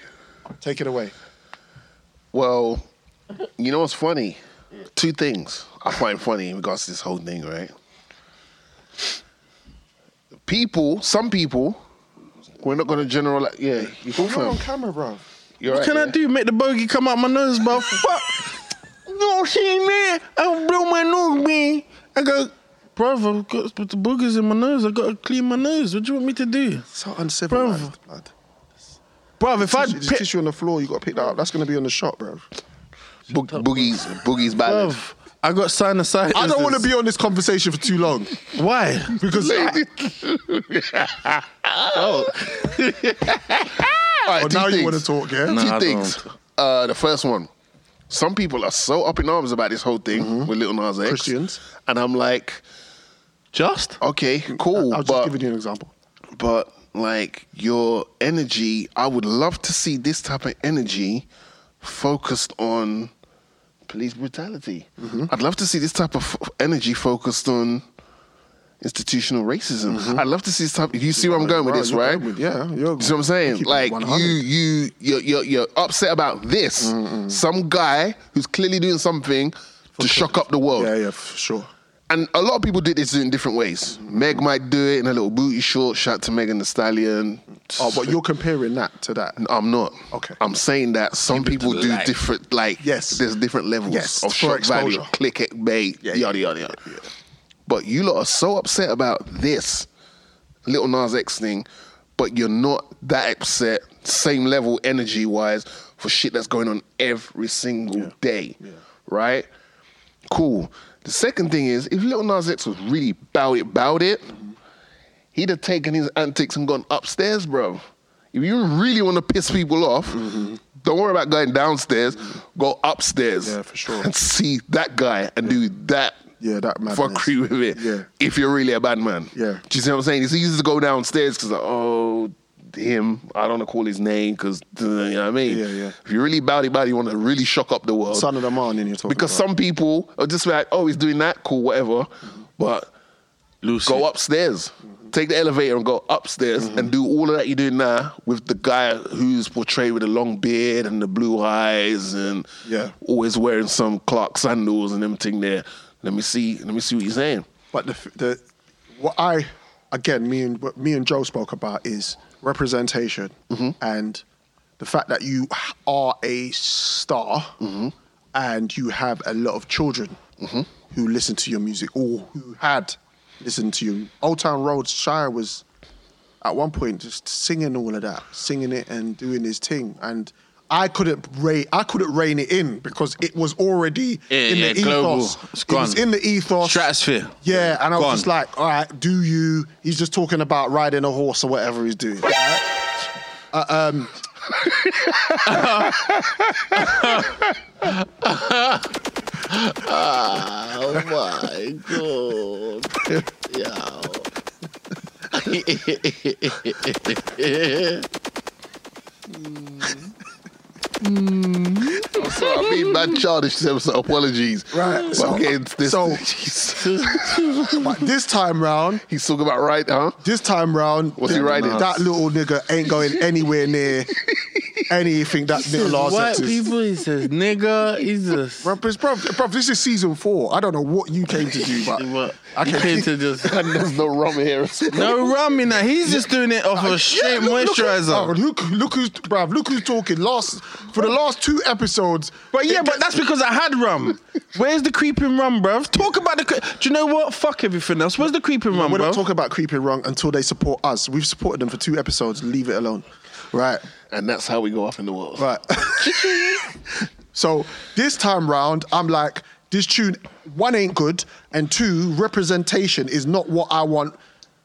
Take it away.
Well, you know what's funny? Two things I find funny in regards to this whole thing, right? People, some people, we're not going to generalize. Yeah, you go
You're
for
on
it.
camera, bro.
You're
What
right,
can I
yeah.
do? Make the bogey come out my nose, but fuck. No, she ain't there. I blow my nose, man. I got, brother, I've got the boogers in my nose. I got to clean my nose. What do you want me to do?
So uncivilized, blood.
Bruv, if I
There's
pick,
tissue on the floor. You got to pick that up. That's gonna be on the shot, bro.
Bo- boogies, boogies, balance.
bruv, I got sinusitis.
I don't want to be on this conversation for too long
Why?
because I,
All right,
oh,
two
now you
things.
want to talk, yeah?
No.
two
I
things. Uh, the first one, some people are so up in arms about this whole thing with Little Nas X.
Mm-hmm. Christians.
And I'm like,
Just?
okay, cool.
I was
but
just giving you an example.
but like your energy, I would love to see this type of energy focused on
Mm-hmm.
police brutality. I'd love to see this type of f- energy focused on institutional racism. I'd love to see something. You see where I'm going with
Bro,
this,
Mm-hmm. you're
right?
good with- yeah, you're
you see what I'm saying?
keep it
Like you,
100.
you, you're, you're, you're upset about this. Some guy who's clearly doing something to shock up the world.
Yeah, yeah, for sure.
And a lot of people did this in different ways. Meg might do it in a little booty short. Shout to Megan the Stallion.
Oh, but you're comparing that to that.
I'm not.
Okay.
I'm saying that some people do
like-
different, like,
Yes.
there's different levels
Yes,
of
for
shock value,
exposure.
click it, bait, yada, yada, yada. But you lot are so upset about this little Nas X thing, but you're not that upset, same level energy wise, for shit that's going on every single day, right? Cool. The second thing is, if Little Nas X was really bout it, bout it, he'd have taken his antics and gone upstairs, bro. If you really want to piss people off,
Mm-hmm.
don't worry about going downstairs. Go upstairs.
Yeah, for sure.
And see that guy and do that.
Yeah, that madness.
Fuckery with it.
Yeah.
If you're really a bad man.
Yeah.
Do you see what I'm saying? It's easy to go downstairs because oh him, I don't want to call his name because you know what I mean.
Yeah, yeah.
If you're really bowdy bowdy, you want to really shock up the world.
Son of the man, and you're talking
because
about.
some people are just like, oh, he's doing that, cool, whatever. But
Lucy.
go upstairs. Take the elevator and go upstairs and do all of that you're doing now with the guy who's portrayed with the long beard and the blue eyes and
Yeah.
always wearing some Clark sandals and everything there. Let me see. Let me see what you're saying.
But the the what I again me and what me and Joe spoke about is representation
Mm-hmm.
and the fact that you are a star
Mm-hmm.
and you have a lot of children who listen to your music or who had listened to you. Old Town Road Shire was at one point just singing all of that, singing it and doing his thing and. I couldn't rein, I couldn't rein it in because it was already
Yeah,
in
yeah,
the
global.
ethos.
It's
It was
gone.
in the ethos.
Stratosphere.
Yeah, and I was
Gone.
just like, all right, do you? He's just talking about riding a horse or whatever he's doing. right? Uh, um,
oh my god. Yo.
So I mean, man, childish. So so apologies.
Right,
But
so-
again, this,
so-
Jeez.
but this time round,
he's talking about right, huh?
this time round,
What's he riding?
That little nigga ain't going anywhere near anything that little Nas
White
X is.
people, he says, nigga, he's a.
Bro, it's- bro, bro, this is season four. I don't know what you came to do, but
What?
I
You
came
came to just
And there's no rum here.
no rum in that. He's just doing it off a straight moisturizer.
Oh, look, look who's, bro, look who's talking. Last for the last two episodes,
But yeah, but that's because I had rum. Where's the creeping rum, bruv? Talk about the. Cre- Do you know what? Fuck everything else. Where's the creeping rum,
We're
bruv?
not talking about creeping wrong until they support us. We've supported them for two episodes. Leave it alone. Right.
And that's how we go off in the world.
Right. so this time round, I'm like, this tune, one ain't good, and two, representation is not what I want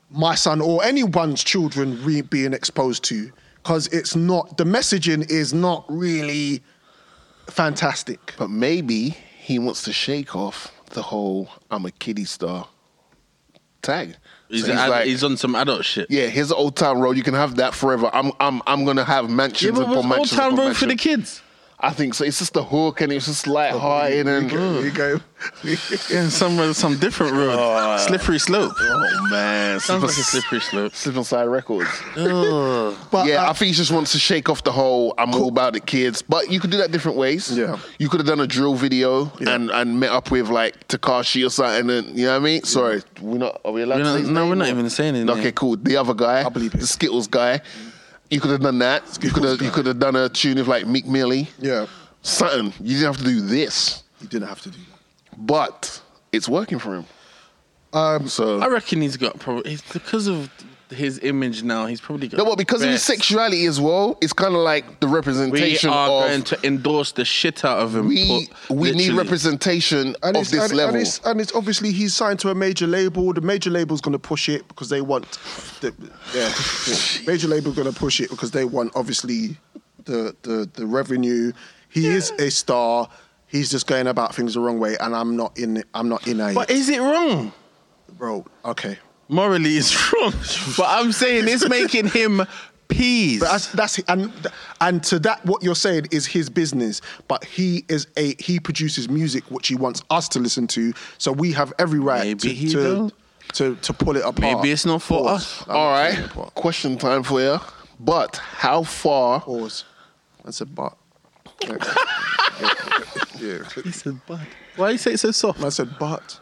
my son or anyone's children re- being exposed to. Because it's not, the messaging is not really fantastic.
But maybe he wants to shake off the whole "I'm a kiddie star" tag.
He's,
So he's
ad-
like,
he's on some adult shit.
yeah, here's an old town road. You can have that forever. I'm, I'm, I'm gonna have
Yeah,
mansions
but
upon
was Old
mansions.
Town
upon
Road for the
mansions."
kids?
I think so. It's just the hook, and it's just light-hearted, and
Here you go.
Yeah, some some different road, slippery slope.
oh man,
Sounds
slip,
like a slippery slope.
slip on side records.
But
yeah,
uh,
I think he just wants to shake off the whole "I'm all about the kids," but you could do that different ways.
Yeah.
you could have done a drill video and and met up with like Takashi or something. And, you know what I mean? Sorry, we're not. Are we allowed?
We're
to
not-
say his
no,
name
we're not
or-
even saying his
Okay,
name.
cool. The other guy,
I believe it.
the Skittles guy. You could have done that. you could have you could have done a tune with like Meek Millie.
Yeah.
something. You didn't have to do this,
you didn't have to do that.
but it's working for him. Um, so
I reckon he's got probably he's, because of his image now. He's probably got
no, but because of his
rest.
sexuality as well, it's kind of like the
We
representation
are
of
going to endorse the shit out of him.
we
but
we need
literally.
representation of this level.
And it's, and it's obviously he's signed to a major label. The major label's going to push it because they want. The, yeah, yeah. major label's going to push it because they want obviously the the the revenue. He is a star. He's just going about things the wrong way, and I'm not in. I'm not in a
But is it wrong?
bro. Okay,
Morally, it's wrong. but I'm saying it's making him peas.
but that's, that's and and to that, what you're saying is his business. But he is a he produces music which he wants us to listen to, so we have every right
Maybe
to.
he
to
don't.
to to pull it apart. Um,
Maybe
it's not for us.
All right. Question time for you. But how far?
Pause. I said but. yeah.
He said, but. Why you say it so soft?
I said, but.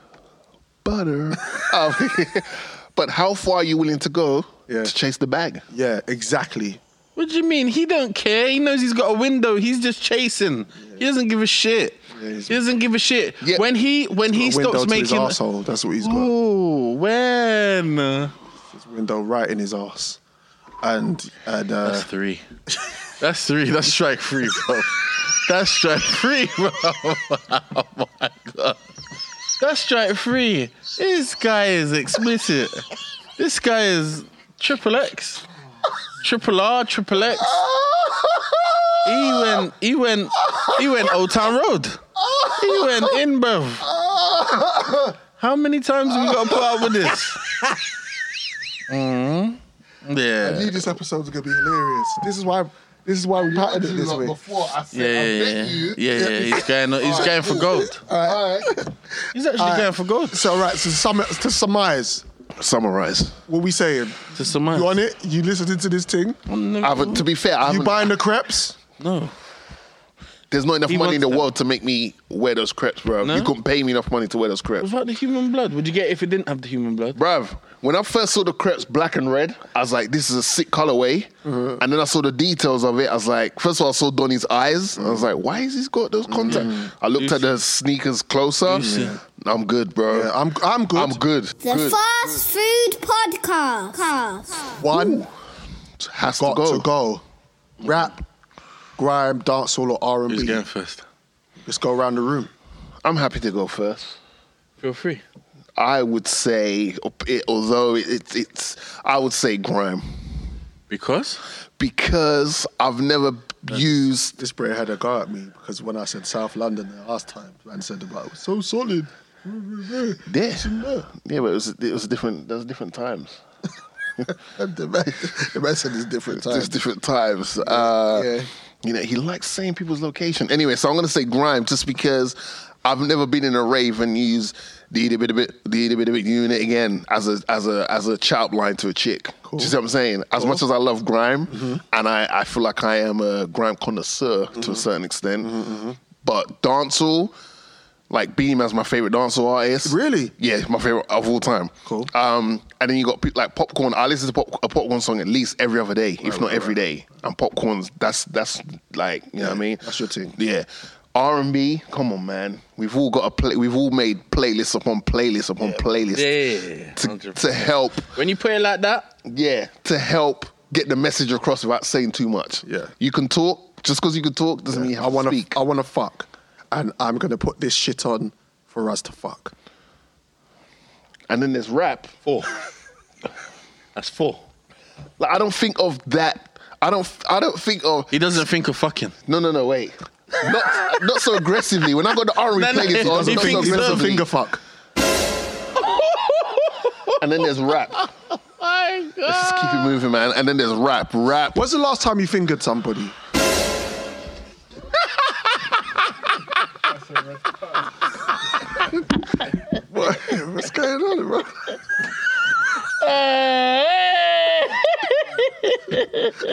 Butter. Um, but how far are you willing to go to chase the bag?
Yeah, exactly.
What do you mean? He don't care. He knows he's got a window. He's just chasing. He doesn't give a shit.
he's-
he doesn't give a shit. When he when he
Got a window to
stops
his
making
arsehole. That's what he's got.
Oh, when
His window right in his ass. And and uh,
That's three. That's three. That's strike three, bro. That's strike three, bro. Oh my god. That's strike three. This guy is explicit. This guy is triple X. Triple R, triple X. He went, he went, he went Old Town Road. He went in, bro. How many times have we got to put up with this? Mm. Yeah.
I knew this episode's gonna be hilarious. This is why this is why we patterned it this way.
Before I said,
Yeah, yeah, yeah, yeah, yeah. He's going, he's going for gold.
All right.
He's actually
Alright.
going for gold.
So right, so sum, to surmise,
Summarize.
what we saying?
To surmise.
You on it? You listening to this thing?
I haven't- to be fair,
You
I haven't,
buying the crepes?
No.
there's not enough
He
money in the
wants-
world to make me wear those crepes, bro.
No?
You couldn't pay me enough money to wear those crepes.
Without the human blood, would you get it if it didn't have the human blood?
Bruv, when I first saw the crepes black and red, I was like, this is a sick colorway.
Mm-hmm.
And then I saw the details of it. I was like, first of all, I saw Donny's eyes. I was like, why has he
Mm.
got those contacts? I looked at the sneakers closer. I'm good, bro.
Yeah, I'm I'm good.
I'm good.
The
good.
Fast Food Podcast.
One
Has
got
to go.
to go. Rap, grime, dancehall, or R and B.
first?
Let's go around the room.
I'm happy to go first.
Feel free.
I would say, it, although it, it's, I would say grime
Because?
because I've never used
This bro had a go at me because when I said South London the last time, man said about it was so solid.
this. Yeah, but it was it was different. There's different times.
And the man, the man said it's different time.
There's different times. Uh,
Yeah.
You know, he likes saying people's location. Anyway, so I'm gonna say grime just because I've never been in a rave and used the itty bitty bit the itty bitty bit unit again as a as a as a chop line to a chick. Do you see what I'm saying? As much as I love grime
Mm-hmm.
and I, I feel like I am a grime connoisseur to a certain extent.
Mm-hmm,
But dancehall, like Beam as my favorite dancehall artist.
Really?
Yeah, my favorite of all time.
Cool.
Um, and then you got pe- like popcorn. I listen to pop- a popcorn song at least every other day, if not every day. And popcorns, that's that's like you know what I mean.
that's your thing.
Yeah. R and B, come on, man. We've all got a play. We've all made playlists upon playlists upon playlists
Yeah.
to, to help.
When you put it like that,
Yeah, to help get the message across without saying too much.
Yeah.
you can talk. Just because you can talk doesn't mean you have
I want
to
to.
speak.
I want to fuck, and I'm gonna put this shit on for us to fuck.
and then there's rap.
four. That's four.
Like I don't think of that. I don't. I don't think of
He doesn't think of fucking.
No, no, no, wait. Not, not so aggressively. When I got the R&B
No, no,
playlist
he
on,
doesn't
not so
think so.
aggressively.
Finger fuck.
And then there's rap.
Oh
Let's just keep it moving, man. And then there's rap. Rap.
When's the last time you fingered somebody? what, what's going on, bro?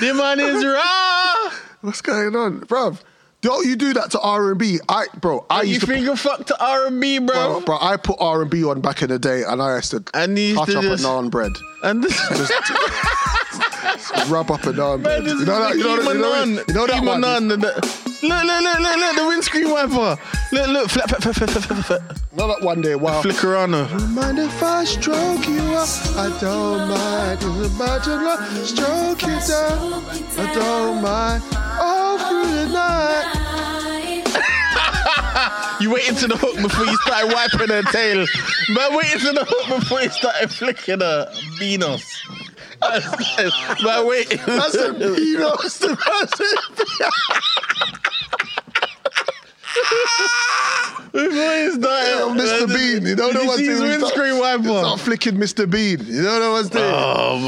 The man is raw.
What's going on, bruv? Don't you do that to R and B? I, bro, I
You
used to,
finger fuck to R&B,
bro,
bro.
bro, I put R and B on back in the day, and I used to
And he used
touch
to
up
just-
a naan bread,
And this
rub up a naan bread.
this
You know that? You know that? You know,
Imanan.
that- you know that one?
Imanan, the- the- Look, look, look, look, look, the windscreen wiper. Look, look, flap, flap, flap, flap, flap, flap, flap.
You know that one day? Wow.
Flickerana.
Mind if I stroke you up? I don't mind. It's about to lo- stroke you down. I don't mind. All through the night.
You waited to the hook before you started wiping her tail. Man waited to the hook before you started flicking her Venus. Man waited.
That's a penis. That's it.
Before you started.
Yeah, Mr. Bean. You don't know
Did
what
you see
to
his
do.
windscreen
Start
wiper.
flicking Mr. Bean. You don't know what's there.
Oh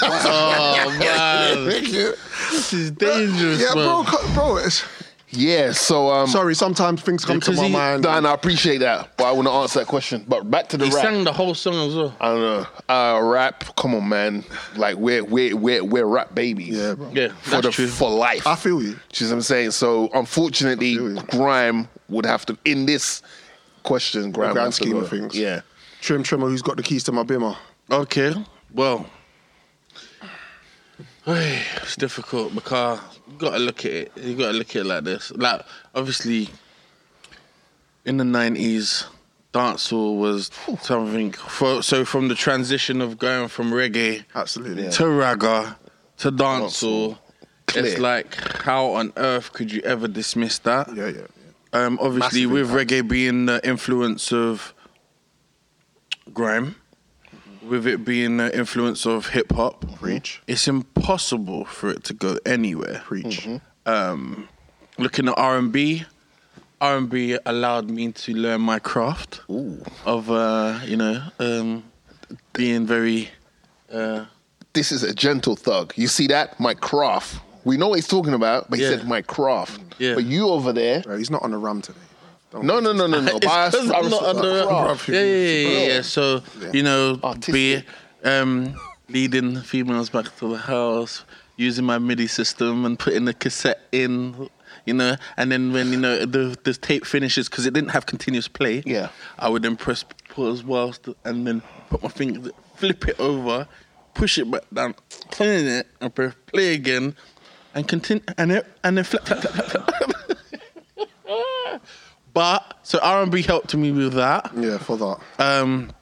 man. oh man.
Thank you.
This is dangerous,
Yeah,
man.
bro, co- bro. It's,
Yeah, so um,
sorry, sometimes things come to
Because
my
he-
mind.
Nah, nah, I appreciate that, but I wouldn't answer that question. But back to the
He
rap.
sang the whole song as well.
I don't know. Uh, rap, come on, man. Like we're we're we're, we're rap babies.
Yeah, bro.
Yeah,
for the for life.
I feel you.
Do you know what I'm saying? So
Oh,
unfortunately, Grime would have to in this question. Grime would
grand
have to
scheme
go.
of things.
Yeah.
Trim Trimmer, who's got the keys to my bimmer?
Okay. Well, it's difficult because you gotta look at it. You gotta look at it like this. Like obviously, in the nineties, dancehall was something. For, so from the transition of going from reggae
Absolutely.
to ragga to dancehall,
Clear.
it's like how on earth could you ever dismiss that?
Yeah, yeah. yeah.
Um, obviously,
Massive
with reggae being the influence of grime, with it being the influence of hip hop,
Preach.
it's impossible for it to go anywhere.
Preach.
Um, looking at R and B, R and B allowed me to learn my craft of uh, you know um, being very. Uh,
This is a gentle thug. You see that? My craft. We know what he's talking about, but he
Yeah.
said my craft.
Yeah.
But you over there.
Bro, he's not on the ram today. bro. Don't-
No, no, no, no, no. But I-
It's 'cause
I
I'm not
respect
under-
that craft.
yeah, yeah, yeah, yeah. So you know, be
Artistic.
um, leading females back to the house, using my MIDI system and putting the cassette in. You know, and then when you know the the tape finishes because it didn't have continuous play.
Yeah.
I would then press pause whilst and then put my finger, flip it over, push it back down, clean it, and press play again, and continue, and it, and then flip, flip, flip, flip, flip. But so R and B helped me with that.
Yeah, for that.
Um,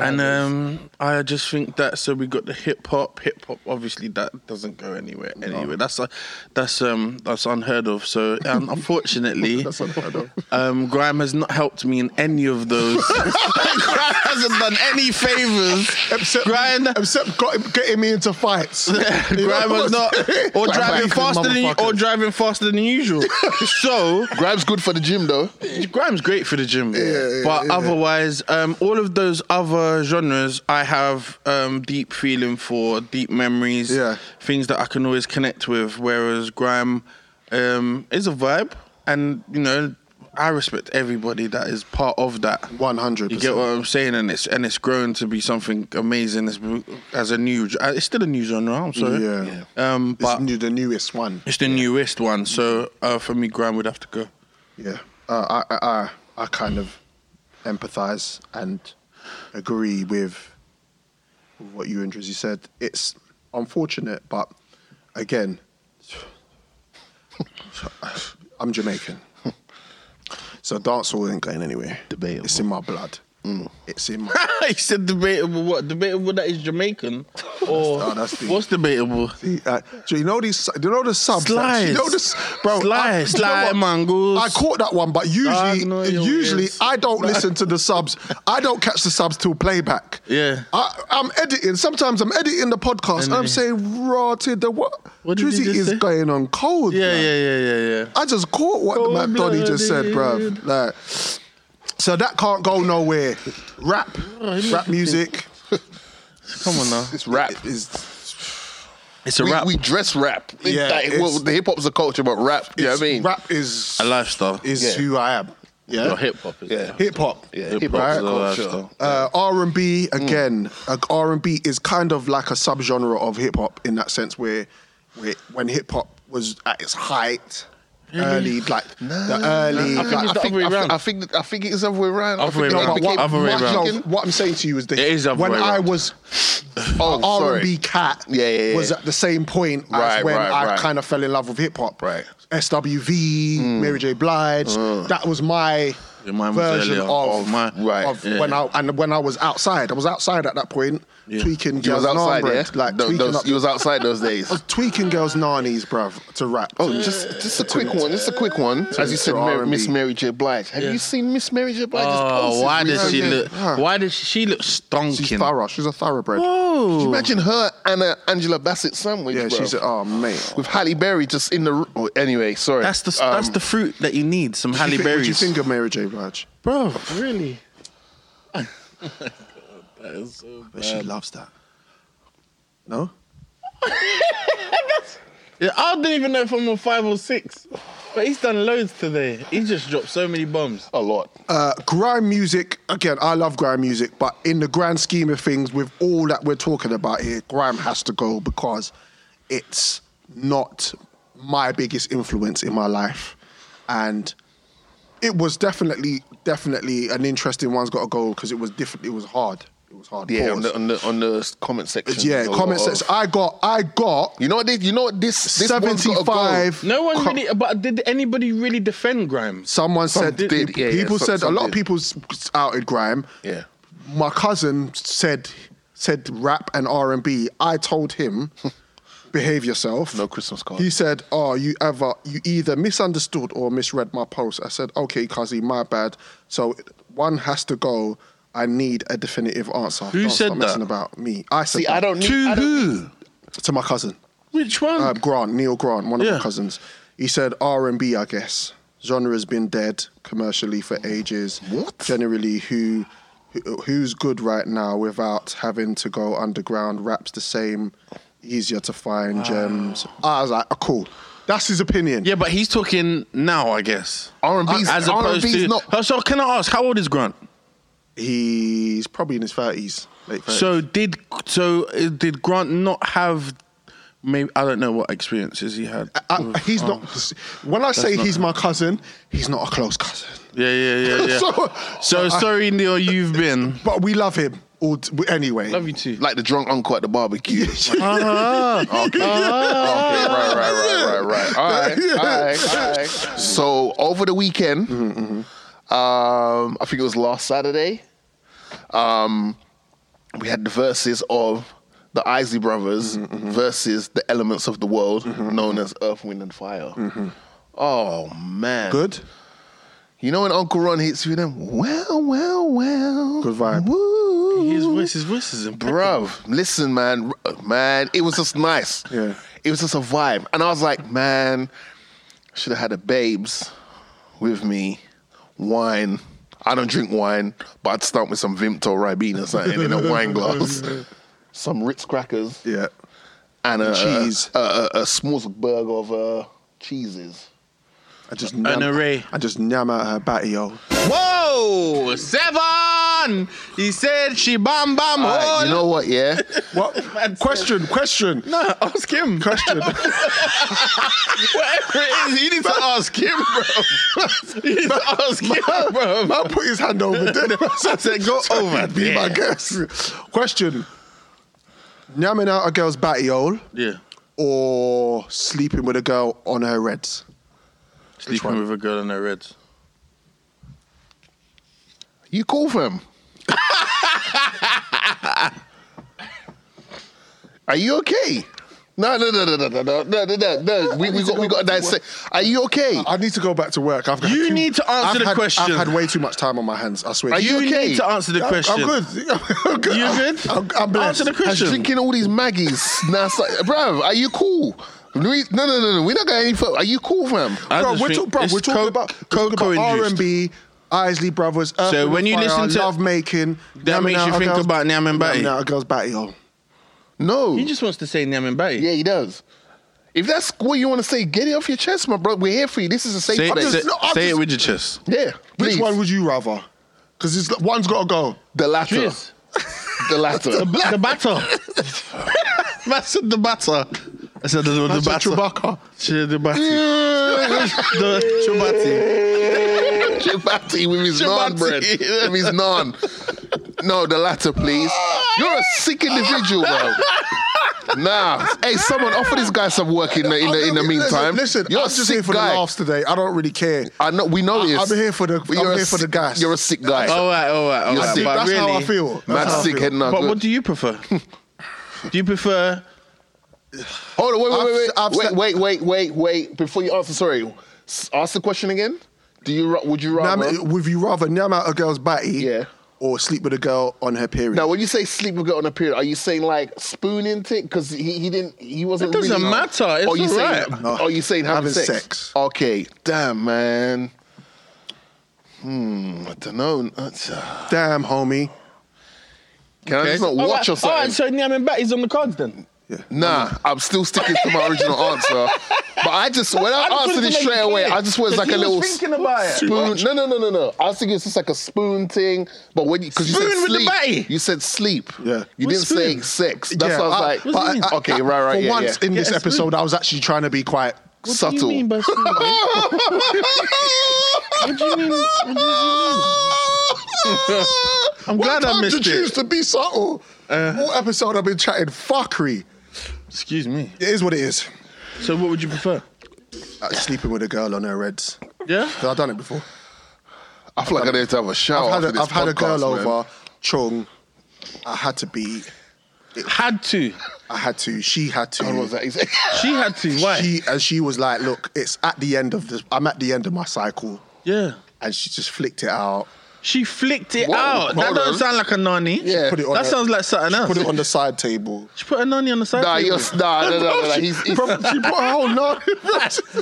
and um, I just think that so we got the hip hop. Hip hop, obviously, that doesn't go anywhere. Anyway, that's uh, that's um that's unheard of. So um, unfortunately,
That's unheard of.
Um, Grime has not helped me in any of those. Grime hasn't done any favors.
Except,
Grime,
except got him, getting me into fights. You know
Grime
what?
was not, or
Like,
driving
like,
faster than or
motherfuckers.
driving faster than usual. So
Grime's good for the gym though.
Grime's great for the gym,
yeah,
but
yeah.
otherwise, um, all of those other genres, I have um, deep feeling for, deep memories,
Yeah.
things that I can always connect with. Whereas grime um, is a vibe, and you know, I respect everybody that is part of that.
100%.
You get what I'm saying, and it's and it's grown to be something amazing as, as a new. uh, It's still a new genre. I'm sorry.
Yeah.
Um,
It's
but
new, the newest one.
it's the newest one, so uh, for me, grime would have to go.
Yeah, uh, I, I, I, I kind of empathise and agree with what you and Drizzy said. It's unfortunate, but again, I'm Jamaican, so dancehall ain't going anywhere.
Debatable.
It's in my blood.
Mm.
It's in my.
he said debatable. What debatable? That is Jamaican, or
Oh, that's the-
what's debatable?
Uh, do you know these? Do you know the subs?
Slice.
You know this, bro.
Slice,
I- you know
slice,
what?
mangoes.
I caught that one, but usually,
Dog, no, yo,
usually
yes.
I don't listen to the subs. I don't catch the subs till playback.
Yeah.
I, I'm editing. Sometimes I'm editing the podcast, and I'm saying, "Rotted the what?
What did he
Drizzy
just
is
say?
going on cold."
Yeah,
man.
yeah, yeah, yeah, yeah.
I just caught what the man Donny just said, bruv.
Cold-blooded.
Like, so that can't go nowhere. Rap,
Oh,
rap music.
Come on now,
It's rap.
is
it's a
we,
rap,
we dress rap.
Yeah,
Like,
it's-
well, the hip hop's a culture, but rap. You know what I mean?
Rap is
a lifestyle.
is
Yeah.
who I am. Yeah.
Well, hip hop is
Yeah.
yeah.
hip hop.
Yeah, hip
Hip-hop's
hop's
a
a culture.
lifestyle.
Uh, R and B again. uh, R and B is kind of like a subgenre of hip hop in that sense, where, where when hip hop was at its height, early like the early.
I
like,
think,
it's
I,
the
think,
other way
I, think,
round.
I think I think it's the other way around. I
Other
think
way
it
round.
became
Other way
much-
round.
again-
What I'm saying to you is the
It is the other
when
way
I
round.
was
Oh,
R
sorry.
and B cat
Yeah, yeah, yeah.
was at the same point as
Right,
when
right,
I
right.
kind of fell in love with hip hop.
Right. Mm.
SWV, Mary J. Blige. That was my
Yeah, mine was
version
earlier.
of,
Of my-
right,
of
yeah.
when I and when I was outside. I was outside at that point, tweaking
You
girls
was outside, yeah.
narnies, like
Those-
tweaking
those-
up,
you was outside those days.
I was tweaking girls' nannies, bruv, to rap.
Oh, just just a quick one, just a quick one. As you said,
to
Mary,
R&B.
Miss Mary J. Blige. Have you seen Miss Mary J. Blige's
Oh,
posts?
why
recently?
does she
yeah.
look?
Huh.
Why does she, she look stonking?
she's thorough. She's a thoroughbred.
Could you
Oh,
imagine her and a Angela Bassett sandwich?
yeah,
bro?
she's a, oh mate.
with Halle Berry just in the. r- Oh, anyway, sorry. Um,
that's the that's the fruit that you need. Some
What
Halle
do you
berries,
um, think of Mary J. Blige?
bro. Really?
But she loves that. No.
Yeah, I don't even know if I'm on five or six. But he's done loads today. He just dropped so many bombs.
A lot.
Uh, grime music, again, I love grime music, but in the grand scheme of things, with all that we're talking about here, grime has to go because it's not my biggest influence in my life. And it was definitely, definitely an interesting one's got to go because it was different. It was hard. It was hard.
Yeah,
Pause.
on the, on the on the comment section.
yeah, comment section. I got, I got.
You know what? This, you know what? This, this one's gotta go.
75
No one
co-
really. But did anybody really defend Grimes?
Someone
Some
said
did, yeah, yeah,
people
some-
said
some
a lot
did.
of people s- outed Grime.
Yeah.
My cousin said said rap and R and B. I told him, behave yourself.
No Christmas card.
He said, "Oh, you ever you either misunderstood or misread my post." I said, "Okay, cousin, my bad." So one has to go. I need a definitive answer.
Who
Don't
said
stop messing
that?
About me. I said
See, I
that
don't need.
To
I don't-
who?
to my cousin
Which one?
uh, Grant, Neil Grant, one of
Yeah.
my cousins. He said R and B, I guess. Genre has been dead commercially for ages.
What?
Generally, who, who who's good right now without having to go underground? Raps the same, easier to find gems. I was like, oh, cool. That's his opinion.
yeah, but he's talking now, I guess. Uh,
R&B's
as opposed
R&B's
to.
not-
Oh, So can I ask, how old is Grant?
He's probably in his thirties, late thirties.
So did so uh, did Grant not have? Maybe I don't know what experiences he had.
I, he's not. When I say he's my cousin, he's not a close cousin.
yeah, yeah, yeah, yeah. so,
So-
sorry, Neil, you've been.
But we love him. All t- anyway.
Love you too.
Like the drunk uncle at the barbecue.
Ah,
Okay.
Oh,
okay. Right, right, right, right, right. All right. All right. All right. So over the weekend,
Mm-hmm,
um, I think it was last Saturday, um, we had the verses of the Isley Brothers
Mm-hmm,
versus the elements of the world known as Earth, Wind, and Fire. Oh, man.
Mm-hmm. Good.
You know when Uncle Ron hits you then? Well, well, well.
Good vibe.
Woo.
His voice, his voice is impeccable.
Bruv, listen, man, man, it was just nice.
Yeah.
It was just a vibe. And I was like, man, should have had the babes with me, wine. I don't drink wine, but I'd start with some Vimto Ribena or something in a wine glass, some Ritz crackers,
Yeah.
and a
Cheese.
a, a, a smorgasbord of uh, cheeses.
I just
An array.
I just nyam out her batty, yo.
Whoa, seven. He said she bam bam.
All right,
oh,
you know what? Yeah,
What? question, question.
no, ask him.
Question.
Whatever it is, you need to ask him, bro. you need to ask him, bro.
Man put his hand over there. I said, go
over
Be my
there."
guest. Question. Nyamming out a girl's batty hole
Yeah,
or sleeping with a girl on her reds?
sleeping with a girl in her reds.
you call for him. Are you okay? No, no, no, no, no, no, no, no, no, no, no. We, we got, we got to dissect. Are you okay?
I need to go back to work. I've had
You
too-
need to answer
I've
the
had-
question.
I've had way too much time on my hands. I swear.
Are
to
you
You
okay?
need to answer the
I'm-
question.
I'm good. I'm good.
You good?
I'm, I'm blessed.
Answer the question.
drinking all these Maggies. now, it's like, bruv, are you cool? We- No, no, no, no. We're not going any further. Are you cool, fam?
I
Bro,
just
we're,
think
talk, bro,
it's
we're talking
co-
about, we're talking about
cocoa-induced.
R&B, Isley Brothers, Earth,
So
Wind
when
and
you
Fire,
listen to-
love making,
That makes you think about Nyam and Batty.
Now a girl's batty hole.
No.
He just wants to say Nyam and Bay.
yeah, he does. If that's what you want to say, get it off your chest, my bro. We're here for you. This is a safe
Say,
I'm
it-
just-
say,
no, I'm
say it
just-
with your chest.
Yeah.
Which
please.
one would you rather? Because one's got to go.
the latter.
Cheers.
The latter.
The battle.
I said the batter. I said the, the
That's
batter.
a Chewbacca.
Said the batter. the chubati.
Chibati with his naan
Chibati.
bread. With his naan. No, the latter, please. You're a sick individual, bro. Nah. Hey, someone offer this guy some work in the in the, in the
Listen,
meantime.
listen,
you're
I'm
a
just
sick
here for
guy.
the laughs today. I don't really care.
I know we know
I-
this.
I'm here for the-
But
I'm
you're a
here for the
sick-
gas.
You're a sick guy.
All right, all right, all
You're
right.
sick.
But
That's
really,
how I feel.
Mad
That's how I
sick
feel.
head nut.
But what do you prefer? do you prefer?
Hold on, wait,
I've-
wait,
I've
wait,
said-
wait, wait, wait, wait, wait. Before you answer, sorry, S- ask the question again. Do you ra- would you rather?
Nyam, would you rather nyam out a girl's batty
Yeah.
or sleep with a girl on her period?
now, when you say sleep with girl on a period, are you saying like spoon in thing? Because he, he didn't, he wasn't.
It doesn't
really-
matter, it's
Or you
alright.
saying?
No.
Are you saying having,
Having sex.
Okay, damn man. Hmm, I don't know. That's, uh,
Damn, homie.
Can I just not watch or something?
All right, so Nyam and Bay is on the cards then.
Nah, I'm still sticking to my original answer. But I I just when I,
I just
answered
wanted
it
to make
straight
it
away,
clear
I just was
that
like
you
a
was
little
thinking about it.
spoon. No, no, no, no, no. I was thinking it's just like a spoon thing, but when you because you said
Spoon with the
sleep,
batty.
you said sleep. Yeah, you
What's
didn't say
spoon?
sex. That's
Yeah,
what
I-
I was
but
like.
I- I-
okay, right, right.
For
yeah,
once
yeah.
in this episode, I was actually trying to be quite
subtle.
What do you mean? What do you mean?
I'm
glad I missed
to
it.
choose to be subtle. what episode I've been chatting fuckery.
Excuse me.
It is what it is.
So what would you prefer?
Like sleeping with a girl on her reds.
Yeah.
I've done it before.
I feel like I need to have a shower.
I've
Oh, after
had a,
this
I've had a
podcast,
girl
man.
over, Chung. I had to be.
Had to.
I had to. She had to.
What was that? He said-
She had to. Why?
She and she was like, "Look, it's at the end of this. I'm at the end of my cycle,"
yeah.
and she just flicked it out.
She flicked it
Whoa,
out. That
hold
doesn't
on.
sound like a nanny.
Yeah.
Put it on
That
her-
sounds like something else.
Put it on the side table.
She put a nanny on the side.
Nah,
table.
you're nah, no, no, no, no. He's, he's,
She put her whole no.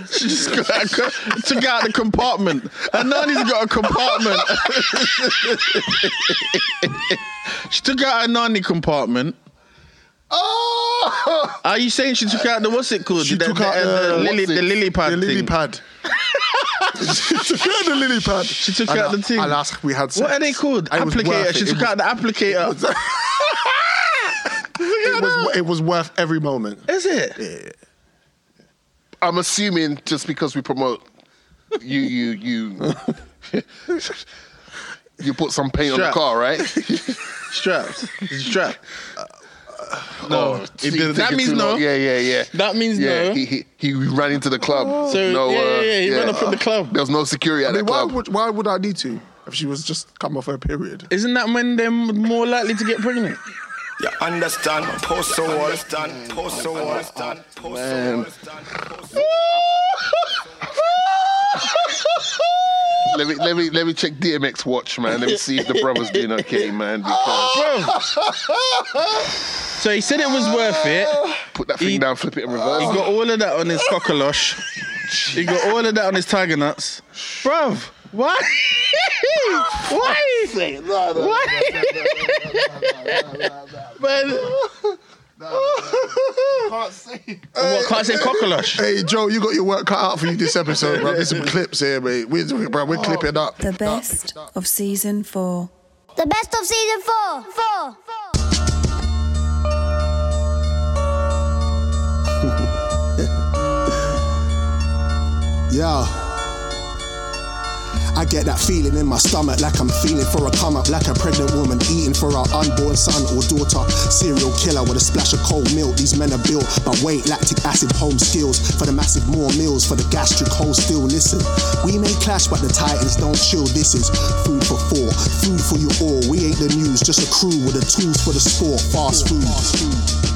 She just got, got, took out the compartment. Her nanny's got a compartment. she took out her nanny compartment.
oh,
Are you saying she took out the what's it called?
She
the,
took
the,
out
the,
the-
lily,
what's it?
the lily pad
the
thing.
lily pad. she took out the lily pad.
She took
and
out
I-
the thing.
And asked, we had sex.
What are they called?
And it was
applicator.
worth
She
it.
took
It
out the applicator.
It was, it was worth every moment.
Is it?
I'm assuming just because we promote you, you, you, you put some paint on
Strap.
the car, right?
Strapped. Strapped.
No,
it didn't. That means no.
Yeah, yeah, yeah.
That means
yeah,
no.
He, he he ran into the club.
So,
no,
yeah,
uh,
yeah, yeah, he ran up in the club.
There was no security at
I mean,
the
why
club.
would, why would I need to if she was just come off her period?
Isn't that when they're more likely to get pregnant?
You understand? Post so understand. Post so understand. Post so understand.
let me let me let me check DMX watch, man. Let me see if the brother's doing okay, man. because-
So he said it was worth it.
Put that thing
He-
down, flip it in
He
reverse.
got all of that on his cockalosh. he got all of that on his tiger nuts. Bruv, why? why? Why? But what can't say cockalosh?
Hey Joe, you got your work cut out for you this episode, bro. There's some clips here, mate. We're, bro, we're clipping up.
The best of season four.
The best of season four. Four.
Yeah. I get that feeling in my stomach, like I'm feeling for a come up, like a pregnant woman eating for her unborn son or daughter. Serial killer with a splash of cold milk, these men are built. But wait, lactic acid home skills for the massive more meals for the gastric hole. Still listen, we may clash, but the titans don't chill. This is food for four, food for you all. We ain't the news, just a crew with the tools for the sport. Fast food.